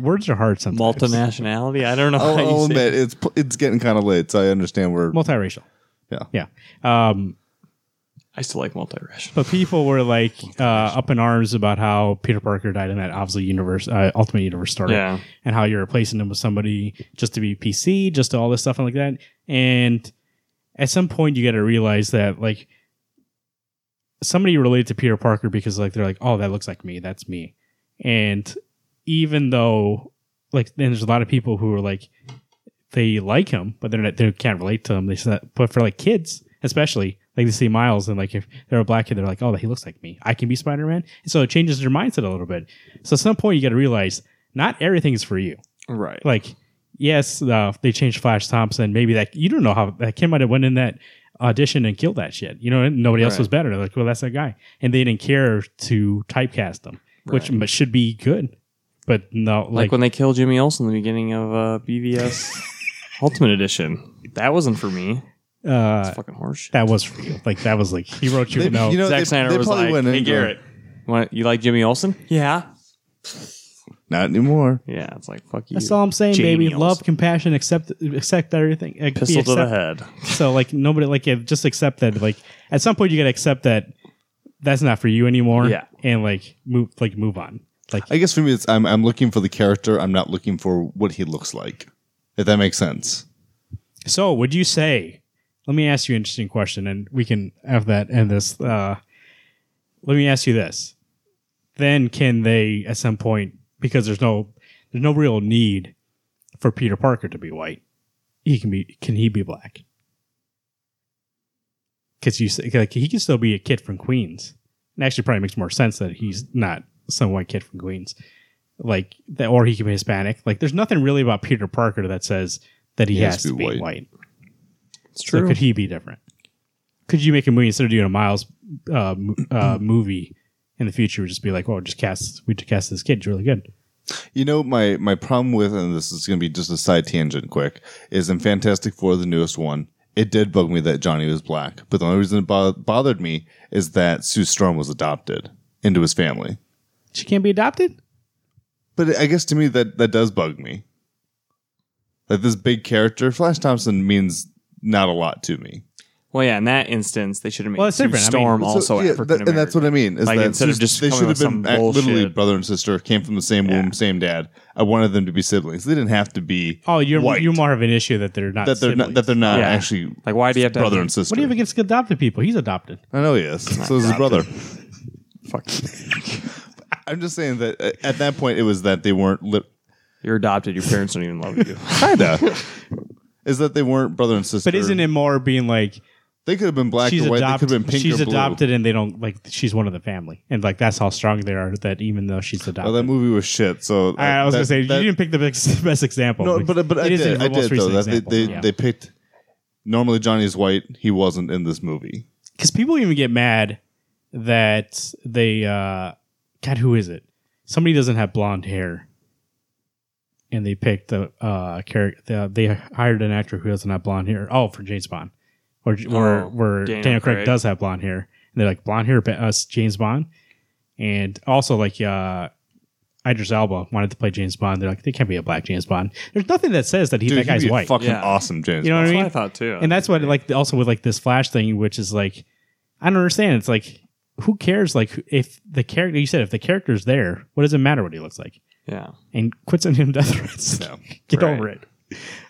words are hard sometimes. Multinationality? I don't know I'll, how I'll you say. admit it's p- it's getting kind of late, so I understand where. multiracial. Yeah. yeah. Um, I still like multiracial. but people were like uh, up in arms about how Peter Parker died in that obviously universe, uh, Ultimate Universe story. Yeah. and how you're replacing them with somebody just to be PC, just to all this stuff and like that. And at some point, you got to realize that like somebody related to Peter Parker because like they're like, oh, that looks like me, that's me. And even though like, then there's a lot of people who are like they like him, but they're not, they can't relate to him. They said, but for like kids especially. Like they see Miles, and like if they're a black kid, they're like, "Oh, he looks like me. I can be Spider Man." So it changes their mindset a little bit. So at some point, you got to realize not everything is for you. Right. Like, yes, uh, they changed Flash Thompson. Maybe that you don't know how that kid might have went in that audition and killed that shit. You know, and nobody else Right. was better. They're like, well, that's that guy, and they didn't care to typecast them, which m- should be good. But no, like, like, when they killed Jimmy Olsen in the beginning of uh, BVS Ultimate Edition. That wasn't for me. uh, It's fucking horseshit. that was for you. Like that was like he wrote you They- a note. you know, Zack they- Snyder they was probably like, went "Hey in, Garrett, want, you like Jimmy Olsen? Yeah. Not anymore. Yeah. It's like fuck you. that's all I'm saying, Jamie baby. Love, Olson. compassion, accept, accept everything. uh, be Pistol to the accept- head. So like nobody like yeah, just accept that like at some point you gotta accept that that's not for you anymore. Yeah. And like move like move on. Like I guess for me, it's I'm I'm looking for the character. I'm not looking for what he looks like. If that makes sense. so would you say let me ask you an interesting question and we can have that and this uh let me ask you this. Then can they at some point because there's no there's no real need for Peter Parker to be white. He can be can he be black? Because you say like he can still be a kid from Queens. And actually, probably makes more sense that he's not some white kid from Queens, like that, or he can be Hispanic. Like, there's nothing really about Peter Parker that says that he, has, to be white. It's So true. could he be different? Could you make a movie instead of doing a Miles uh, mo- uh, movie in the future? Would just be like, well, just cast we just cast this kid. He's really good. You know, my my problem with and this is going to be just a side tangent, quick, is in Fantastic Four, the newest one. It did bug me that Johnny was black, but the only reason it bo- bothered me is that Sue Storm was adopted into his family. She can't be adopted. But I guess to me that that does bug me. Like this big character, Flash Thompson means not a lot to me. Well, yeah, in that instance, they should have made Well, it's Sue different. I mean, Storm so, also yeah, African that- and that's what I mean. Is Like, that instead of sis- just they coming should have with been some act- literally bullshit. brother and sister, came from the same womb, same dad. I wanted them to be siblings. They didn't have to be. Oh, you're white. you're more of an issue that they're not that they're not, that they're not Yeah. actually Like, why do you have to have brother them- and sister? what do you have against adopted people? He's adopted. I know he is. So is his brother. Fuck, I'm just saying that uh, at that point it was that they weren't li- you're adopted. Your parents don't even love you. kinda is that they weren't brother and sister. But isn't it more being like They could have been black she's or white. adopted? They could have been pink she's or blue. adopted, and they don't like she's one of the family, and like that's how strong they are. That even though she's adopted, Oh, that movie was shit. So I, I was that- gonna say that- you didn't pick the best, best example. No, but but I It is did. the I most did though. recent That they example. they, Yeah. they picked. Normally Johnny's white. He wasn't in this movie. because people even get mad that they uh god who is it somebody doesn't have blonde hair and they picked the uh character they hired an actor who doesn't have blonde hair oh for james bond or where Oh, where daniel, Daniel craig. Craig. does have blonde hair and they're like blonde hair pa- us james bond and also like uh Idris Elba wanted to play James Bond. They're like, they can't be a black James Bond. There's nothing that says that he, Dude, that guy's he'd be a white. fucking Yeah. awesome, James. You know what I Bond. That's mean? what I thought too. And that's what like also with like this Flash thing, which is like I don't understand. It's like who cares? Like if the character you said if the character's there, what does it matter what he looks like? yeah. And quit sending him death threats. No. Get Right. over it.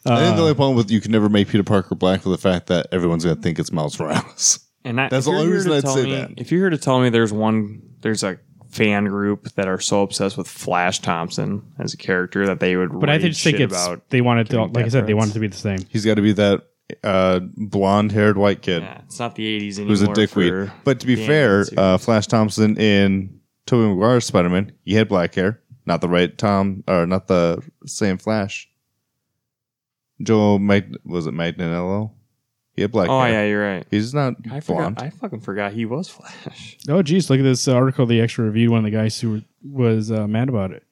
I uh, think the only problem with you can never make Peter Parker black for the fact that everyone's going to think it's Miles Morales. And I, That's if the only you're reason here to I'd tell say me- that. If you're here to tell me there's one, there's a fan group that are so obsessed with Flash Thompson as a character that they would. But I just think it's about. they wanted to giving like I death said they threats. wanted to be the same. He's got to be that uh, blonde-haired white kid Yeah, it's not the '80s anymore. who's a dickweed. for But to be the fair, animated series. uh, Flash Thompson in Tobey Maguire's Spider-Man, he had black hair, not the right Tom or not the same Flash. Joel Mag- was it Magnanello? He had black oh hair. yeah, you're right. He's not I blonde. forgot. I fucking forgot he was Flash. Oh geez, look at this article the extra reviewed one of the guys who was uh, mad about it.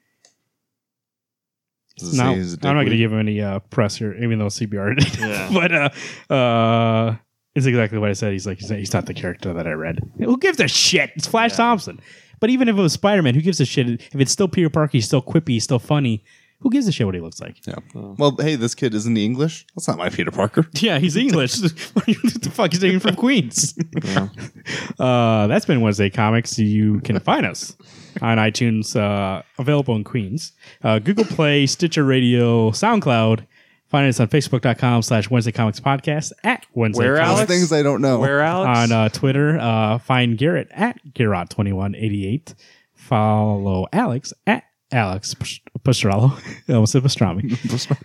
Does it No, say he's a I'm not going to dickweed? give him any uh, press here, even though CBR did. Yeah. but uh, uh, it's exactly what I said. He's like, he's not, he's not the character that I read. Who gives a shit? It's Flash Yeah. Thompson. But even if it was Spider Man, who gives a shit? If it's still Peter Parker, he's still quippy, he's still funny. Who gives a shit what he looks like? Well, hey, this kid isn't he English. That's not my Peter Parker. Yeah, he's English. what the fuck? He's even from Queens. Uh, that's been Wednesday Comics. You can find us on iTunes, uh, available in Queens, uh, Google Play, Stitcher Radio, SoundCloud. Find us on Facebook.com slash Wednesday Comics Podcast at Wednesday Where, Comics There's Alex? things I don't know. Where Alex? on uh, Twitter. Uh, find Garrett at Garrett2188. Follow Alex at Alex Pas- Pastrello. I almost said pastrami.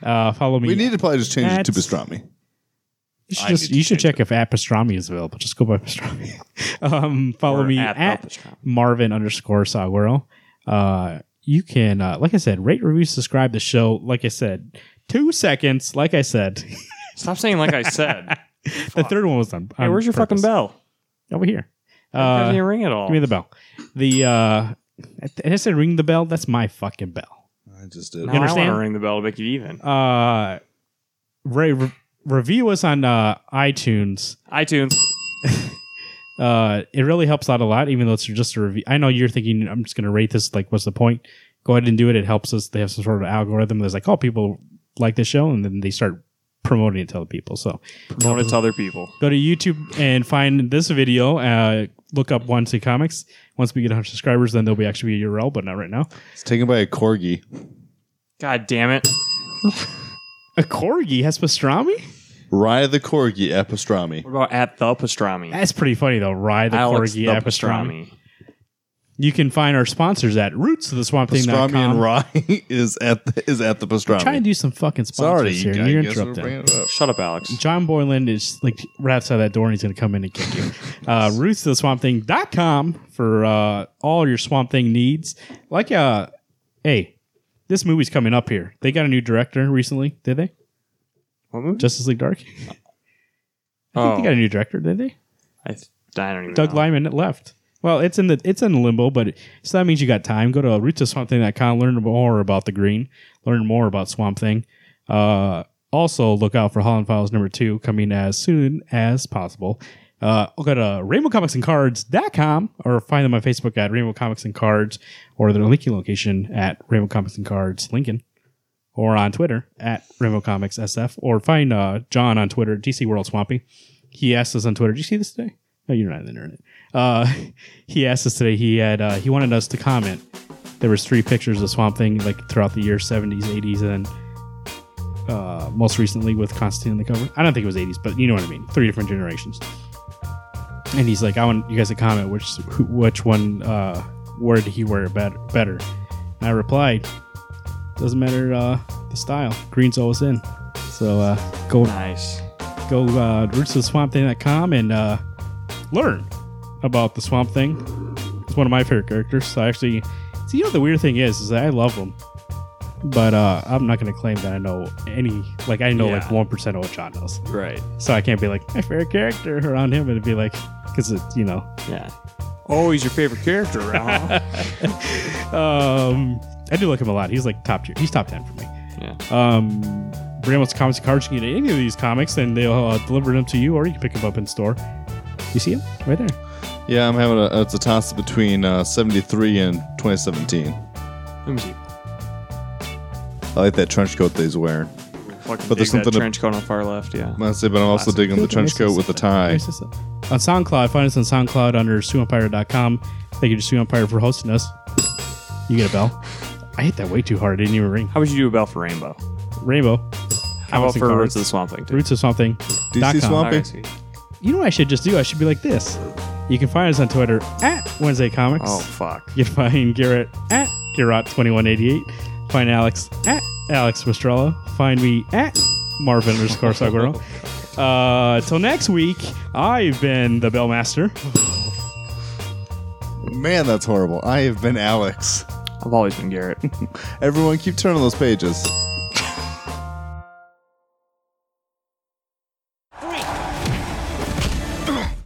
Uh, follow me. we need to probably just change it to That's- pastrami. You should, I just, need to you should change check if at pastrami is available. Just go by pastrami. um, follow Or me at at, the pastrami. Marvin underscore Saguero. Uh, you can, uh, like I said, rate, review, subscribe the show. Like I said, two seconds. Like I said, Stop saying like I said. the third one was done. hey, where's your fucking bell? Over here. It doesn't Uh, even ring at all. give me the bell. The uh, I I said ring the bell. That's my fucking bell. I just did. Now You I want to understand? ring the bell to make it even. Uh, re- re- review us on uh, iTunes. iTunes. uh, it really helps out a lot, even though it's just a review. I know you're thinking, I'm just going to rate this. Like, what's the point? Go ahead and do it. It helps us. They have some sort of algorithm that's like, oh, people like this show. And then they start promoting it to other people. So Promote it to other people. go to YouTube and find this video. Uh, look up One C Comics. Once we get 100 subscribers, then there'll be actually a URL, but not right now. It's taken by a corgi. God damn it. A corgi has pastrami? Rye the corgi at pastrami. What about at the pastrami? That's pretty funny, though. Rye the Alex corgi the at pastrami. You can find our sponsors at roots of the swamp Pastrami and rye is at the, is at the pastrami. Try and do some fucking sponsors Sorry, here. you guys. You're Guess we're interrupting. bringing it up. Shut up, Alex. John Borland is like right outside that door and he's going to come in and kick you. Uh, roots to the swamp thing.com for uh, all your swamp thing needs. Like, uh, hey, this movie's coming up here. They got a new director recently, did they? What movie? Justice League Dark? I oh, think they got a new director, did they? I, th- I don't even Doug know. Lyman left. Well, it's in the it's in limbo, but so that means you got time. Go to roots of swamp thing.com, learn more about the green, learn more about Swamp Thing. Uh, also, look out for Holland Files number two coming as soon as possible. Uh, go to rainbow comics and cards.com or find them on Facebook at rainbow comics and cards or their linking location at rainbow comics and cards Lincoln or on Twitter at rainbow comics SF or find uh, John on Twitter, DC World Swampy. he asked us on Twitter. Did you see this today? No, you're not on the internet. Uh, he asked us today. He had uh, he wanted us to comment. There was three pictures of Swamp Thing like throughout the year, 70s, 80s, and then uh, most recently with Constantine on the cover. I don't think it was 80s, but you know what I mean. Three different generations. And he's like, I want you guys to comment which who- which one uh, word he wear better. Better. And I replied, doesn't matter uh, the style. Green's always in. So uh, go Nice. go uh, roots of the swamp thing.com and uh, learn about the swamp thing it's one of my favorite characters so I actually see you know the weird thing is is that i love them but uh, i'm not going to claim that i know any like i know like Yeah. 1% of what john knows Right. so i can't be like my favorite character around him and it'd be like because it's you know Yeah. Oh, he's your favorite character, huh? um, i do like him a lot he's like top tier he's top 10 for me yeah. um, bring out some comics and cards. You can get any of these comics, and they'll uh, deliver them to you, or you can pick them up in store. You see them right there. Yeah, I'm having a. It's a toss up between uh, 73 and 2017. Let me see. I like that trench coat that he's wearing. Fucking But but there's there's something to- trench coat on the far left. Yeah. Honestly, but I'm also Classic. digging the trench coat with the tie. There's this, uh, On SoundCloud, find us on SoundCloud under SueEmpire.com. Thank you to Sue Empire for hosting us. You get a bell. I hit that way too hard. It didn't even ring. How would you do a bell for Rainbow? Rainbow. How about Comics and for cards. Roots of the Swamp Thing? Too? Roots of something. Do you dot see com. Swamp Okay, Thing? sweet. You know what I should just do? I should be like this. You can find us on Twitter at Wednesday Comics. Oh fuck. You can find Garrett at Garrett2188. Find Alex at Alex Mistrella. Find me at Marvin underscore Saguaro. Uh, till next week, I've been the Bellmaster. Man, that's horrible. I have been Alex. I've always been Garrett. Everyone, keep turning those pages.